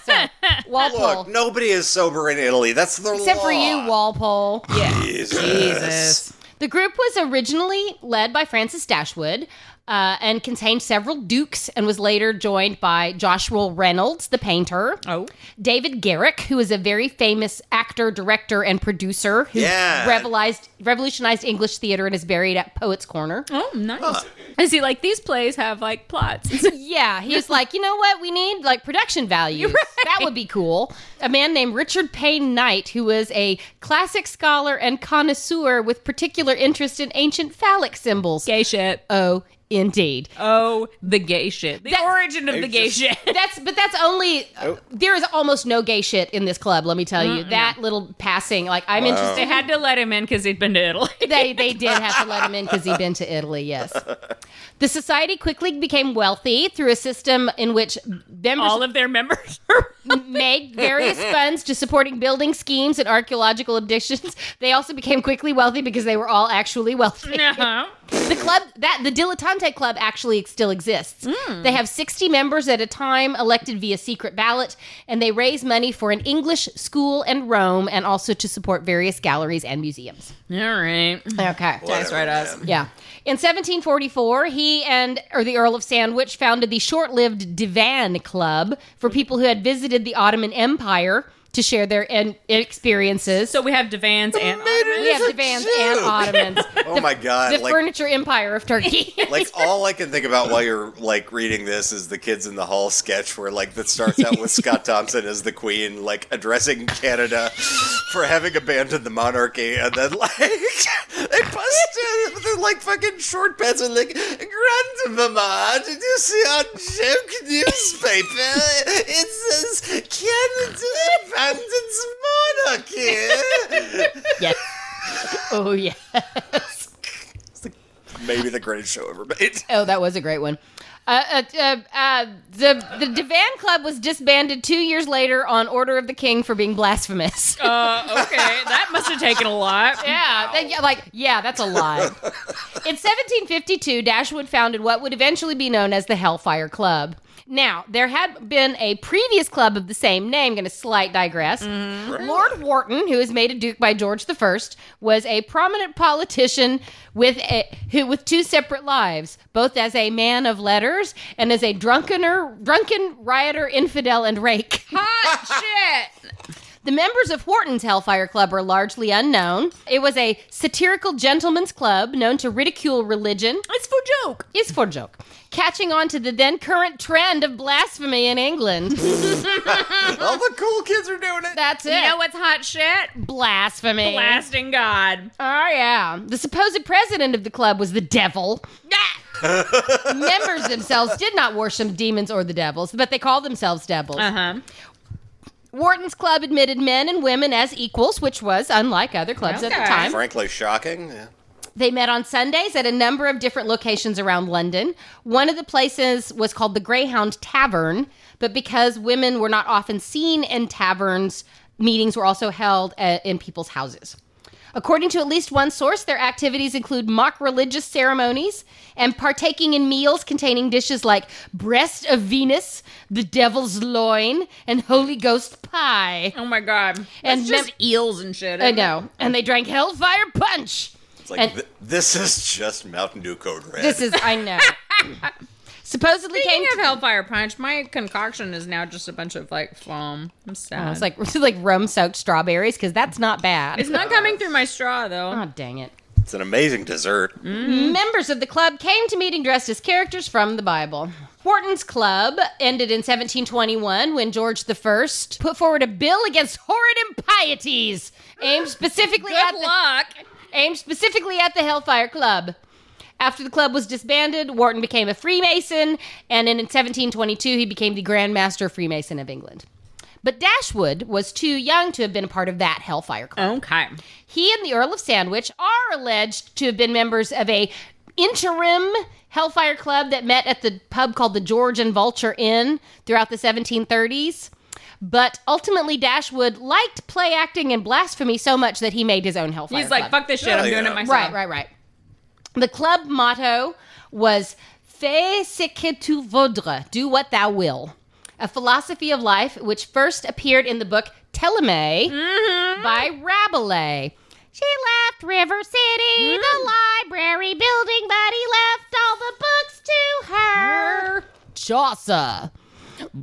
So, Walpole, Look, nobody is sober in Italy. That's the except for you, law. Walpole. Jesus. The group was originally led by Francis Dashwood uh, and contained several dukes, and was later joined by Joshua Reynolds, the painter. Oh. David Garrick, who is a very famous actor, director, and producer who Yeah. revelized, revolutionized English theater and is buried at Poets Corner. Oh, nice. I see, like, these plays have, like, plots. <laughs> Yeah, he was like, you know what? We need like production values. That would be cool. A man named Richard Payne Knight, who was a classic scholar and connoisseur with particular interest in ancient phallic symbols. gay shit. Oh, indeed. Oh, the gay shit. The That's- origin of the gay just- shit. <laughs> That's but that's only there is almost no gay shit in this club. Let me tell you that little passing. Like I'm interested. They had to let him in because he'd been to Italy. they they did have to let him in because he'd been to Italy. Yes, the society quickly became wealthy through a system in which members All of their members are <laughs> made various funds to supporting building schemes and archaeological additions. They also became quickly wealthy because they were all actually wealthy. uh-huh. The club that the Dilettante Club actually still exists. Hmm. They have 60 members at a time elected via secret ballot and they raise money for an English school in Rome and also to support various galleries and museums. All right. Okay. Whatever, right, us. man. Yeah. In 1744, he and or the Earl of Sandwich founded the short-lived Divan Club for people who had visited the Ottoman Empire to share their en- experiences. So we have divans and we have It's a divans and joke. <laughs> ottomans. Oh my God! the Like, furniture empire of Turkey. <laughs> like all I can think about while you're like reading this is the kids in the hall sketch where like that starts out with Scott Thompson as the Queen like addressing Canada for having abandoned the monarchy, and then like <laughs> they bust in with their like fucking short pants and like Grandmama, did you see our joke newspaper? It says Canada abandons monarchy. yes. Oh yeah. Maybe the greatest show ever made. Oh, that was a great one. Uh, uh, uh, uh, the the Divan Club was disbanded two years later on order of the king for being blasphemous. Uh, okay, that must have taken a lot. Yeah, that- yeah, like yeah, that's a lie. in 1752, Dashwood founded what would eventually be known as the Hellfire Club. Now, there had been a previous club of the same name. Going to slight digress. Lord Wharton, who was made a duke by George I, was a prominent politician with a, who with two separate lives, both as a man of letters and as a <laughs> drunkener, drunken rioter, infidel, and rake. Hot shit. The members of Wharton's Hellfire Club are largely unknown. It was a satirical gentleman's club known to ridicule religion. It's for joke. Is for joke. Catching on to the then current trend of blasphemy <laughs> in England. All the cool kids are doing it. That's it. You know what's hot shit? Blasphemy. Blasting God. Oh, yeah. The supposed president of the club was the devil. Ah! Members themselves did not worship demons or the devils, but they called themselves devils. Uh-huh. Wharton's club admitted men and women as equals, which was unlike other clubs at Okay. the time. Frankly, shocking. Yeah. They met on Sundays at a number of different locations around London. One of the places was called the Greyhound Tavern, but because women were not often seen in taverns, meetings were also held uh, in people's houses. According to at least one source, their activities include mock religious ceremonies and partaking in meals containing dishes like breast of Venus, the devil's loin, and Holy Ghost pie. Oh my God. And it's just eels and shit. I isn't it? know. And they drank Hellfire Punch. It's like And- th- this is just Mountain Dew Code Red. This is I know. <laughs> Supposedly Speaking came. of Hellfire Punch, my concoction is now just a bunch of like foam. I'm sad. I was like, <laughs> it's like rum soaked strawberries because that's not bad. it's not coming through my straw though. oh dang it! It's an amazing dessert. Mm. Members of the club came to meeting dressed as characters from the Bible. Wharton's club ended in 1721 when George I put forward a bill against horrid impieties aimed specifically at Good the luck. aimed specifically at the Hellfire Club. After the club was disbanded, Wharton became a Freemason, and in 1722 he became the Grand Master Freemason of England. But Dashwood was too young to have been a part of that Hellfire Club. Okay. He and the Earl of Sandwich are alleged to have been members of a interim Hellfire Club that met at the pub called the George and Vulture Inn throughout the 1730s. But ultimately, Dashwood liked play acting and blasphemy so much that he made his own Hellfire He's Club. like, fuck this shit. Hell I'm doing yeah. it myself. Right, right, right. The club motto was Fais ce que tu voudras, do what thou will, a philosophy of life which first appeared in the book Teleme by Rabelais. She left River City, the library building, but he left all the books to her. Chaucer.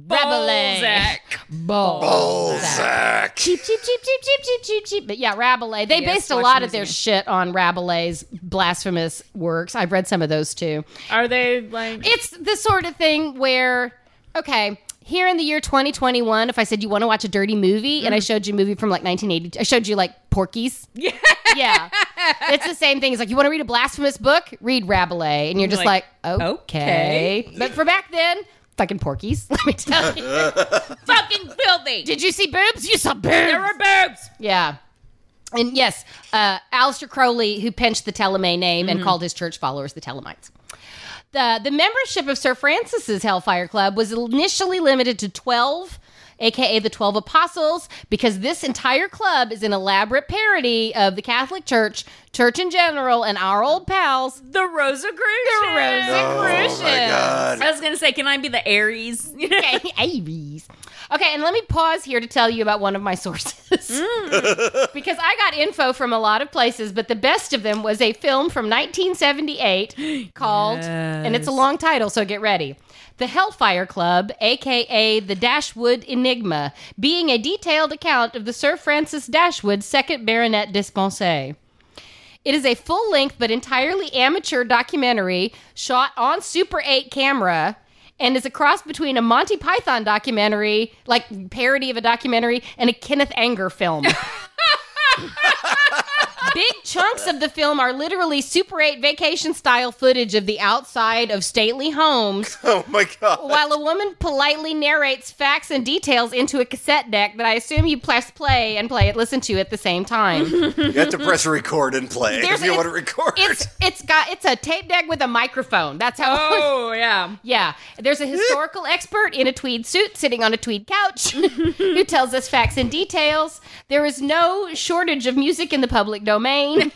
Rabelais. Balzac. Balzac. Oh, Balzac. Cheep, cheep, cheep, cheep, cheep, cheep, cheep, cheap. But yeah, Rabelais. They Yes, based a watch lot the of their museum. shit on Rabelais' blasphemous works. I've read some of those too. Are they like? It's the sort of thing where, okay, here in the year 2021, if I said you want to watch a dirty movie and I Mm. showed you a movie from like 1980, I showed you like Porky's. Yeah. <laughs> Yeah. It's the same thing. It's like, you want to read a blasphemous book? Read Rabelais. And you're just Like, like, okay. But for back then, fucking Porky's. <laughs> Let me tell you. <laughs> fucking filthy. Did you see boobs? You saw boobs. there were boobs. Yeah. And yes, uh, Alistair Crowley, who pinched the Telemay name and called his church followers the Telemites. The, the membership of Sir Francis's Hellfire Club was initially limited to 12, aka the 12 Apostles, because this entire club is an elaborate parody of the Catholic Church, church in general, and our old pals. The Rosicrucians. The Rosicrucians. Oh my god. I was gonna say, can I be the Aries? <laughs> Okay, <laughs> Aries. Okay, and let me pause here to tell you about one of my sources. <laughs> because I got info from a lot of places, but the best of them was a film from 1978 called, and it's a long title, so get ready. The Hellfire Club, aka the Dashwood Enigma, being a detailed account of the Sir Francis Dashwood second baronet dispensé. It is a full length but entirely amateur documentary shot on Super 8 camera and is a cross between a Monty Python documentary, like parody of a documentary, and a Kenneth Anger film. Big chunks of the film are literally Super 8 vacation style footage of the outside of stately <laughs> homes, Oh my god. while a woman politely narrates facts and details into a cassette deck that I assume you press play and play it, listen to at the same time. You have to press record and play There's- if you it's- want to record. It's it's got it's a tape deck with a microphone. That's how. it was. Oh yeah. <laughs> Yeah, there's a historical expert in a tweed suit sitting on a tweed couch <laughs> who tells us facts and details. There is no shortage of music in the public <laughs> domain.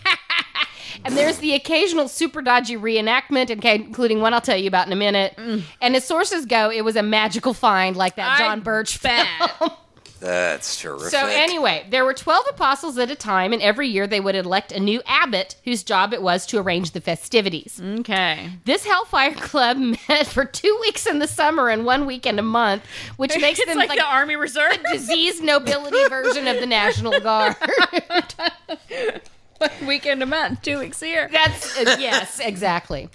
And there's the occasional super dodgy reenactment, inca- including one I'll tell you about in a minute. And as sources go, it was a magical find like that Mm. I John Birch bet. film. That's terrific. So anyway, there were 12 apostles at a time and every year they would elect a new abbot whose job it was to arrange the festivities. <laughs> Okay. This Hellfire Club <laughs> met for 2 weeks in the summer and 1 weekend a month, which makes it's them like, like, the Army Reserve. <laughs> a <laughs> diseased nobility version of the National Guard. Weekend a month, two weeks a year. That's uh, yes, exactly.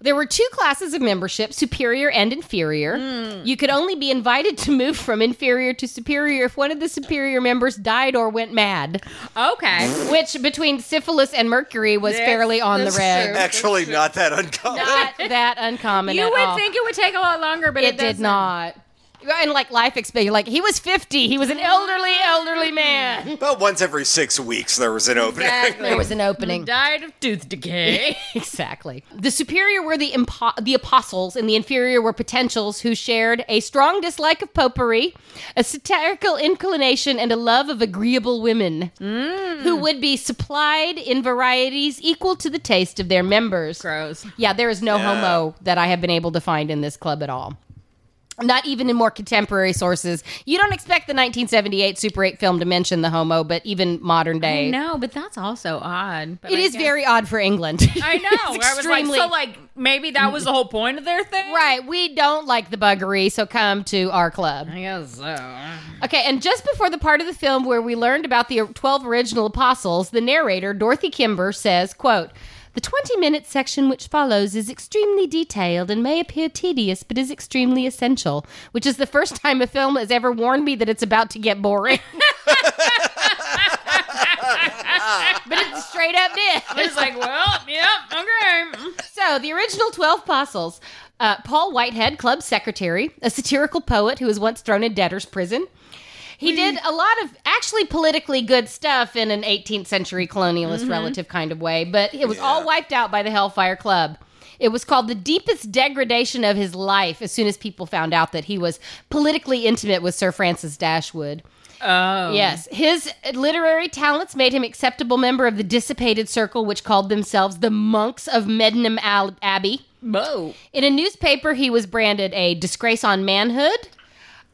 There were two classes of membership, superior and inferior. Hmm. You could only be invited to move from inferior to superior if one of the superior members died or went mad, Okay. which between syphilis and mercury was Yes, fairly on the that's red. true. Actually, not that uncommon. Not that uncommon You at would all. think it would take a lot longer, but it, it did doesn't. not. And like life expect, like he was fifty. He was an elderly, elderly man. About once every six weeks, there was an opening. <laughs> <laughs> There was an opening. Died of tooth <laughs> decay. <laughs> Exactly. The superior were the impo- the apostles, and the inferior were potentials who shared a strong dislike of popery, a satirical inclination, and a love of agreeable women, who would be supplied in varieties equal to the taste of their members. Gross. Yeah, there is no Yeah. homo that I have been able to find in this club at all. Not even in more contemporary sources. You don't expect the 1978 Super 8 film to mention the homo, but even modern day. No, but that's also odd. But It I is guess- very odd for England. <laughs> I know. It's I was like, extremely- so like maybe that was the whole point of their thing. Right, we don't like the buggery, so come to our club. I guess so. Okay, and just before the part of the film where we learned about the 12 original apostles, the narrator, Dorothy Kimber, says, quote, the 20-minute section which follows is extremely detailed and may appear tedious, but is extremely essential, which is the first time a film has ever warned me that it's about to get boring. <laughs> but it straight up did. It's like, well, yep, okay. So, the original 12 apostles uh, Paul Whitehead, club secretary, a satirical poet who was once thrown in debtor's prison. He did a lot of actually politically good stuff in an 18th century colonialist relative kind of way, but it was all Yeah. wiped out by the Hellfire Club. It was called the deepest degradation of his life as soon as people found out that he was politically intimate with Sir Francis Dashwood. Oh. Yes, his literary talents made him acceptable member of the dissipated circle which called themselves the monks of Medmenham Al- Abbey. Whoa. In a newspaper, he was branded a disgrace on manhood.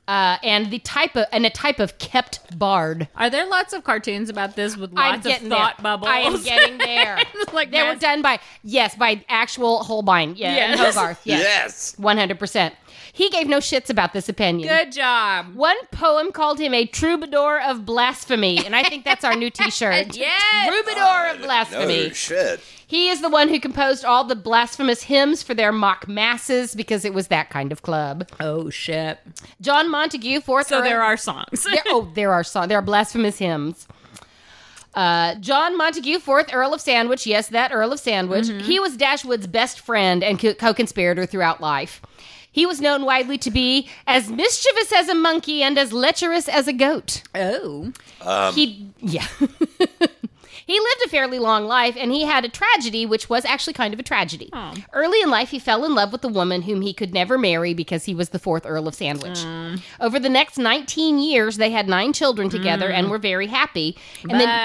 Uh, and the type of and a type of kept bard. Are there lots of cartoons about this with lots of thought there. bubbles? <laughs> I am getting there. like they were mass- done by yes by actual Holbein. Yeah, and Yes. <laughs> Hogarth. Yes, Yes. one hundred percent. He gave no shits about this opinion. Good job. One poem called him a troubadour of blasphemy, and I think that's our <laughs> new T-shirt. Yes. troubadour of No blasphemy. shit. He is the one who composed all the blasphemous hymns for their mock masses because it was that kind of club. Oh shit. John Montague, fourth. So Earl- there are songs. there- oh, there are song. There are blasphemous hymns. Uh, John Montague, fourth Earl of Sandwich. Yes, that Earl of Sandwich. Mm-hmm. He was Dashwood's best friend and co- co-conspirator throughout life. He was known widely to be as mischievous as a monkey and as lecherous as a goat. <laughs> oh. he, yeah. <laughs> He lived a fairly long life and he had a tragedy, which was actually kind of a tragedy. Oh. Early in life, he fell in love with a woman whom he could never marry because he was the fourth Earl of Sandwich. Mm. Over the next 19 years, they had nine children together and were very happy. And then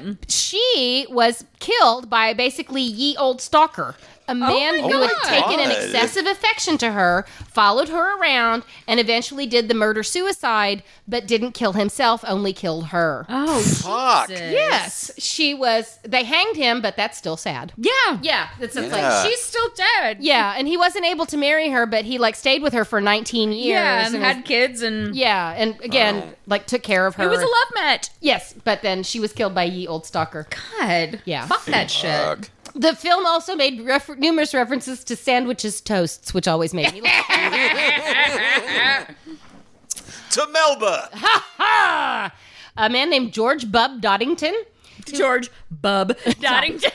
Mm. But she was killed by basically ye old stalker. A man Oh my who God. had taken an God. excessive affection to her, followed her around, and eventually did the murder suicide, but didn't kill himself, only killed her. oh Fuck. Jesus. Yes, she was. They hanged him, but that's still sad. Yeah. Yeah, that's it's like Yeah. she. She's still dead. Yeah, and he wasn't able to marry her, but he like stayed with her for 19 years. Yeah. And and had was- kids and yeah, and again, like took care of her. it was a love match. Yes, but then she was killed by ye old stalker. God. Yeah. Fuck that shit. Fuck. The film also made refer- numerous references to sandwiches toasts, which always made <laughs> me laugh. To Melba. a man named George Bub Doddington. George <laughs> Bub Doddington.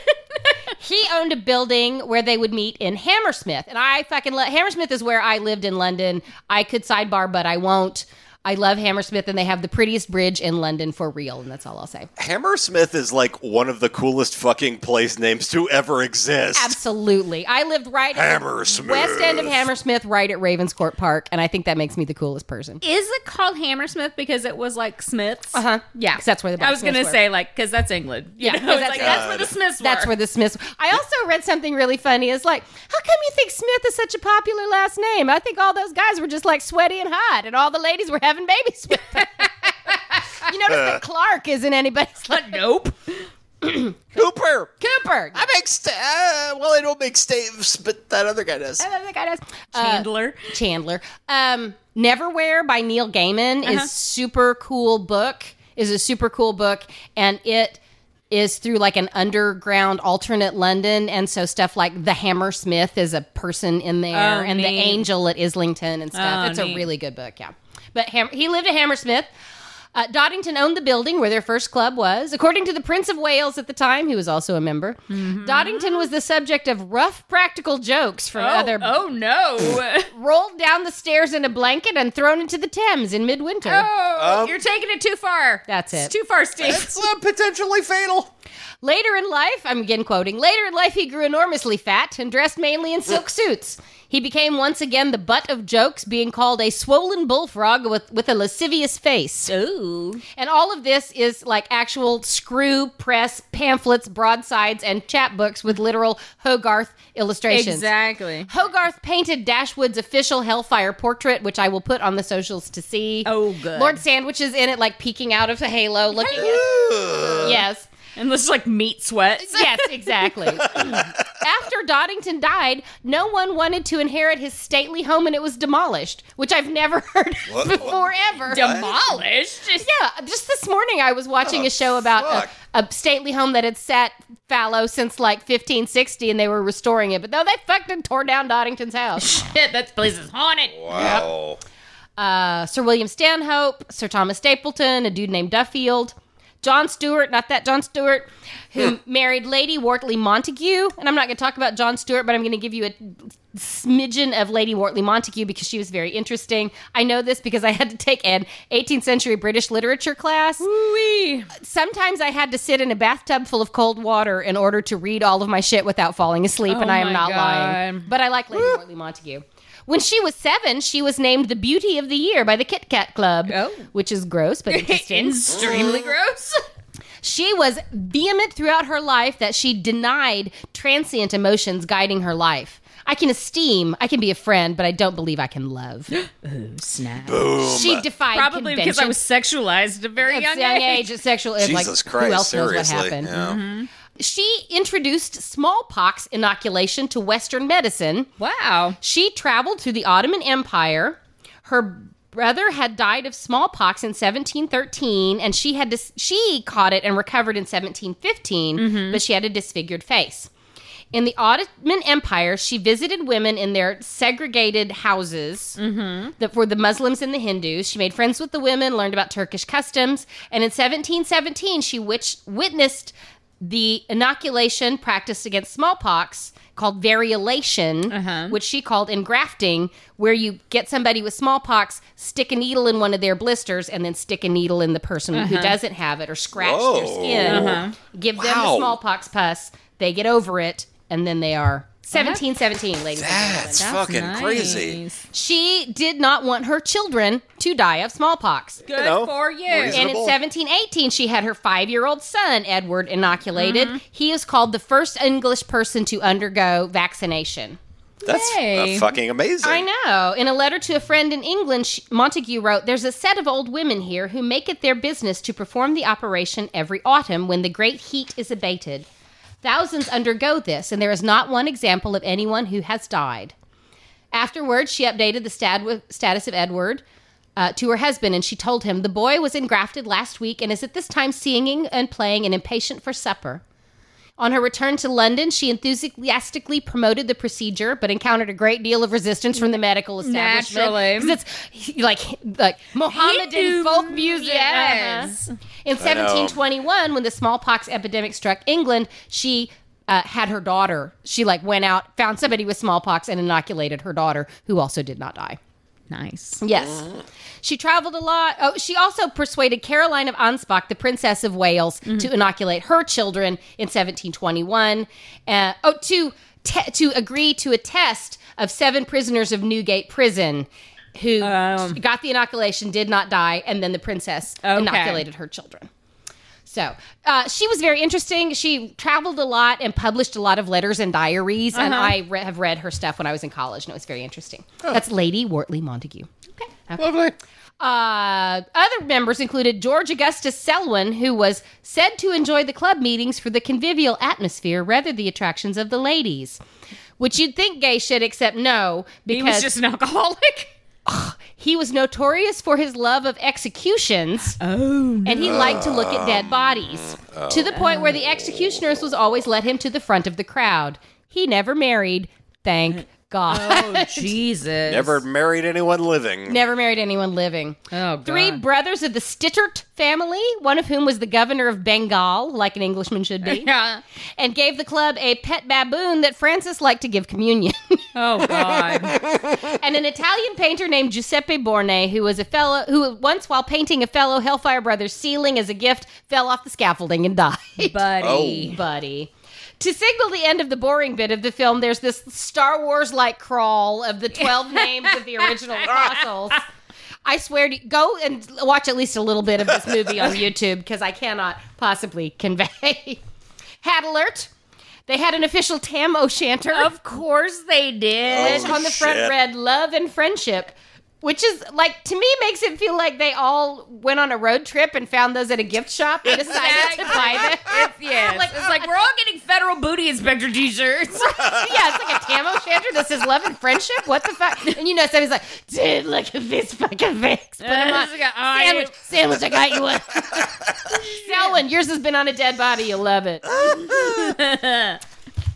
He owned a building where they would meet in Hammersmith, and I fucking love Hammersmith is where I lived in London. I could sidebar, but I won't. I love Hammersmith, and they have the prettiest bridge in London for real, and that's all I'll say. Hammersmith is like one of the coolest fucking place names to ever exist. Absolutely, I lived right Hammersmith. at west end of Hammersmith, right at Ravenscourt Park, and I think that makes me the coolest person. Is it called Hammersmith because it was like Smiths? Uh huh. Uh-huh. Yeah, that's where the I was gonna blacksmiths were. say like because that's England. You <laughs> know? Yeah, It's 'cause that's- like, that's where the Smiths. That's were. <laughs> where the Smiths. I also read something really funny. It's like, how come you think Smith is such a popular last name? I think all those guys were just like sweaty and hot, and all the ladies were having babies with them. <laughs> You notice <laughs> that Clark isn't anybody's like, nope. Cooper. Cooper. I make sta- uh, well, I don't make staves, but that other guy does. I think I just- Uh, Chandler. Chandler. Um, Neverwhere by Neil Gaiman Uh-huh. is super cool book. Is a super cool book, and it is through like an underground alternate London, and so stuff like the Hammersmith is a person in there, Oh, and the neat. Angel at Islington and stuff. Oh, it's neat. a really good book, yeah. But Ham- he lived at Hammersmith. Uh, Doddington owned the building where their first club was. According to the Prince of Wales at the time, who was also a member, Mm-hmm. Doddington was the subject of rough practical jokes from oh, other oh <laughs> no. rolled down the stairs in a blanket and thrown into the Thames in midwinter. oh, Um, you're taking it too far. That's It's it. too far, Steve. It's uh, potentially fatal. Later in life, I'm again quoting, later in life he grew enormously fat and dressed mainly in silk suits. He became once again the butt of jokes, being called a swollen bullfrog with, with a lascivious <laughs> face. Ooh. And all of this is like actual screw press pamphlets, broadsides, and chapbooks with literal Hogarth illustrations. Exactly. Hogarth painted Dashwood's official Hellfire portrait, which I will put on the socials to see. Oh, good. Lord Sandwich is in it, like peeking out of the halo, looking. at Ugh. Yes. And this is like meat sweat. Yes, <laughs> exactly. After Doddington died, no one wanted to inherit his stately home and it was demolished, which I've never <laughs> heard What? before ever. Demolished. Just- Yeah, just this morning I was watching Oh, a show about fuck. a, a stately home that had sat fallow since like 1560 and they were restoring it. But no, they fucked and tore down Doddington's house. Shit, that place is haunted. Wow. uh, Sir William Stanhope, Sir Thomas Stapleton, a dude named Duffield, John Stewart, not that John Stewart, who married Lady Wortley Montague. And I'm not going to talk about John Stewart, but I'm going to give you a smidgen of Lady Wortley Montague because she was very interesting. I know this because I had to take an 18th century British literature class. <laughs> Ooh-wee. Sometimes I had to sit in a bathtub full of cold water in order to read all of my shit without falling asleep, Oh and I am my not lying. God. But <laughs> I like Lady Wortley Montague. When she was seven, she was named the Beauty of the Year by the Kit Kat Club, Oh. which is <laughs> gross but interesting. Extremely <laughs> gross. she was vehement throughout her life that she denied transient emotions guiding her life. I can esteem, I can be a friend, but I don't believe I <laughs> can love. Snap. Boom. She defied Probably because I was sexualized at a very at young, young age. age, at sexual age. Jesus like, Christ. who else seriously. knows what happened? Yeah. She introduced smallpox inoculation to Western medicine. Wow. She traveled through the Ottoman Empire. Her brother had died of smallpox in 1713, and she had dis- she caught it and recovered in 1715, but she had a disfigured face. In the Ottoman Empire, she visited women in their segregated houses that were the Muslims and the Hindus. She made friends with the women, learned about Turkish customs, and in 1717, she witch- witnessed the inoculation practiced against smallpox called variolation, which she called engrafting, where you get somebody with smallpox, stick a needle in one of their blisters, and then stick a needle in the person who doesn't have it or scratch their Whoa. skin. Give them the Wow. smallpox pus, they get over it, and then they are. 1717, ladies and gentlemen. That's, fucking crazy. She did not want her children to die of smallpox. Good know, for you. reason- And in Reasonable. 1718, she had her five year old son, Edward, inoculated. He is called the first English person to undergo vaccination. That's Yay. uh, fucking amazing. I know. In a letter to a friend in England, she, Montague wrote, There's a set of old women here who make it their business to perform the operation every autumn when the great heat is abated. Thousands undergo this, and there is not one example of anyone who has died. Afterwards, she updated the stad- status of Edward uh, to her husband, and she told him, The boy was engrafted last week and is at this time singing and playing and impatient for supper. On her return to London, she enthusiastically promoted the procedure, but encountered a great deal of resistance from the medical establishment. Naturally. 'Cause it's like like Mohammedan Hindu folk music. yes. Uh-huh. In 1721, when the smallpox epidemic struck England, she uh, had her daughter. She like went out, found somebody with smallpox, and inoculated her daughter, who also did not die. Nice. Yes. She traveled a lot. Oh, she also persuaded Caroline of Anspach, the Princess of Wales, to inoculate her children in 1721. Uh, oh, to te- to agree to a test of seven prisoners of Newgate Prison who got the inoculation, did not die, and then the princess Okay. inoculated her children. So uh, she was very interesting. She traveled a lot and published a lot of letters and diaries, Uh-huh. and I re- have read her stuff when I was in college, and it was very interesting. That's Lady Wortley Montague. Lovely. Uh, other members included George Augustus Selwyn, who was said to enjoy the club meetings for the convivial atmosphere rather the attractions of the ladies. Which you'd think gay shit, except no, He because was just an alcoholic. he was notorious for his love of executions. Oh, <laughs> And he liked to look at dead bodies to the point where the executioners was always let him to the front of the crowd. He never married, thank God. <laughs> Oh Jesus! Never married anyone <laughs> living. Never married anyone living. Oh, God. Three brothers of the Stittert family, one of whom was the governor of Bengal, like an Englishman <laughs> should <laughs> be, Yeah. and gave the club a pet baboon that Francis liked to give communion. <laughs> Oh God. and an Italian painter named Giuseppe Borne, who was a fellow who once, while painting a fellow Hellfire Brothers ceiling as a gift, fell off the scaffolding and died. <laughs> Buddy. Buddy. To signal the end of the boring bit of the film, there's this Star Wars like crawl of the 12 names of the original apostles. I swear to go and watch at least a little bit of this movie on YouTube because I cannot possibly convey. Hat alert. They had an official Tam O'Shanter Oh. Of course they did. on the front shit. read love and friendship which is like to me makes it feel like they all went on a road trip and found those at a gift shop and decided to buy them <laughs> It's, yes. Like, it's like we're all getting federal booty inspector <laughs> t-shirts. yeah it's like a tam o'shanter that says love and friendship what the fuck and you know somebody's like dude look at this fucking fix put 'em on It's like a- oh, sandwich yeah. sandwich i got you one selwyn yours has been on a dead body you'll love it there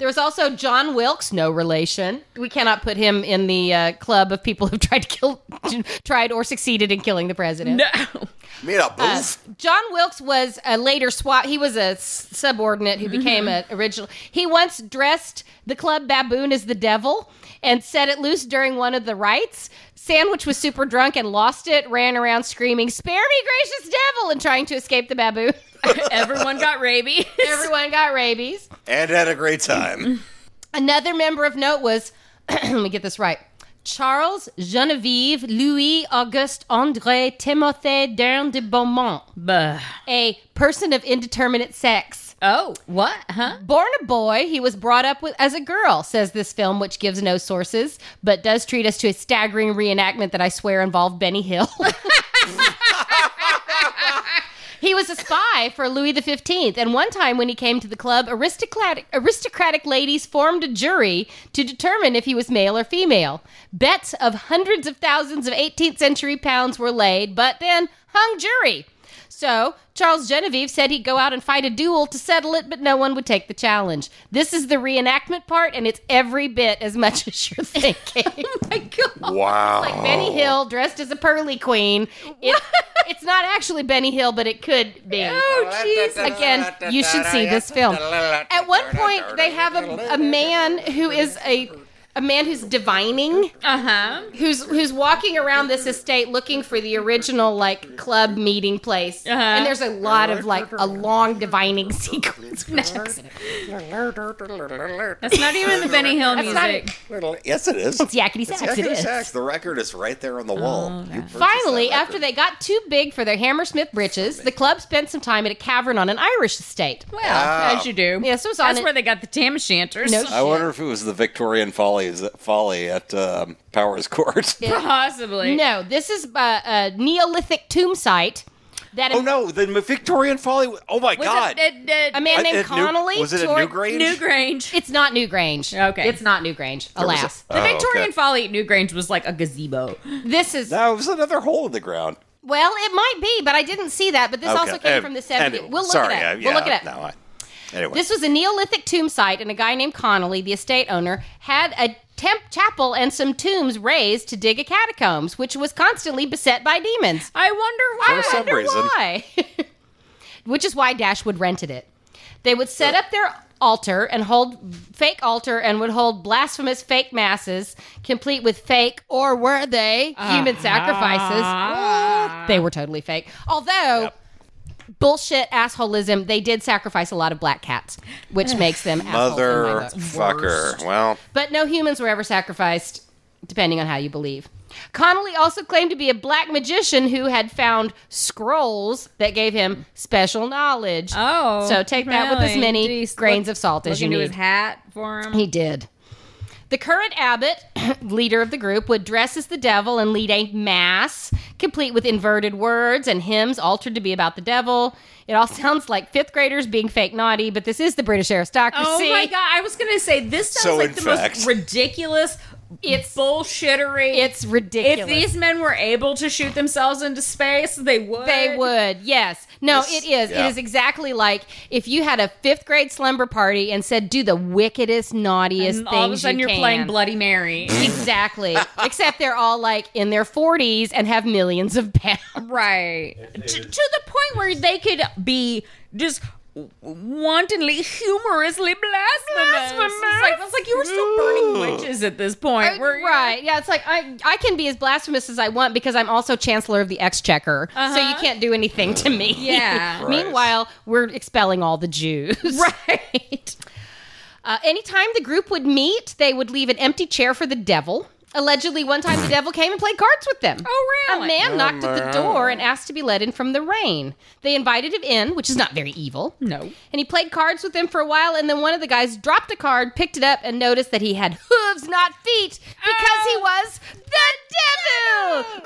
was also john wilkes no relation we cannot put him in the uh, club of people who've tried to kill <laughs> tried or succeeded in killing the president No. Meet up, boof. uh, John Wilkes was a later SWAT. He was a s- subordinate who became an original. He once dressed the club baboon as the devil and set it loose during one of the rites. Sandwich was super drunk and lost it, ran around screaming, Spare me, gracious devil, and trying to escape the baboon. <laughs> <laughs> Everyone got rabies. Everyone got rabies. and had a great <laughs> time. Another member of note was, <clears throat> let me get this right. Charles Genevieve Louis Auguste André Timothée Dern de Beaumont, <laughs> Buh. a person of indeterminate sex. Oh, what? Huh? Born a boy, he was brought up with, as a girl, says this film, which gives no sources, but does treat us to a staggering reenactment that I swear involved Benny Hill. he was a spy for Louis XV, and one time when he came to the club, aristocratic, aristocratic ladies formed a jury to determine if he was male or female. Bets of hundreds of thousands of 18th century pounds were laid, but then hung jury. So, Charles Genevieve said he'd go out and fight a duel to settle it, but no one would take the challenge. This is the reenactment part, and it's every bit as much <laughs> as <laughs> you're thinking. Oh My God. Wow. like Oh. Benny Hill dressed as a pearly queen. It, it's not actually Benny Hill, but it could be. Oh, jeez. Again, you should see this film. At one point, they have a, a man who is a a man who's divining, Uh-huh. who's who's walking around this estate looking for the original like club meeting place. Uh-huh. And there's a lot of like a long divining <laughs> sequence. That's not even the Benny Hill music. not- Yes, it is. It's Yakety sax, it Yakety is. Sax. The record is Oh, right there on the wall. You purchased Finally, that after record. they got too big for their Hammersmith britches, the club spent some time at a cavern on an Irish estate. well, Wow. as you do. Yeah, so it's on That's it- where they got the Tam Shanters. No <laughs> I wonder if it was the Victorian Follies Folly at um, Powers Court. Possibly. No, this is uh, a Neolithic tomb site that <laughs> Oh no, the Victorian Folly. Oh my Was God. it uh, a man At- named at New- Connolly. was it at George- Newgrange? Newgrange? It's not Newgrange. Okay. It's not Newgrange, Or was it- alas. the Oh, okay. Victorian Folly at Newgrange was like a gazebo. This is, No, it was another hole in the ground. well, it might be, but I didn't see that. But this also Okay. came Um, from the 70s. anyway, we'll look sorry, it up. I- we'll look yeah, it up. No, I, anyway. This was a Neolithic tomb site, and a guy named Connolly, the estate owner, had a temp chapel and some tombs raised to dig a catacombs, which was constantly beset by demons. I wonder why. For some wonder reason. why. <laughs> Which is why Dashwood rented it. They would set up their altar and hold fake altar and would hold blasphemous fake masses, complete with fake or were they human sacrifices? they were totally fake. Although. Bullshit assholism. They did sacrifice a lot of black cats, which makes them assholes in my book. Motherfucker. Well, But no humans were ever sacrificed, depending on how you believe. Connolly also claimed to be a black magician who had found scrolls that gave him special knowledge. Oh, So take that with as really? many Jeez, grains look- of salt look as you into need. his hat for him. He did. The current abbot <clears throat> leader of the group, would dress as the devil and lead a mass complete with inverted words and hymns altered to be about the devil. It all <laughs> sounds like fifth graders being fake naughty, but this is the British aristocracy. Oh my god! I was gonna say this sounds So, like in the fact- most ridiculous. It's bullshittery. It's ridiculous. if these men were able to shoot themselves into space, they would. They would, yes. No, This- it is. yeah. It is exactly like if you had a fifth grade slumber party and said, "Do the wickedest, naughtiest And things." all of a sudden, you are playing can." Bloody Mary. <laughs> Exactly. Except they're all like in their forties and have millions of <laughs> pounds. right. To, to the point where they could be just wantonly, humorously blasphemous. It's like, it's like you were still burning witches at this point. were you? Right. Yeah, it's like I I can be as blasphemous as I want because I'm also chancellor of the exchequer. So you can't do anything to me. Uh-huh. Yeah. Right. Meanwhile, we're expelling all the Jews. <laughs> Right. Uh, anytime the group would meet, they would leave an empty chair for the devil. Allegedly, one time the devil came and played cards with them. Oh, really? A man knocked at the door and asked to be let in from the rain. They invited him in, which is not very evil. No. And he played cards with them for a while, and then one of the guys dropped a card, picked it up, and noticed that he had <laughs> hooves, not feet, because he Oh. was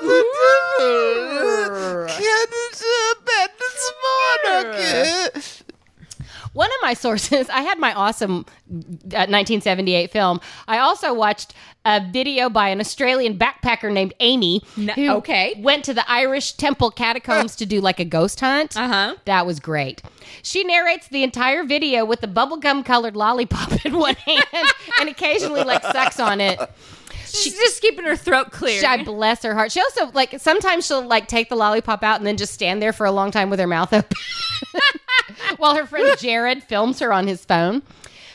the devil. One of my sources, <laughs> I had my awesome uh, 1978 film. I also watched a video by an Australian backpacker named Amy, who okay. went to the Irish temple catacombs to do like a ghost hunt. Uh-huh. That was great. She narrates the entire video with the bubblegum colored lollipop <laughs> in one hand and occasionally like sucks on it. She's just keeping her throat clear. God bless her heart. She also like sometimes she'll like take the lollipop out and then just stand there for a long time with her mouth open <laughs> while her friend Jared films her on his phone.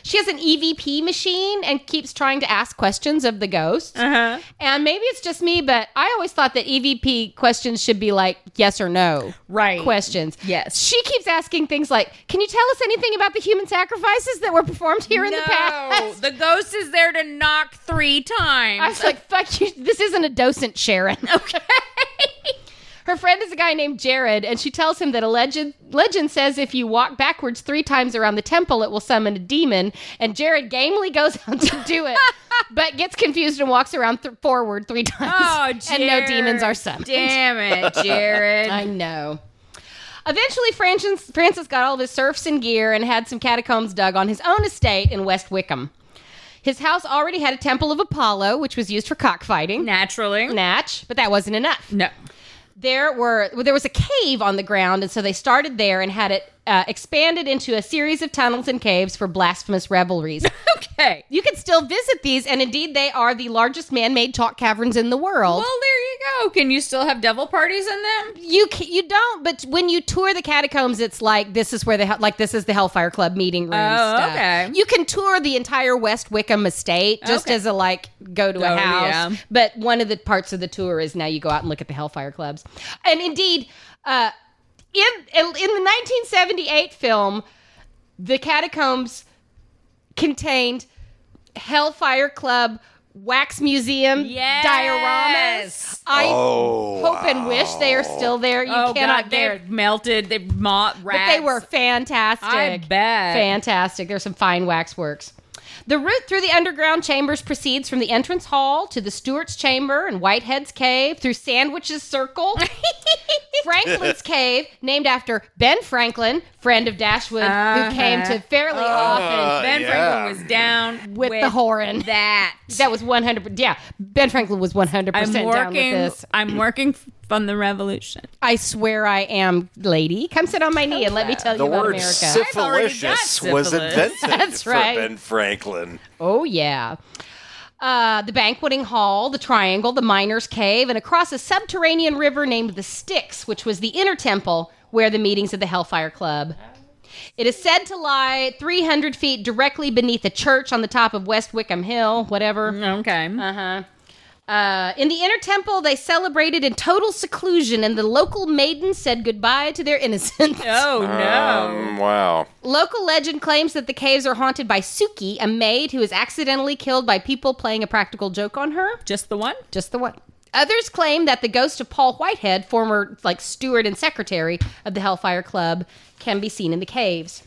She has an EVP machine and keeps trying to ask questions of the ghosts. Uh-huh. And maybe it's just me, but I always thought that EVP questions should be like yes or no Right. questions. Yes. She keeps asking things like, "Can you tell us anything about the human sacrifices that were performed here in the past?" the ghost is there to knock three times. I was like, fuck you. This isn't a docent, Sharon. <laughs> Okay. Her friend is a guy named Jared, and she tells him that a legend legend says if you walk backwards three times around the temple, it will summon a demon. And Jared gamely goes <laughs> out to do it, but gets confused and walks around th- forward three times. <laughs> oh, <laughs> and no Jared. demons are summoned. Damn <laughs> it, Jared. I know. Eventually, Francis, Francis got all of his serfs and gear and had some catacombs dug on his own estate in West Wickham. His house already had a temple of Apollo, which was used for cockfighting. Naturally. Natch, but that wasn't enough. No. <laughs> There were well, there was a cave on the ground, and so they started there and had it uh, expanded into a series of tunnels and caves for blasphemous revelries. Okay. you can still visit these, and indeed, they are the largest man-made chalk caverns in the world. Well, there you go. Can you still have devil parties in them? you ca you don't, but when you tour the catacombs, it's like this is where the hell- like this is the Hellfire Club meeting room. Oh, stuff. okay. You can tour the entire West Wickham estate just Okay. as a like go to Go a to- house. yeah. But one of the parts of the tour is now you go out and look at the Hellfire Clubs, and indeed, uh, in in the 1978 film, the catacombs contained Hellfire Club. Wax Museum Yes. dioramas. I Oh, hope and wish they are still there. You oh, cannot God. dare. They're melted. They moth But rats. they were fantastic. I bet. Fantastic. There's some fine waxworks. The route through the underground chambers proceeds from the entrance hall to the Stewart's Chamber and Whitehead's Cave through <laughs> Sandwich's Circle. Franklin's Cave, named after Ben Franklin, friend of Dashwood, Uh-huh. who came to Uh. fairly often Ben Yeah. Franklin was down with, the whoring. That. <laughs> That was 100. Yeah, Ben Franklin was 100 I'm percent down with working. this. I'm working on the revolution. I swear I am, lady. Come sit on my knee and let me tell you the about word America. already got syphilicious was syphilis. invented That's for right. Ben Franklin. Oh, yeah. Uh, the banqueting hall, the triangle, the miners' cave, and across a subterranean river named the Styx, which was the inner temple where the meetings of the Hellfire Club. It is said to lie 300 feet directly beneath a church on the top of West Wickham Hill, whatever. Okay. Uh-huh. Uh, in the inner temple, they celebrated in total seclusion, and the local maidens said goodbye to their innocence. oh no. Um, wow. Local legend claims that the caves are haunted by Suki, a maid who is accidentally killed by people playing a practical joke on her. Just the one. Just the one. Others claim that the ghost of Paul Whitehead, former like steward and secretary of the Hellfire Club, can be seen in the caves.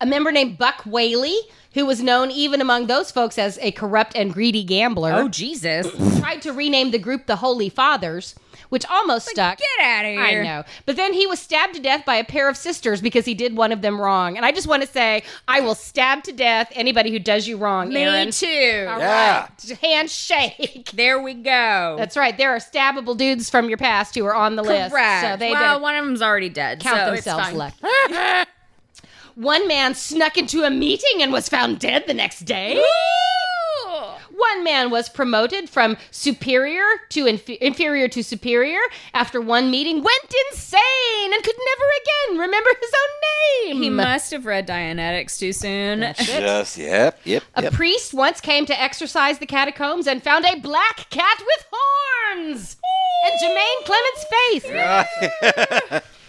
a member named Buck Whaley, who was known even among those folks as a corrupt and greedy gambler, Oh, <laughs> Jesus. tried to rename the group the Holy Fathers, which almost stuck. Get out of here. I know. But then he was stabbed to death by a pair of sisters because he did one of them wrong. And I just want to say, I will stab to death anybody who does you wrong, Me Aaron. too. All Yeah. right. Handshake. There we go. That's right. There are stabbable dudes from your past who are on the correct. list. So they well, better one of them's already dead. count so it's themselves fine. lucky. <laughs> one man snuck into a meeting and was found dead the next day. Ooh. One man was promoted from superior to inf- inferior to superior after one meeting, went insane, and could never again remember his own name. He must have read Dianetics too soon. <laughs> Yes, yep, yep, a yep. priest once came to exercise the catacombs and found a black cat with horns and Jermaine Clement's face. Ah,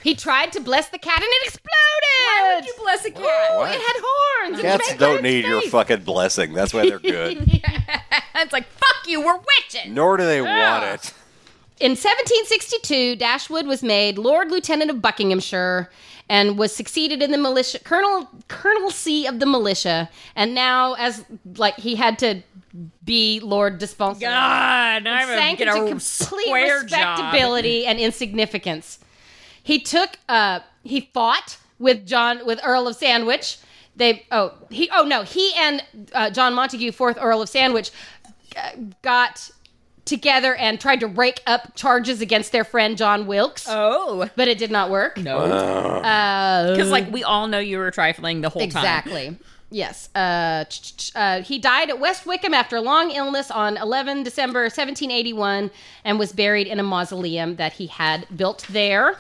He tried to bless the cat and it exploded. Why would you bless a cat? <laughs> It had horns. <laughs> and Cats don't Jermaine Clement's need your face. fucking blessing. That's why they're good. It's like, fuck you, we're witches. Nor do they want it. In 1762, Dashwood was made Lord Lieutenant of Buckinghamshire and was succeeded in the militia Colonel Colonelcy of the militia. And now, as like he had to be Lord Desponsal, God, I'm sank gonna into get a complete square job. respectability and insignificance. He took uh he fought with John with Earl of Sandwich. They oh he oh no he and uh, John Montague fourth Earl of Sandwich g- got together and tried to rake up charges against their friend John Wilkes, Oh but it did not work. no, Uh, because like we all know you were trifling the whole time. Exactly. Yes. Uh, ch- ch- ch- uh, he died at West Wickham after a long illness on 11 December 1781 and was buried in a mausoleum that he had built there.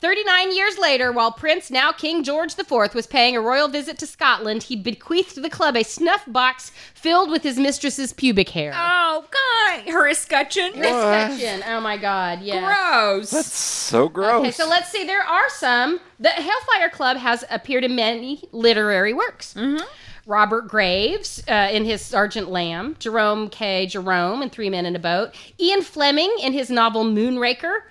39 years later, while Prince, now King George IV, was paying a royal visit to Scotland, he bequeathed to the club a snuff box filled with his mistress's pubic hair. Oh God, her escutcheon. Dissection. Oh my god, yeah. Gross. So gross. Okay, so let's see. There are some. The Hellfire Club has appeared in many literary works. Mm-hmm. Robert Graves uh, in his Sergeant Lamb, Jerome K. Jerome in Three Men in a Boat, Ian Fleming in his novel Moonraker.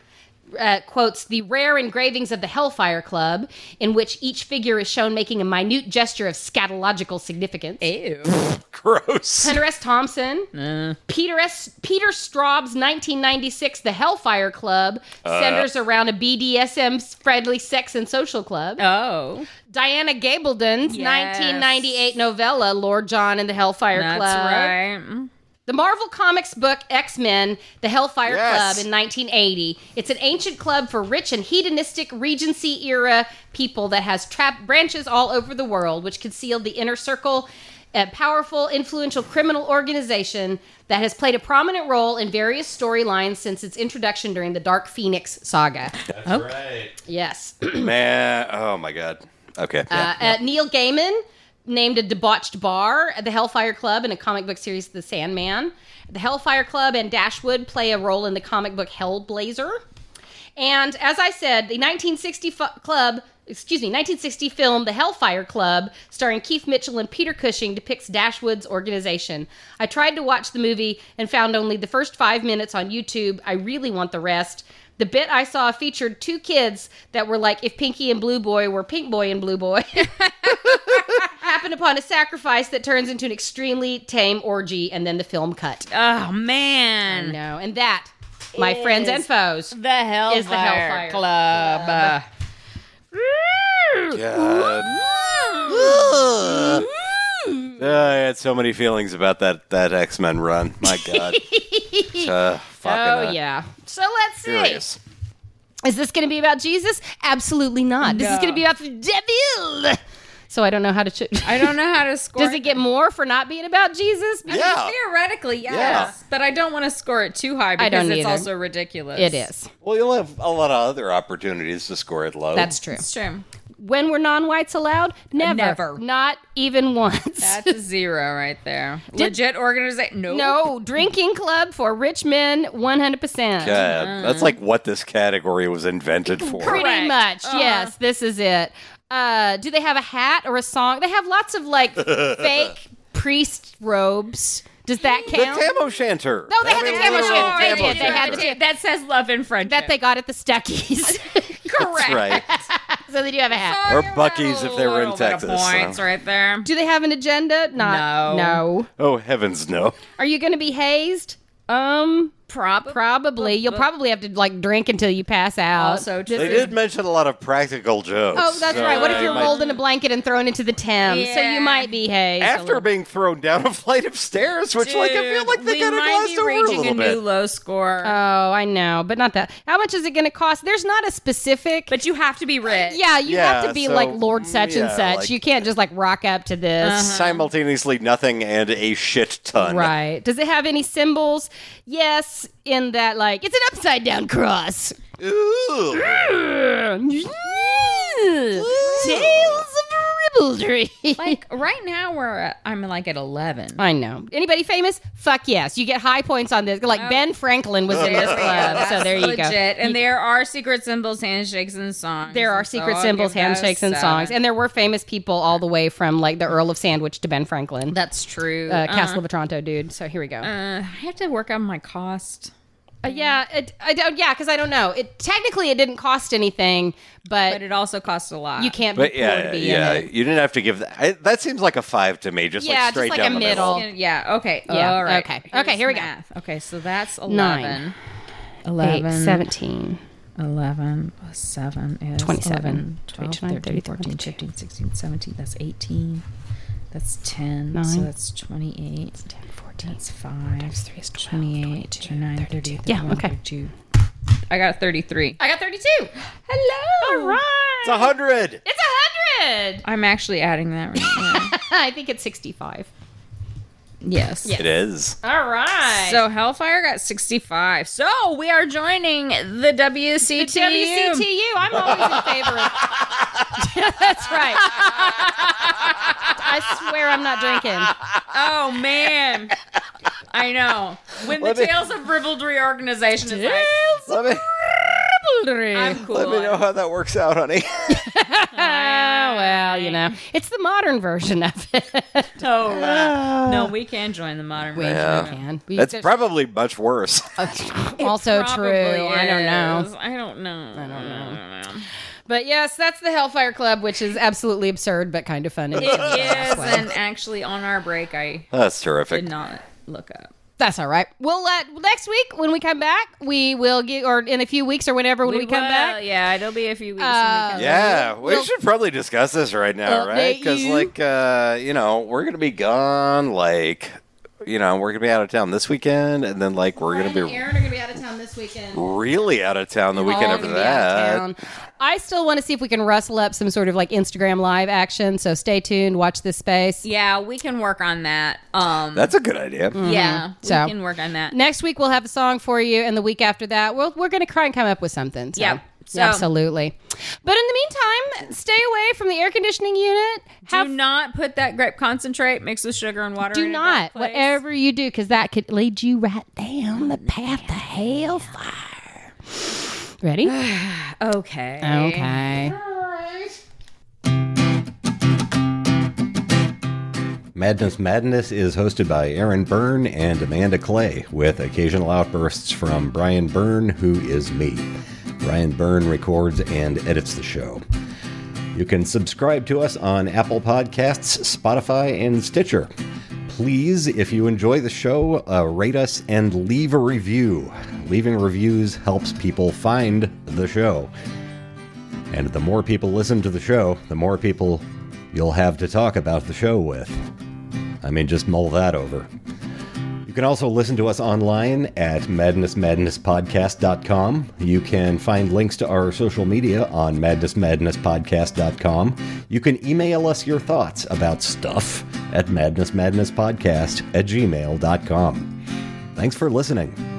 Uh, quotes the rare engravings of the Hellfire Club, in which each figure is shown making a minute gesture of scatological significance. Ew. <laughs> gross. Hunter S. Thompson, Eh. Peter S. Peter Straub's 1996 The Hellfire Club centers around a BDSM friendly sex and social club. Oh, Diana Gabaldon's Yes. 1998 novella Lord John and the Hellfire that's Club. right. The Marvel Comics book X Men, The Hellfire Yes. Club in 1980. It's an ancient club for rich and hedonistic Regency era people that has trap branches all over the world, which concealed the inner circle, a powerful, influential criminal organization that has played a prominent role in various storylines since its introduction during the Dark Phoenix saga. That's right. Yes. Man, oh my god. Okay. Uh, uh, Neil Gaiman named a debauched bar at the Hellfire Club in a comic book series, The Sandman. The Hellfire Club and Dashwood play a role in the comic book Hellblazer. And as I said, the 1960 fu- club, excuse me, 1960 film The Hellfire Club, starring Keith Mitchell and Peter Cushing, depicts Dashwood's organization. I tried to watch the movie and found only the first five minutes on YouTube. I really want the rest. The bit I saw featured two kids that were like if Pinky and Blue Boy were Pink Boy and Blue Boy. <laughs> Happen upon a sacrifice that turns into an extremely tame orgy, and then the film cut. Oh man, No, and that, my friends and foes. the Hellfire, Is the Hellfire Club. God. Uh, I had so many feelings about that that X Men run. My <laughs> God. uh, fucking, Oh uh, yeah. So let's see. Furious. Is this going to be about Jesus? Absolutely not. This is No. going to be about the devil. So I don't know how to. Ch- I don't know how to score. <laughs> Does it get more for not being about Jesus? Yeah. Theoretically, yes, Yeah. but I don't want to score it too high because I don't it's either. also ridiculous. It is. Well, you'll have a lot of other opportunities to score it low. That's true. It's true. When were non-whites allowed? Never. Never. Not even once. That's a zero right there. Legit organization? No. <laughs> no drinking club for rich men. One hundred percent. God, that's like what this category was invented for. Pretty Correct. much. Uh-huh. Yes. This is it. Uh, do they have a hat or a song? They have lots of like fake priest robes. Does that The count? Tam O'Shanter. No, they had the Tam little O'Shanter. They Tam did. They O'Shanter. had the- that says love and friendship. <laughs> that they got at the Stuckies. correct. That's right. so they do have a hat. Sorry, Or Buc-ee's if they were in little bit of Texas, so. Points right there. Do they have an agenda? Not No. no. Oh heavens, no! Are you going to be hazed? Um, Probably. probably. You'll probably have to like drink until you pass out. Also true. They did mention a lot of practical jokes. oh, that's so right. What if they you're might- rolled in a blanket and thrown into the Thames? So Yeah. you might be hazed. a after little. being thrown down a flight of stairs? Which, like, I feel Dude, like they we kind of might glossed be over a reaching little new bit. low score, Oh, I know, but not that. How much is it going to cost? There's not a specific. but you have to be rich. uh, yeah, you have Yeah, to be so- like Lord such and yeah, such. like- you can't just like rock up to this. Simultaneously, nothing and a shit ton. Uh-huh. Right. Does it have any symbols? Yes, in that like it's an upside down cross. Ooh. Mm-hmm. Tales of ribaldry. Like right now, we're at, I'm like at eleven. <laughs> I know. Anybody famous? Fuck yes. You get high points on this. Like Ben Franklin was in this Seriously, club, so Oh. that's there you legit. go. And there are secret symbols, handshakes, and songs. There are So secret I'll symbols, give that a handshakes, and seven. songs, and there were famous people all the way from like the Earl of Sandwich to Ben Franklin, uh, that's true. Castle of Otranto, dude. So here we go. uh-huh. Uh, I have to work on my cost. Uh, yeah, it, I don't. Yeah, because I don't know. It technically it didn't cost anything, but, But it also costs a lot. you can't be But poor to yeah, be yeah, in it. you didn't have to give that. I, that seems like a five to me, just Yeah, like just straight like down a the middle. middle. Yeah. Okay. Yeah, All right. okay. Okay, here we go. math. Okay. So that's Nine. eleven. Eight, Eleven. 17. 11 plus 7 is 27, 11, 12, 29, 13, 30, 14, 22. 15, 16, 17. That's 18. That's 10. So Nine. that's 28. 10, 14. That's 5. Times 3 is 28, 29, 30, Yeah, 31, okay. 32. I got 33. I got 32. Hello. All right. It's a hundred. It's a 100. I'm actually adding that right now. <laughs> I think it's 65. yes. Yeah. It is. All right. So Hellfire got 65. So we are joining the The WCTU. <laughs> WCTU. I'm always in favor of. That's right. I swear I'm not drinking. Oh man, I know. When the Let me- Tales of Ribaldry organization is like, <laughs> Let me, <laughs> I'm cool. let me know how that works out, honey. <laughs> Oh, well, you know, it's the modern version of it. Oh, right. no, we can join the modern. We <laughs> Yeah. Man, we- That's there's- <laughs> probably much worse. also true. I don't know. I don't know. I don't know. But yes, that's the Hellfire Club, which is absolutely absurd but kind of fun. in its own Yes, way. and actually, on our break, I That's did terrific. not look up. That's all right. We'll let next week when we come back, we will get or in a few weeks or whenever when we, come will- back. Yeah, it'll be a few weeks. Uh, and we can- Yeah, we should probably discuss this right now, right? Update Because, you. like, uh, you know, we're gonna be gone. Like, you know, we're gonna be out of town this weekend, and then like we're gonna be Aaron are gonna be out of town this weekend. really out of town the weekend All after gonna be out of that. town. I still want to see if we can rustle up some sort of like Instagram live action. So stay tuned, watch this space. yeah, we can work on that. Um, That's a good idea. yeah, Mm-hmm. So- we can work on that. Next week we'll have a song for you, and the week after that we'll, we're going to try and come up with something. So. Yeah. So- absolutely. But in the meantime, stay away from the air conditioning unit. Have do not put that grape concentrate mixed with sugar and water. Do in a not. dark place. Whatever you do, because that could lead you right down the path to hellfire. Ready? Okay. Okay. Madness Madness is hosted by Aaron Byrne and Amanda Clay, with occasional outbursts from Brian Byrne, who is me. Brian Byrne records and edits the show. You can subscribe to us on Apple Podcasts, Spotify, and Stitcher. Please, if you enjoy the show, uh, rate us and leave a review. Leaving reviews helps people find the show. And the more people listen to the show, the more people you'll have to talk about the show with. I mean, just mull that over. You can also listen to us online at madnessmadnesspodcast.com. You can find links to our social media on madnessmadnesspodcast.com. You can email us your thoughts about stuff at madnessmadnesspodcast at gmail.com. Thanks for listening.